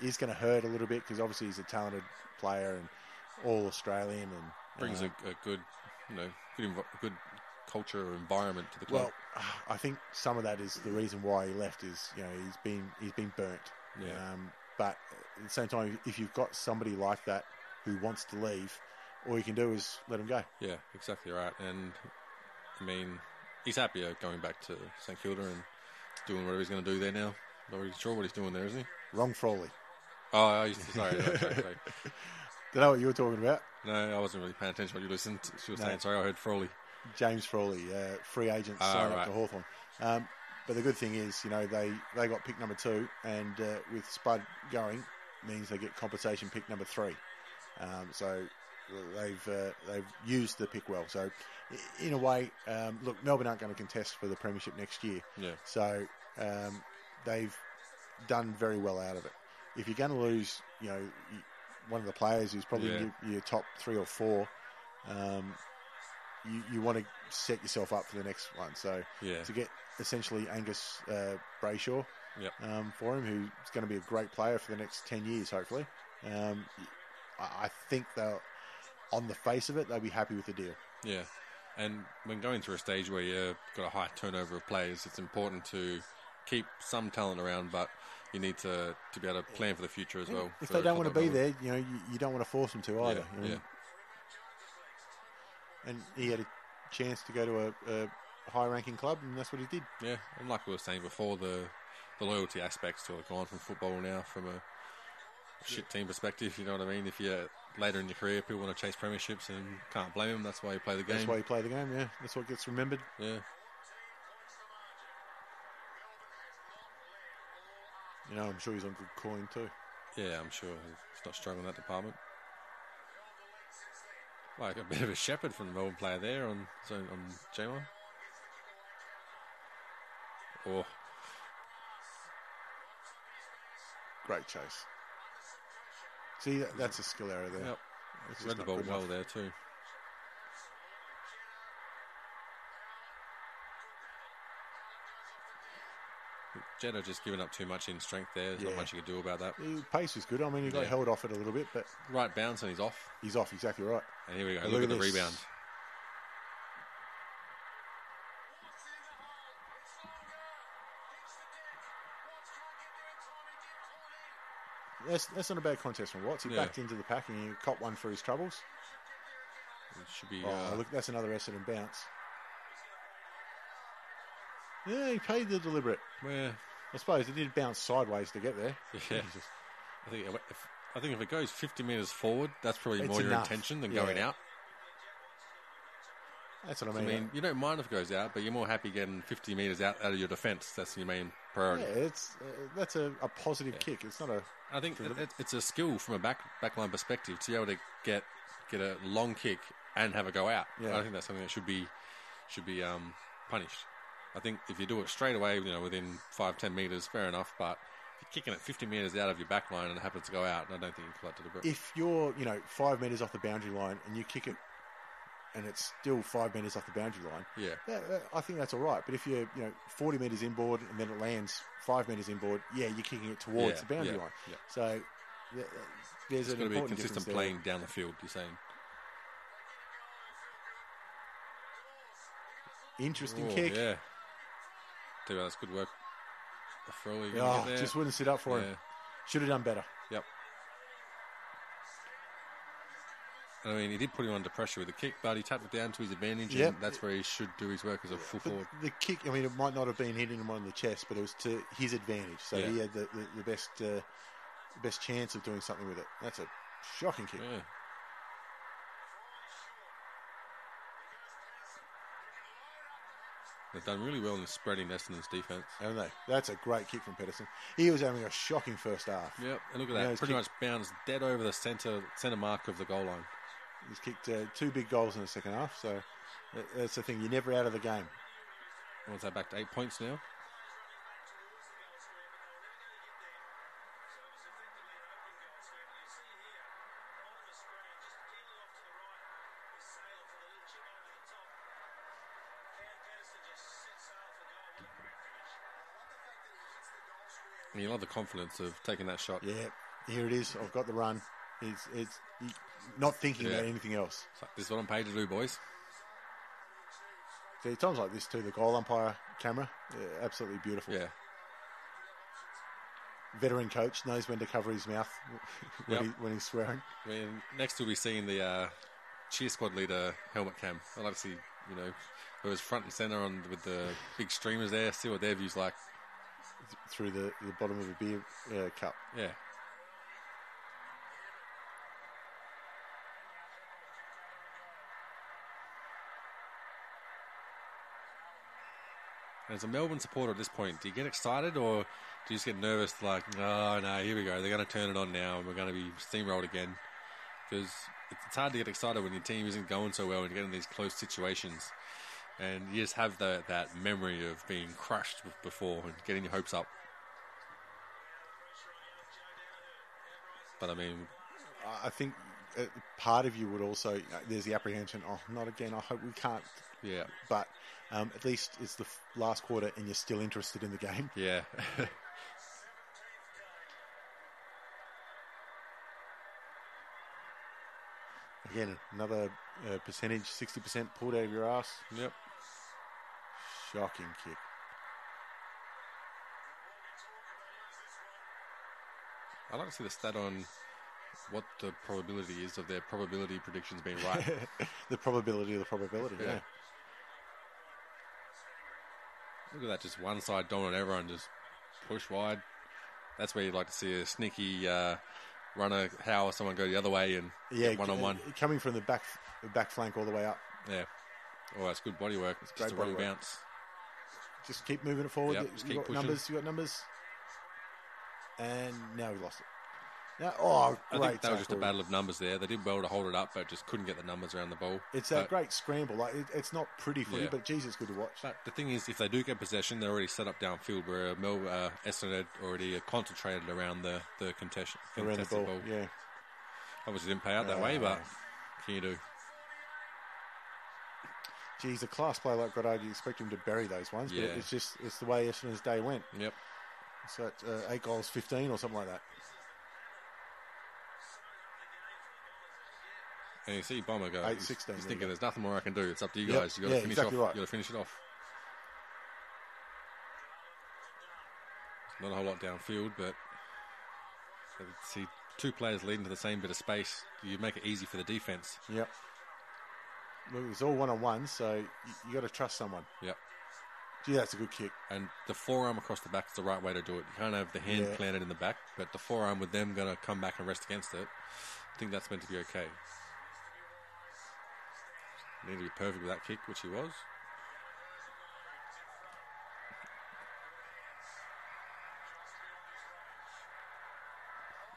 he's going to hurt a little bit because obviously he's a talented player and all Australian and
Brings
uh,
a, a good, you know, good, env- good culture or environment to the club.
Well, I think some of that is the reason why he left. Is you know he's been he's been burnt.
Yeah.
Um, but at the same time, if you've got somebody like that who wants to leave, all you can do is let him go.
Yeah, exactly right. And I mean, he's happier going back to St Kilda and doing whatever he's going to do there now. Not really sure what he's doing there, is he?
Wrong Frawley.
Oh, I used to, sorry, no, sorry, sorry.
Don't know what you were talking about.
No, I wasn't really paying attention when you listened. She was
No.
saying, sorry, I heard Frawley.
James Frawley, uh, free agent,
Ah,
signed
right.
up to Hawthorn. Um, but the good thing is, you know, they, they got pick number two, and uh, with Spud going, means they get compensation pick number three. Um, so they've uh, they've used the pick well. So i- in a way, um, look, Melbourne aren't going to contest for the premiership next year.
Yeah.
So um, they've done very well out of it. If you're going to lose, you know, y- one of the players who's probably
Yeah.
your, your top three or four, um, you, you want to set yourself up for the next one. So
Yeah.
to get essentially Angus uh, Brayshaw
Yep.
um, for him, who's going to be a great player for the next 10 years, hopefully, um, I, I think they'll, on the face of it, they'll be happy with the deal.
Yeah. And when going through a stage where you've got a high turnover of players, it's important to keep some talent around, but you need to, to be able to plan for the future as well.
If
for
they don't
club
want to be
like Melbourne.
there, you know, you, you don't want to force them to either. you know.
Yeah. yeah.
And he had a chance to go to a, a high-ranking club, and that's what he did.
Yeah, and like we were saying before, the the loyalty aspects to have gone from football now from a shit team perspective. You know what I mean? If you're later in your career, people want to chase premierships and can't blame them. That's why you play the game.
That's why he played the game. Yeah, that's what gets remembered.
yeah,
You know, I'm sure he's on good coin too.
Yeah, I'm sure he's not strong in that department. Like a bit of a shepherd from the Melbourne player there on his own- on J-Line. Oh,
Great chase. See, that- that's a skill error there.
yep.
It's just
Read the
not
ball
good
well
enough.
there too. Jeno just giving up too much in strength there. There's not
Yeah.
much you can do about that.
His pace was good. I mean, he got
Yeah.
held off it a little bit, but
Right bounce and he's off.
he's off exactly right.
And here we go.
Look
Look, at
at
the
this.
rebound.
That's that's not a bad contest from Watts. He
Yeah.
backed into the pack and he caught one for his troubles.
It should be.
Oh,
uh,
look, that's another Essendon bounce. Yeah, he paid the deliberate.
where-
I suppose he did bounce sideways to get there.
Yeah. I think if, I think if it goes 50 metres forward, that's probably
It's
more your
enough.
intention than
Yeah.
going out.
That's what I
I
mean.
mean, you don't mind if it goes out, but you're more happy getting 50 metres out, out of your defence. That's your main priority.
yeah, it's uh, that's a, a positive kick. It's not a
I think it, it- it's a skill from a back backline perspective to be able to get get a long kick and have a go out.
Yeah.
I think that's something that should be should be um, punished. I think if you do it straight away, you know, within five ten meters, fair enough. But if you're kicking it 50 meters out of your back line and it happens to go out, I don't think you can collect deliberate.
if you're you know five meters off the boundary line and you kick it and it's still five meters off the boundary line
Yeah.
that, that- i think that's all right but if you're you know 40 meters inboard and then it lands five meters inboard yeah you're kicking it towards
Yeah,
the boundary
yeah,
line
yeah.
so th- th- there's
It's
an
got to be consistent
important difference there.
playing down the field. You're saying
interesting
Oh,
kick
Yeah, tell you what, that's good work. Froley, gonna
Oh,
get there.
just wouldn't sit up for him
Yeah.
should have done better
Yep. I mean, he did put him under pressure with a kick, but he tapped it down to his advantage,
Yep.
and that's where he should do his work as a full
But
forward.
the kick, I mean, it might not have been hitting him on the chest, but it was to his advantage. So
Yeah.
he had the, the, the best uh, best chance of doing something with it. That's a shocking kick.
Yeah. They've done really well in spreading Essendon's defense.
haven't they? That's a great kick from Pedersen. He was having a shocking first half.
Yep, and look at
Yeah,
that.
he's
Pretty
kicked-
much bounced dead over the center center mark of the goal line.
He's kicked uh, two big goals in the second half, so that- that's the thing. You're never out of the game.
What's that back to eight points now? And you love the confidence of taking that shot.
Yeah, here it is. I've got the run. It's it's he- not thinking about
Yeah.
anything else.
It's like, this is what I'm paid to do, boys.
See, times like this too, the goal umpire camera, yeah, absolutely beautiful.
Yeah.
Veteran coach knows when to cover his mouth when,
Yep.
he, when he's swearing.
I mean, next we'll be seeing the uh, cheer squad leader helmet cam. I'd like to see, you know, who was front and center on with the big streamers there. See what their views like.
through the, the bottom of a beer uh, cup.
Yeah. As a Melbourne supporter at this point, do you get excited or do you just get nervous? Like, oh no, here we go. They're going to turn it on now, and we're going to be steamrolled again. Because it's hard to get excited when your team isn't going so well and you get in these close situations, and you just have the, that memory of being crushed before and getting your hopes up. But I mean,
I- I think uh, part of you would also uh, there's the apprehension. Oh, not again! I hope we can't.
yeah,
But um, at least it's the f- last quarter, and you're still interested in the game.
yeah.
Again, another uh, percentage, sixty percent pulled out of your ass.
yep.
Shocking kick.
I'd like to see the stat on what the probability is of their probability predictions being right.
The probability of the probability. Yeah.
Yeah. Look at that, just one side dominant, everyone just push wide. That's where you'd like to see a sneaky uh, runner, Howe or someone go the other way and
Yeah,
one on one.
c- coming from the back, the back flank all the way up.
Yeah. Oh, that's good body work. It's
great
just a wrong
bodywork.
bounce.
Just keep moving it forward.
Yep,
You
just keep
got
pushing.
numbers. You got numbers. And now we lost it. No, oh,
I
great!
think that was just a
tackle.
battle of numbers there. They did well to hold it up, but just couldn't get the numbers around the ball.
It's that
But-
great scramble. Like it, it's not pretty footy,
Yeah.
but geez, it's good to watch.
But the thing is, if they do get possession, they're already set up downfield where Mel uh, Essendon had already uh, concentrated around the the contest,
Around the
contested
ball,
ball.
yeah. Uh,
Obviously, didn't pay out that way, but can you do?
Geez, a class player like Goddard, you expect him to bury those ones,
Yeah.
but it's just it's the way Essendon's day went.
Yep.
So it's, uh, eight goals, fifteen or something like that.
And you see Bomber go.
Eight,
he's-
16,
He's
there you
thinking
go.
there's nothing more I can do. It's up to you
Yep,
guys. You got to
yeah,
finish
exactly
off.
right.
You got to finish it off. Not a whole lot downfield, but but see two players leading to the same bit of space. You make it easy for the defense.
Yep. Well, it's all one on one, so you, you got to trust someone.
Yep.
Gee, that's a good kick.
And the forearm across the back is the right way to do it. You can't have the hand
Yeah.
planted in the back, but the forearm with them going to come back and rest against it. I think that's meant to be okay. Need to be perfect with that kick, which he was.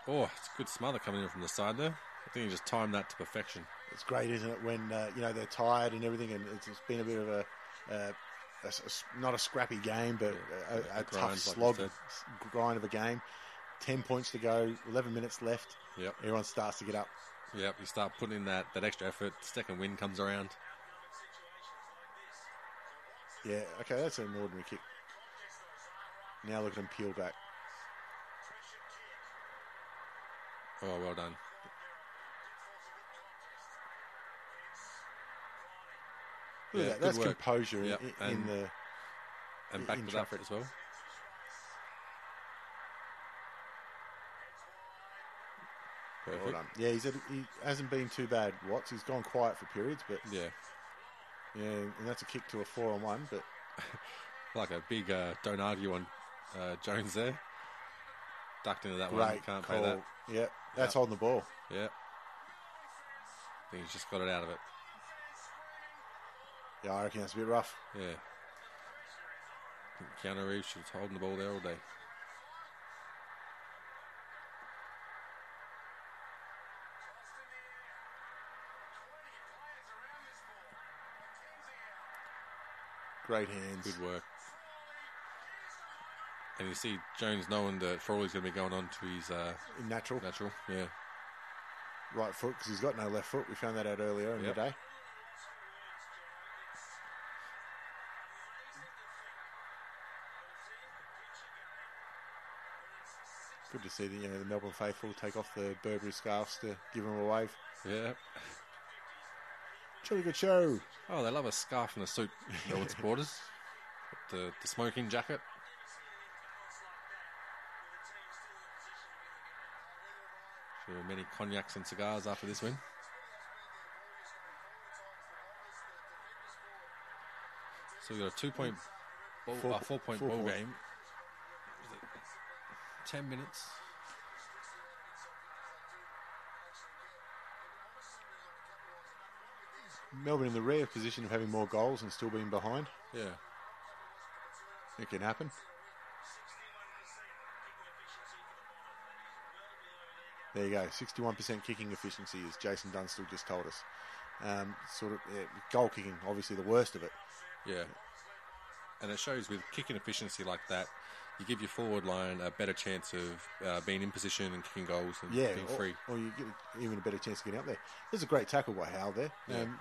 Oh, it's a good smother coming in from the side there. I think he just timed that to perfection.
It's great, isn't it? When uh, you know they're tired and everything, and it's, it's been a bit of a, uh, a s- a s- not a scrappy game, but a,
yeah,
a, a
grind, like
tough
you
slog,
said.
s- grind of a game. Ten points to go, eleven minutes left.
Yep.
Everyone starts to get up.
Yep, you start putting in that, that extra effort. Second wind comes around.
Yeah, okay, that's an ordinary kick. Now look at him peel back.
Oh, well done.
Look
Yeah,
at that. That's
good work.
composure
Yep,
in, in
and-
the.
and
in
back to that
traffic.
as well. Perfect.
Hold on. Yeah, he's had, he hasn't been too bad. Watts, he's gone quiet for periods, but yeah,
Yeah,
and that's a kick to a four on one. But
like a big uh, don't argue on uh, Jones there. Ducked into that one.
great
Can't
call.
play that.
Yeah, that's holding the ball.
Yeah. I think he's just got it out of it.
Yeah, I reckon that's a bit rough.
Yeah. I think Keanu Reeves was holding the ball there all day.
Great hands.
Good work. And you see Jones knowing that Frawley's going to be going on to his uh,
Natural
natural. Yeah.
right foot because he's got no left foot. We found that out earlier in
Yep.
the day. Good to see the, you know, the Melbourne faithful take off the Burberry scarves to give them a wave.
Yeah.
Truly good show.
Oh, they love a scarf and a suit, Melbourne supporters. The, the smoking jacket. Sure, many cognacs and cigars after this win. So we got a two point, ball,
Four-
uh, four point
four
ball
points.
game. Is it Ten minutes.
Melbourne in the rare position of having more goals and still being behind.
Yeah.
It can happen. There you go. 61% kicking efficiency, as Jason Dunstall just told us. Um, sort of yeah, goal kicking, obviously the worst of it.
Yeah. And it shows with kicking efficiency like that, you give your forward line a better chance of uh, being in position and kicking goals and
Yeah, oh,
being
or,
free.
or you get even a better chance of getting up there. There's a great tackle by Howell there. Um,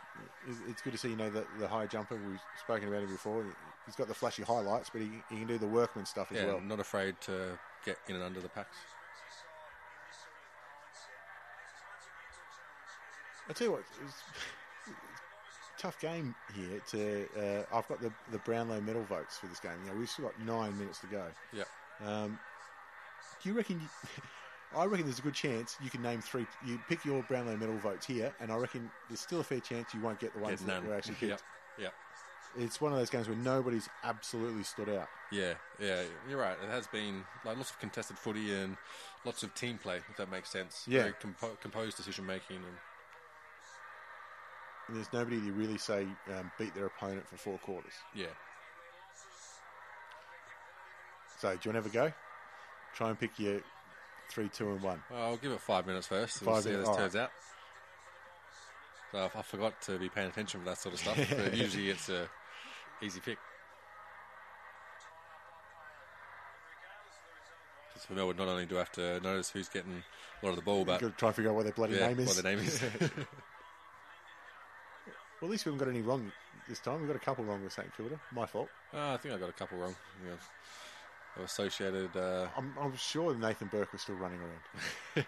it's, it's good to see, you know, the, the high jumper. We've spoken about him before. He's got the flashy highlights, but he, he can do the workman stuff as
Yeah,
well.
not afraid to get in and under the packs.
I tell you what, it was tough game here. To uh, I've got the the Brownlow medal votes for this game. You know, we've still got nine minutes to go.
Yeah.
Um, do you reckon? I reckon there's a good chance you can name three. You pick your Brownlow medal votes here, and I reckon there's still a fair chance you won't get the ones
Gets
that
none.
were actually picked.
Yep. Yep.
It's one of those games where nobody's absolutely stood out.
Yeah, yeah, you're right. It has been like lots of contested footy and lots of team play, if that makes sense.
Yeah.
Very compo- composed decision making and
And there's nobody to really say um, beat their opponent for four quarters.
yeah.
So do you want to have a go? Try and pick your Three, two, and one.
Well, I'll give it five minutes first. We'll
Five
see
minutes,
how this
alright.
turns out. So I- I forgot to be paying attention for that sort of stuff, but usually it's a easy pick. Just for Melbourne, not only do I have to notice who's getting a lot of the ball, but
Got to try and figure out what their bloody
Uh, yeah,
name is.
what the name is.
Well, at least we haven't got any wrong this time. We've got a couple wrong with St Kilda. My fault.
Ah, I think I got a couple wrong. Yeah. I associated. Uh,
I'm, I'm sure Nathan Burke was still running around.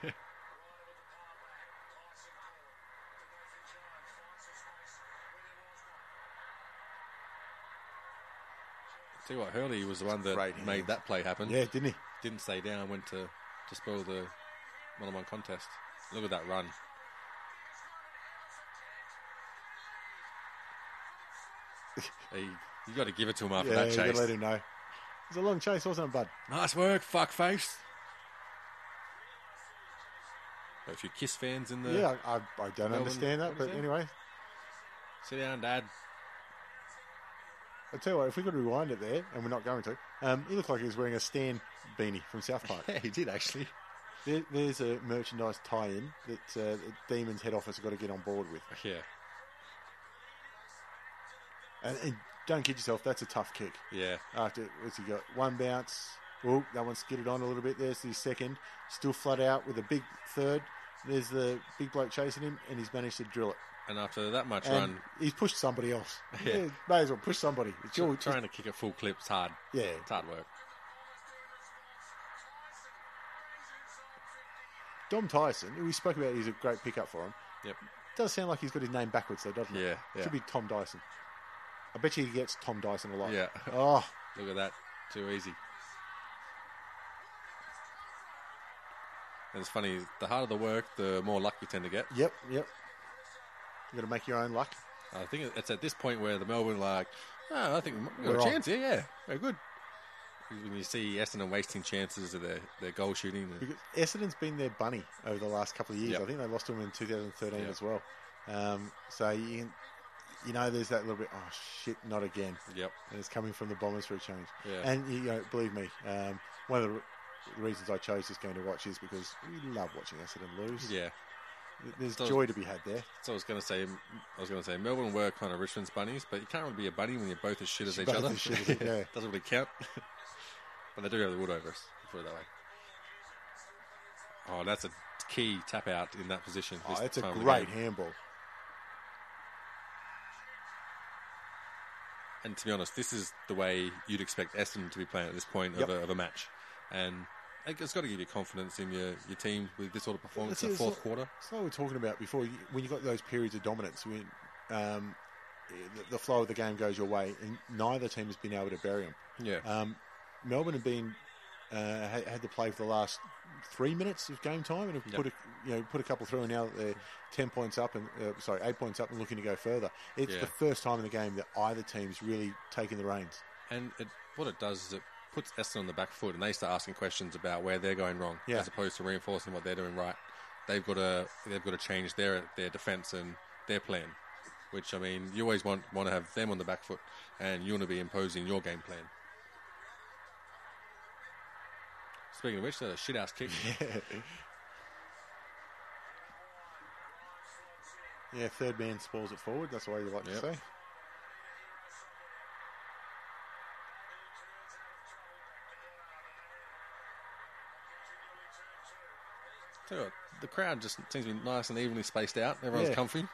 tell you what, Hurley was the one that
Great
made
hands.
that play happen.
Yeah, didn't he?
Didn't stay down. Went to dispel the one-on-one contest. Look at that run. hey, you got to give it to him after
yeah,
that
you gotta
chase.
let him know. It was a long chase, wasn't it, Bud?
Nice work, fuck face. A few Kiss fans in the
yeah, I, I, I don't
Melbourne-
understand that,
what is
but
it?
anyway,
sit down, Dad.
I tell you what, if we could rewind it there, and we're not going to, um, he looked like he was wearing a Stan beanie from South Park.
Yeah, he did actually.
there, there's a merchandise tie-in that uh, the Demons head office have got to get on board with.
Yeah,
And, and don't kid yourself, that's a tough kick.
yeah.
After what's he got? One bounce. Oh, that one skidded on a little bit. There's the second. Still flat out with a big third. There's the big bloke chasing him, and he's managed to drill it.
And after that much
And
run,
he's pushed somebody else.
Yeah.
Yeah, may as well push somebody. It's
Tr-
your,
trying to kick a full clip's hard.
Yeah.
it's hard work.
Dom Tyson, who we spoke about, he's a great pickup for him.
Yep.
Does sound like he's got his name backwards, though, doesn't it?
Yeah, yeah.
Should be Tom Dyson. I bet you he gets Tom Dyson a lot.
Yeah.
Oh,
Look at that, too easy. And it's funny. The harder the work, the more luck you tend to get.
yep, yep. You got to make your own luck.
I think it's at this point where the Melbourne are like, oh, I think we've got
We're
a
on."
chance here. Yeah, very good. Because When you see Essendon wasting chances of their, their goal shooting,
Because Essendon's been their bunny over the last couple of years.
Yep.
I think they lost to him in 2013
Yep.
as well. Um, so you, can- you know, there's that little bit. Oh shit, not again.
yep,
And it's coming from the Bombers for a change.
Yeah.
And you know, believe me, um, one of the re- reasons I chose this game to watch is because we love watching Essendon lose.
yeah.
There's
Does-
joy to be had there.
So I was going to say, I was going to say, Melbourne were kind of Richmond's bunnies, but you can't really be a bunny when you're both as shit as each
Both
other.
as shit as- yeah.
Doesn't really count. but they do have the wood over us. Put it that way. Oh, that's a key tap out in that position.
Oh,
this
it's a
time of the
great
game.
handball.
And to be honest, this is the way you'd expect Essendon to be playing at this point
Yep.
of, a, of a match. And I think it's got to give you confidence in your, your team with this sort of performance in the
It's-
fourth
it's like-
quarter.
It's like we were talking about before. you- When you got those periods of dominance, when um, the, the flow of the game goes your way, and neither team has been able to bury them.
Yeah.
Um, Melbourne have been uh, had, had to play for the last three minutes of game time and have
Yep.
put a, you know put a couple through, and now that they're ten points up and uh, sorry eight points up and looking to go further. It's
Yeah.
the first time in the game that either team's really taken the reins.
And it, what it does is it puts Essendon on the back foot, and they start asking questions about where they're going wrong,
Yeah.
as opposed to reinforcing what they're doing right. They've got to they've got to change their their defence and their plan. Which I mean, you always want want to have them on the back foot, and you want to be imposing your game plan. Speaking of which, that's a shit ass kick.
Yeah, third man spoils it forward. That's why you like
Yep.
to say.
Tell you what, the crowd just seems to be nice and evenly spaced out. Everyone's
Yeah.
comfy. You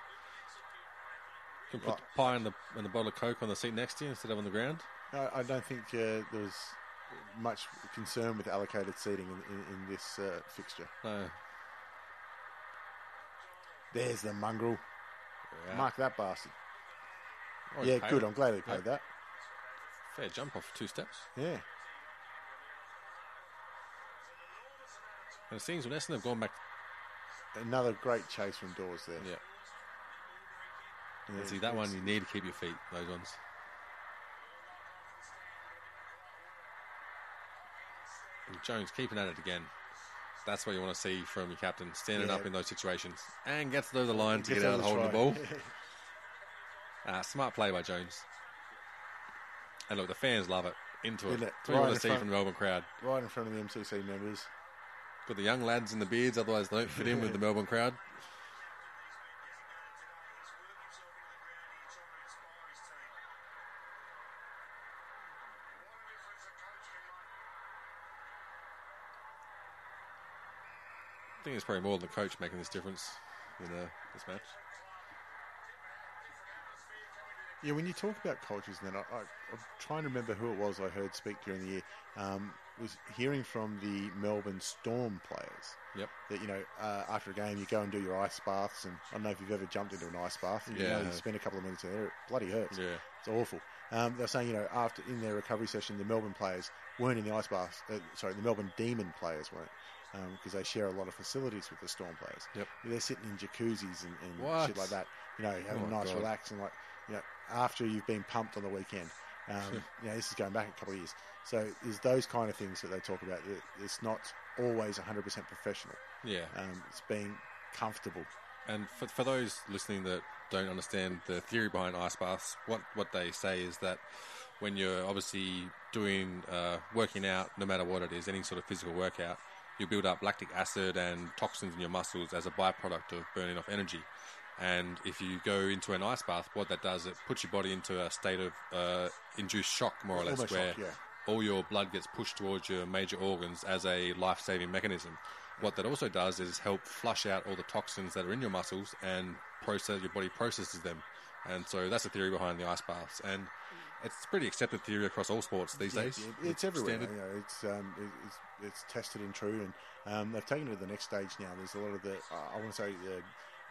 can put the pie and the, and the bottle of Coke on the seat next to you instead of on the ground.
I, I don't think uh, there was much concern with allocated seating in, in, in this uh, fixture.
No,
There's the mongrel. Mark that bastard.
Oh,
yeah,
it's
good.
pale.
I'm glad he played
Yeah.
that.
Fair jump off two steps.
Yeah.
And it seems when Essendon have gone back.
Another great chase from Dawes there.
Yeah.
Yeah,
See, that one
it's-
you need to keep your feet, those ones. And Jones keeping at it again. That's what you want to see from your captain, standing
Yeah.
up in those situations and gets over the line to
Gets
get out
on
of
the
holding the
try.
ball. Ah, smart play by Jones. And look, the fans love it. Into it.
Isn't it?
That's what you
Right
want
in
to see
front.
from the Melbourne crowd.
Right in front of the MCC members.
Got the young lads in the beards, otherwise they don't fit in with the Melbourne crowd. I think it's probably more than the coach making this difference in uh, this match.
Yeah, when you talk about cultures, then I, I, I'm trying to remember who it was I heard speak during the year. Um, was hearing from the Melbourne Storm players
Yep.
that you know uh, after a game you go and do your ice baths, and I don't know if you've ever jumped into an ice bath. You know,
Yeah.
you spend a couple of minutes in there, it bloody hurts.
Yeah.
it's awful. Um, they're saying you know after in their recovery session, the Melbourne players weren't in the ice baths. Uh, sorry, the Melbourne Demon players weren't. Because they share a lot of facilities with the Storm players.
Yep.
They're sitting in jacuzzis and, and
What?
shit like that. You know, having
Oh,
a nice
God.
relax and like, you know, after you've been pumped on the weekend. Um, you know, this is going back a couple of years. So there's those kind of things that they talk about. It- It's not always 100% professional.
Yeah.
Um, it's being comfortable.
And for, for those listening that don't understand the theory behind ice baths, what, what they say is that when you're obviously doing uh, working out, no matter what it is, any sort of physical workout, you build up lactic acid and toxins in your muscles as a byproduct of burning off energy. And if you go into an ice bath, what that does, it puts your body into a state of uh, induced shock, more or less,
Almost
where
shock, yeah.
all your blood gets pushed towards your major organs as a life saving mechanism. What that also does is help flush out all the toxins that are in your muscles and process your body processes them. And so that's the theory behind the ice baths. And it's a pretty accepted theory across all sports these days.
Yeah, it's, everywhere.
standard.
You know, it's, um, it- it's it's tested and true, and um, they've taken it to the next stage now. There's a lot of the I want to say the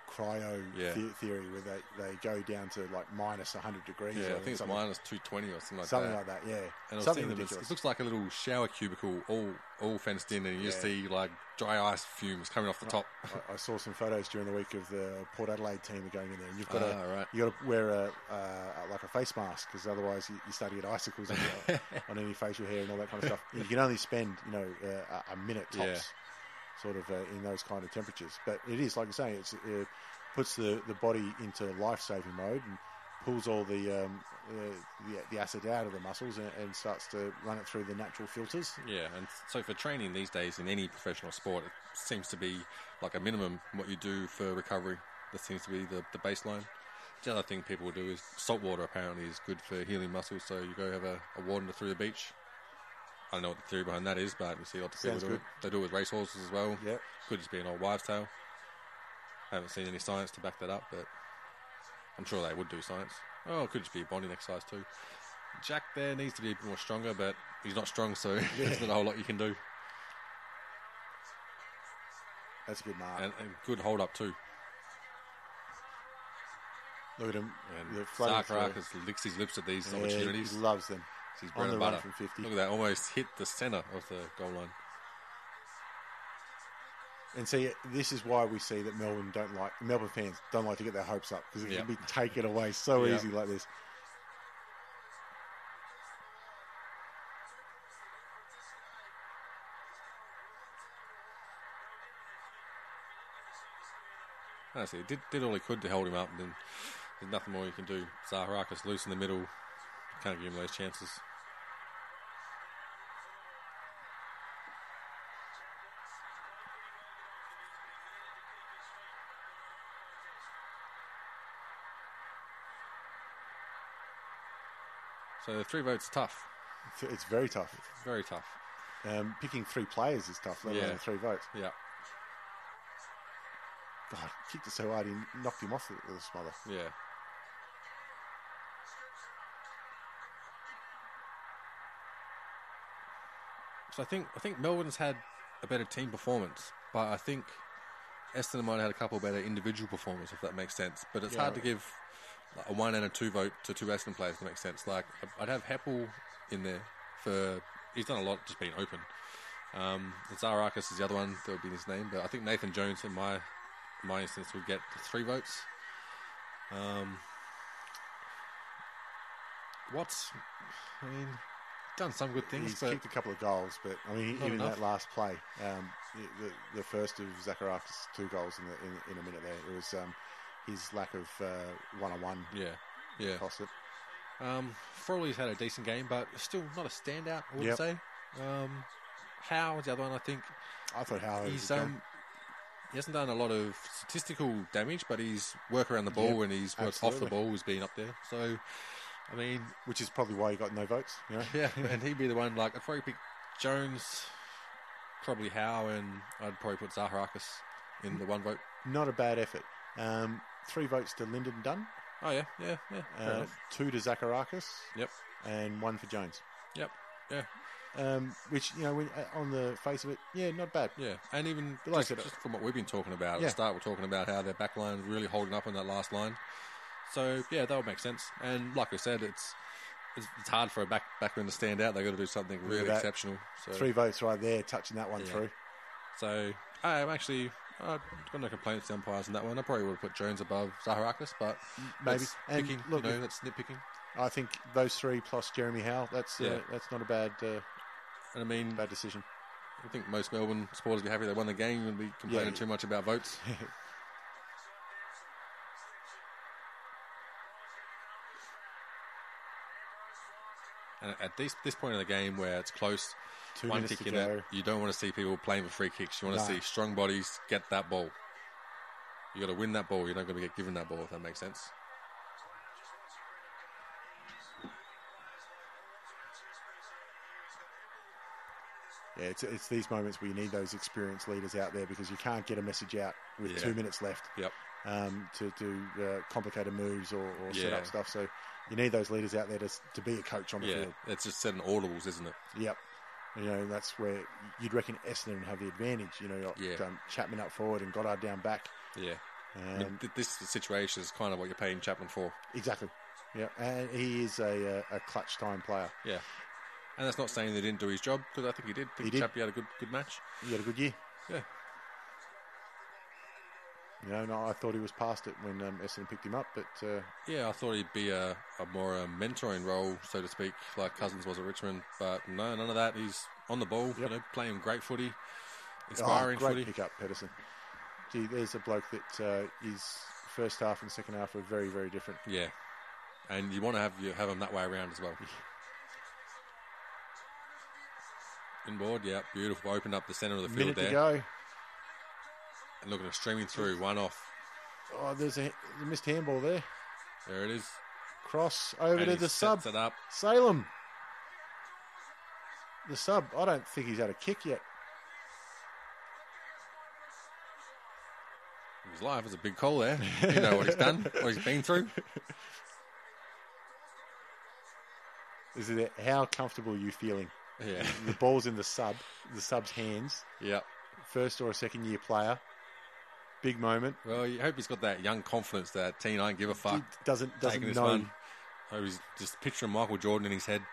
cryo
Yeah.
the- theory where they, they go down to like minus 100 degrees.
Yeah,
or
I think it's
something,
minus 220 or something like
something
that.
like that. Yeah,
And I was
something
seeing them, it's-
ridiculous.
it looks like a little shower cubicle all, all fenced in, and you just
Yeah.
see like dry ice fumes coming off the top.
I, I saw some photos during the week of the Port Adelaide team going in there. And you've got
Ah,
to
right.
you got to wear a uh, like a face mask because otherwise you, you start to get icicles on, your, on any facial hair and all that kind of stuff. You can only spend you know uh, a- a minute tops,
Yeah.
sort of uh, in those kind of temperatures. But it is like I say, it's, it puts the, the body into life saving mode and pulls all the, um, uh, the the acid out of the muscles and, and starts to run it through the natural filters.
Yeah, and so for training these days in any professional sport, it seems to be like a minimum what you do for recovery. That seems to be the, the baseline. The other thing people do is salt water apparently is good for healing muscles, so you go have a, a wander through the beach. I don't know what the theory behind that is, but you see lots of people
Sounds
do it. They do it with racehorses as well.
Yep.
Could just be an old wives' tale. I haven't seen any science to back that up, but I'm sure they would do science. Oh, it could just be a bonding exercise too. Jack there needs to be a bit more stronger, but he's not strong, so there's not a whole lot you can do.
That's a good mark.
And, and good hold up too.
Look at him.
And
They're flooding through.
Zarkarakis licks his lips at these
Yeah,
opportunities.
He loves them.
It's his
on
bread
the
and
run
butter.
from 50.
Look at that, almost hit the centre of the goal line.
And see, this is why we see that Melbourne don't like Melbourne fans don't like to get their hopes up because it
Yeah.
can be taken away so
Yeah.
easy like this.
That's it. Did, did all he could to hold him up, and then there's nothing more you can do. Zaharakis loose in the middle. Can't give him those chances. So the three votes are tough.
It's- It's very tough.
Very tough.
Um, picking three players is tough. Let alone
Yeah.
three votes.
Yeah.
God, kicked it so hard he knocked him off the, the smother.
Yeah. So I think I think Melbourne's had a better team performance, but I think Essendon might have had a couple better individual performance, if that makes sense. But it's hard to give like, a one and a two vote to two Essendon players to make sense. Like I'd have Heppel in there for he's done a lot just being open. Um, Zarakis is the other one that would be his name, but I think Nathan Jones in my my instance would get three votes. Um, Watts, I mean, done some good things,
He's
but
kicked a couple of goals, but I mean,
Not
even
enough.
that last play, um, the- the, the first of Zacharakis' two goals in, the, in, in a minute there, it was um, his lack of one on one
yeah, yeah.
cost it.
Um, Frawley's had a decent game, but still not a standout, I would
Yep.
say. Um, Howe is the other one, I think.
I thought Howard was
he's
going.
um he hasn't done a lot of statistical damage, but he's work around the ball
Yep,
and he's work off the
absolutely.
ball has been up there. So, I mean,
which is probably why he got no votes. You know,
yeah, and he'd be the one like I'd probably pick Jones, probably Howe, and I'd probably put Zaharakis in the one vote.
not a bad effort. Um, three votes to Lyndon Dunn,
Oh yeah, yeah, yeah. fair
uh,
enough.
two to Zacharakis,
Yep,
and one for Jones.
yep, yeah,
Um, which you know, when, uh, on the face of it, yeah, not bad.
yeah. And even
But like
just,
I said,
just from what we've been talking about at
yeah.
the start, we're talking about how their back line really holding up on that last line. So yeah, that would make sense. And like I said, it's it's, it's hard for a back backman to stand out. They've got to do something really
that.
exceptional. So,
Three votes right there, touching that one
Yeah.
through.
so I'm actually I've got no complaints to umpires on that one. I probably would have put Jones above Zaharakis, but
maybe.
that's
And
picking,
look,
you know,
if-
that's nitpicking.
I think those three plus Jeremy Howe. That's uh,
Yeah.
that's not a bad uh,
And I mean,
bad decision.
I think most Melbourne supporters would be happy they won the game and be complaining
Yeah.
too much about votes. and at this this point in the game where it's close,
Two
one
minutes
kick
to
in it,
go.
you don't want to see people playing for free kicks. You want
No.
to see strong bodies get that ball. You got to win that ball. You're not going to get given that ball if that makes sense.
Yeah, it's, it's these moments where you need those experienced leaders out there because you can't get a message out with
Yeah.
two minutes left
Yep.
um, to do uh, complicated moves or, or set
Yeah.
up stuff. So you need those leaders out there to s- to be a coach on the
Yeah.
field.
It's just setting audibles, isn't it?
Yep. You know, that's where you'd reckon Essendon have the advantage. You know, like,
Yeah.
um, Chapman up forward and Goddard down back.
Yeah. I mean,
Um,
th- this situation is kind of what you're paying Chapman for.
exactly. Yeah, and he is a, uh, a clutch time player.
Yeah. And that's not saying they didn't do his job because I think he did. I think
He did.
Chappie had a good good match.
He had a good year.
Yeah.
You know, no, I thought he was past it when um, Essendon picked him up, but uh,
Yeah, I thought he'd be a, a more a mentoring role, so to speak, like Cousins was at Richmond. But no, none of that. He's on the ball, you
Yep.
know, playing great footy,
Oh,
inspiring
great
footy.
pick up, Pedersen. Gee, there's a bloke that uh, his first half and second half are very, very different.
Yeah. And you want to have you have him that way around as well. Inboard, yeah, beautiful. Opened up the centre of the field
Minute
there,
to go.
and looking at streaming through one off.
Oh, there's a, a missed handball there.
There it is.
Cross over
And
to
he
the sub.
sets it up.
Salem. The sub. I don't think he's had a kick yet.
His life is a big call there. You know what he's done, what he's been through.
This is it. How comfortable are you feeling?
Yeah,
The ball's in the sub, the sub's hands.
yeah.
First or a second year player. Big moment.
Well, you hope he's got that young confidence that teen I don't give a fuck.
He doesn't doesn't
taking this
know.
one. Hope he's just picturing Michael Jordan in his head.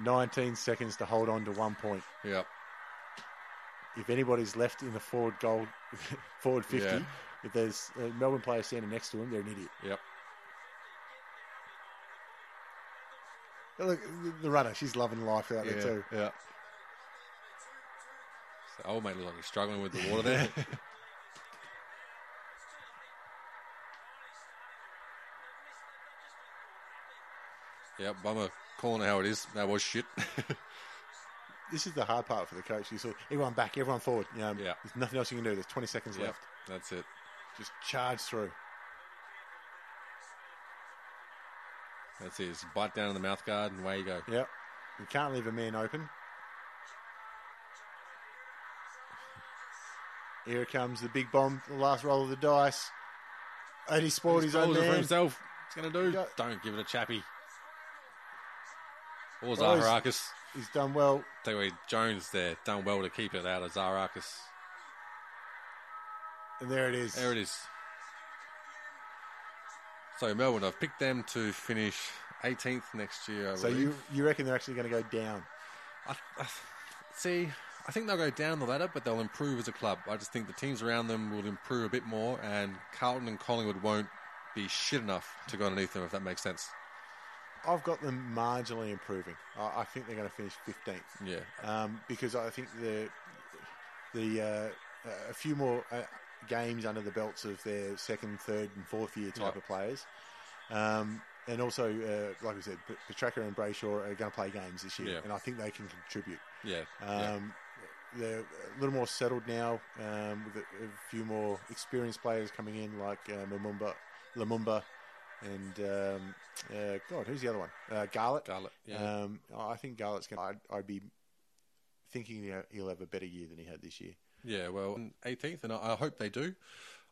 Nineteen seconds to hold on to one point.
Yeah,
if anybody's left in the forward goal, forward 50,
Yeah.
if there's a Melbourne player standing next to him, they're an idiot.
yep.
Look, the runner, she's loving life out there too.
yeah. So old mate looks like he's struggling with the water there. yep, bummer calling it how it is. That was shit.
This is the hard part for the coach. You saw everyone back, everyone forward. You know,
Yeah.
There's nothing else you can do. There's 20 seconds
yep,
left.
that's it.
Just charge through.
That's it. Just bite down on the mouth guard and away you go.
Yep. You can't leave a man open. Here comes the big bomb, the last roll of the dice. Odie spoiled his own
Goals are for
man.
himself. It's going to do.
Go-
Don't give it a chappy. Or
Well, he's-
Zaharakis.
He's done well.
Take away Jones there. Done well to keep it out of Zaharakis.
And there it is.
There it is. So Melbourne, I've picked them to finish 18th next year. I
So
believe.
you, you reckon they're actually going to go down?
I, I, see, I think they'll go down the ladder, but they'll improve as a club. I just think the teams around them will improve a bit more, and Carlton and Collingwood won't be shit enough to go underneath them, if that makes sense.
I've got them marginally improving. I, I think they're going to finish 15th
Yeah.
um, because I think the the uh, a few more uh, games under the belts of their second, third, and fourth year type
Yeah.
of players, um, and also, uh, like we said, P- Petraka and Brayshaw are going to play games this year,
Yeah.
and I think they can contribute.
Yeah. yeah.
Um, They're a little more settled now, um, with a, a few more experienced players coming in, like uh, Lumumba, Lumumba, and um, uh, God, who's the other one? Uh, Garlett.
Garlett, yeah.
Um, I think Garlett's going. I'd, I'd be thinking he'll- he'll have a better year than he had this year.
Yeah, well, 18th, and I, I hope they do.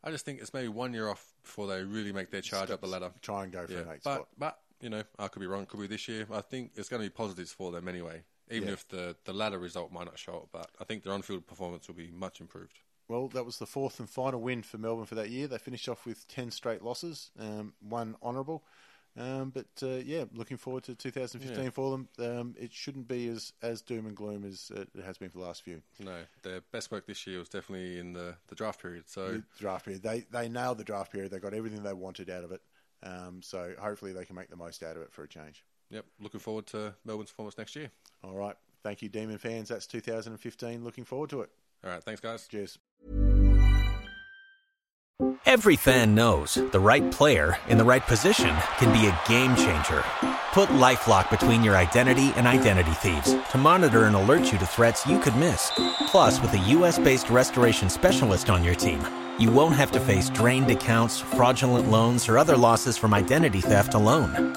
I just think it's maybe one year off before they really make their charge up the ladder.
Try and go for
Yeah,
an eight
but
spot.
but you know, I could be wrong. Could be this year. I think it's going to be positives for them anyway. Even
Yeah.
if the the ladder result might not show up, but I think their on-field performance will be much improved.
Well, that was the fourth and final win for Melbourne for that year. They finished off with 10 straight losses, um, one honourable. Um, but uh, yeah, looking forward to 2015 for them. Um, it shouldn't be as, as doom and gloom as it has been for the last few
No, their best work this year was definitely in the, the draft period. So
The draft period. They they nailed the draft period. They got everything they wanted out of it. Um, so hopefully they can make the most out of it for a change.
yep, looking forward to Melbourne's performance next year.
All right, thank you, Demon fans. That's 2015. Looking forward to it.
All right, thanks guys.
Cheers.
Every fan knows the right player in the right position can be a game changer. Put LifeLock between your identity and identity thieves to monitor and alert you to threats you could miss. Plus, with a U.S.-based restoration specialist on your team, you won't have to face drained accounts, fraudulent loans, or other losses from identity theft alone.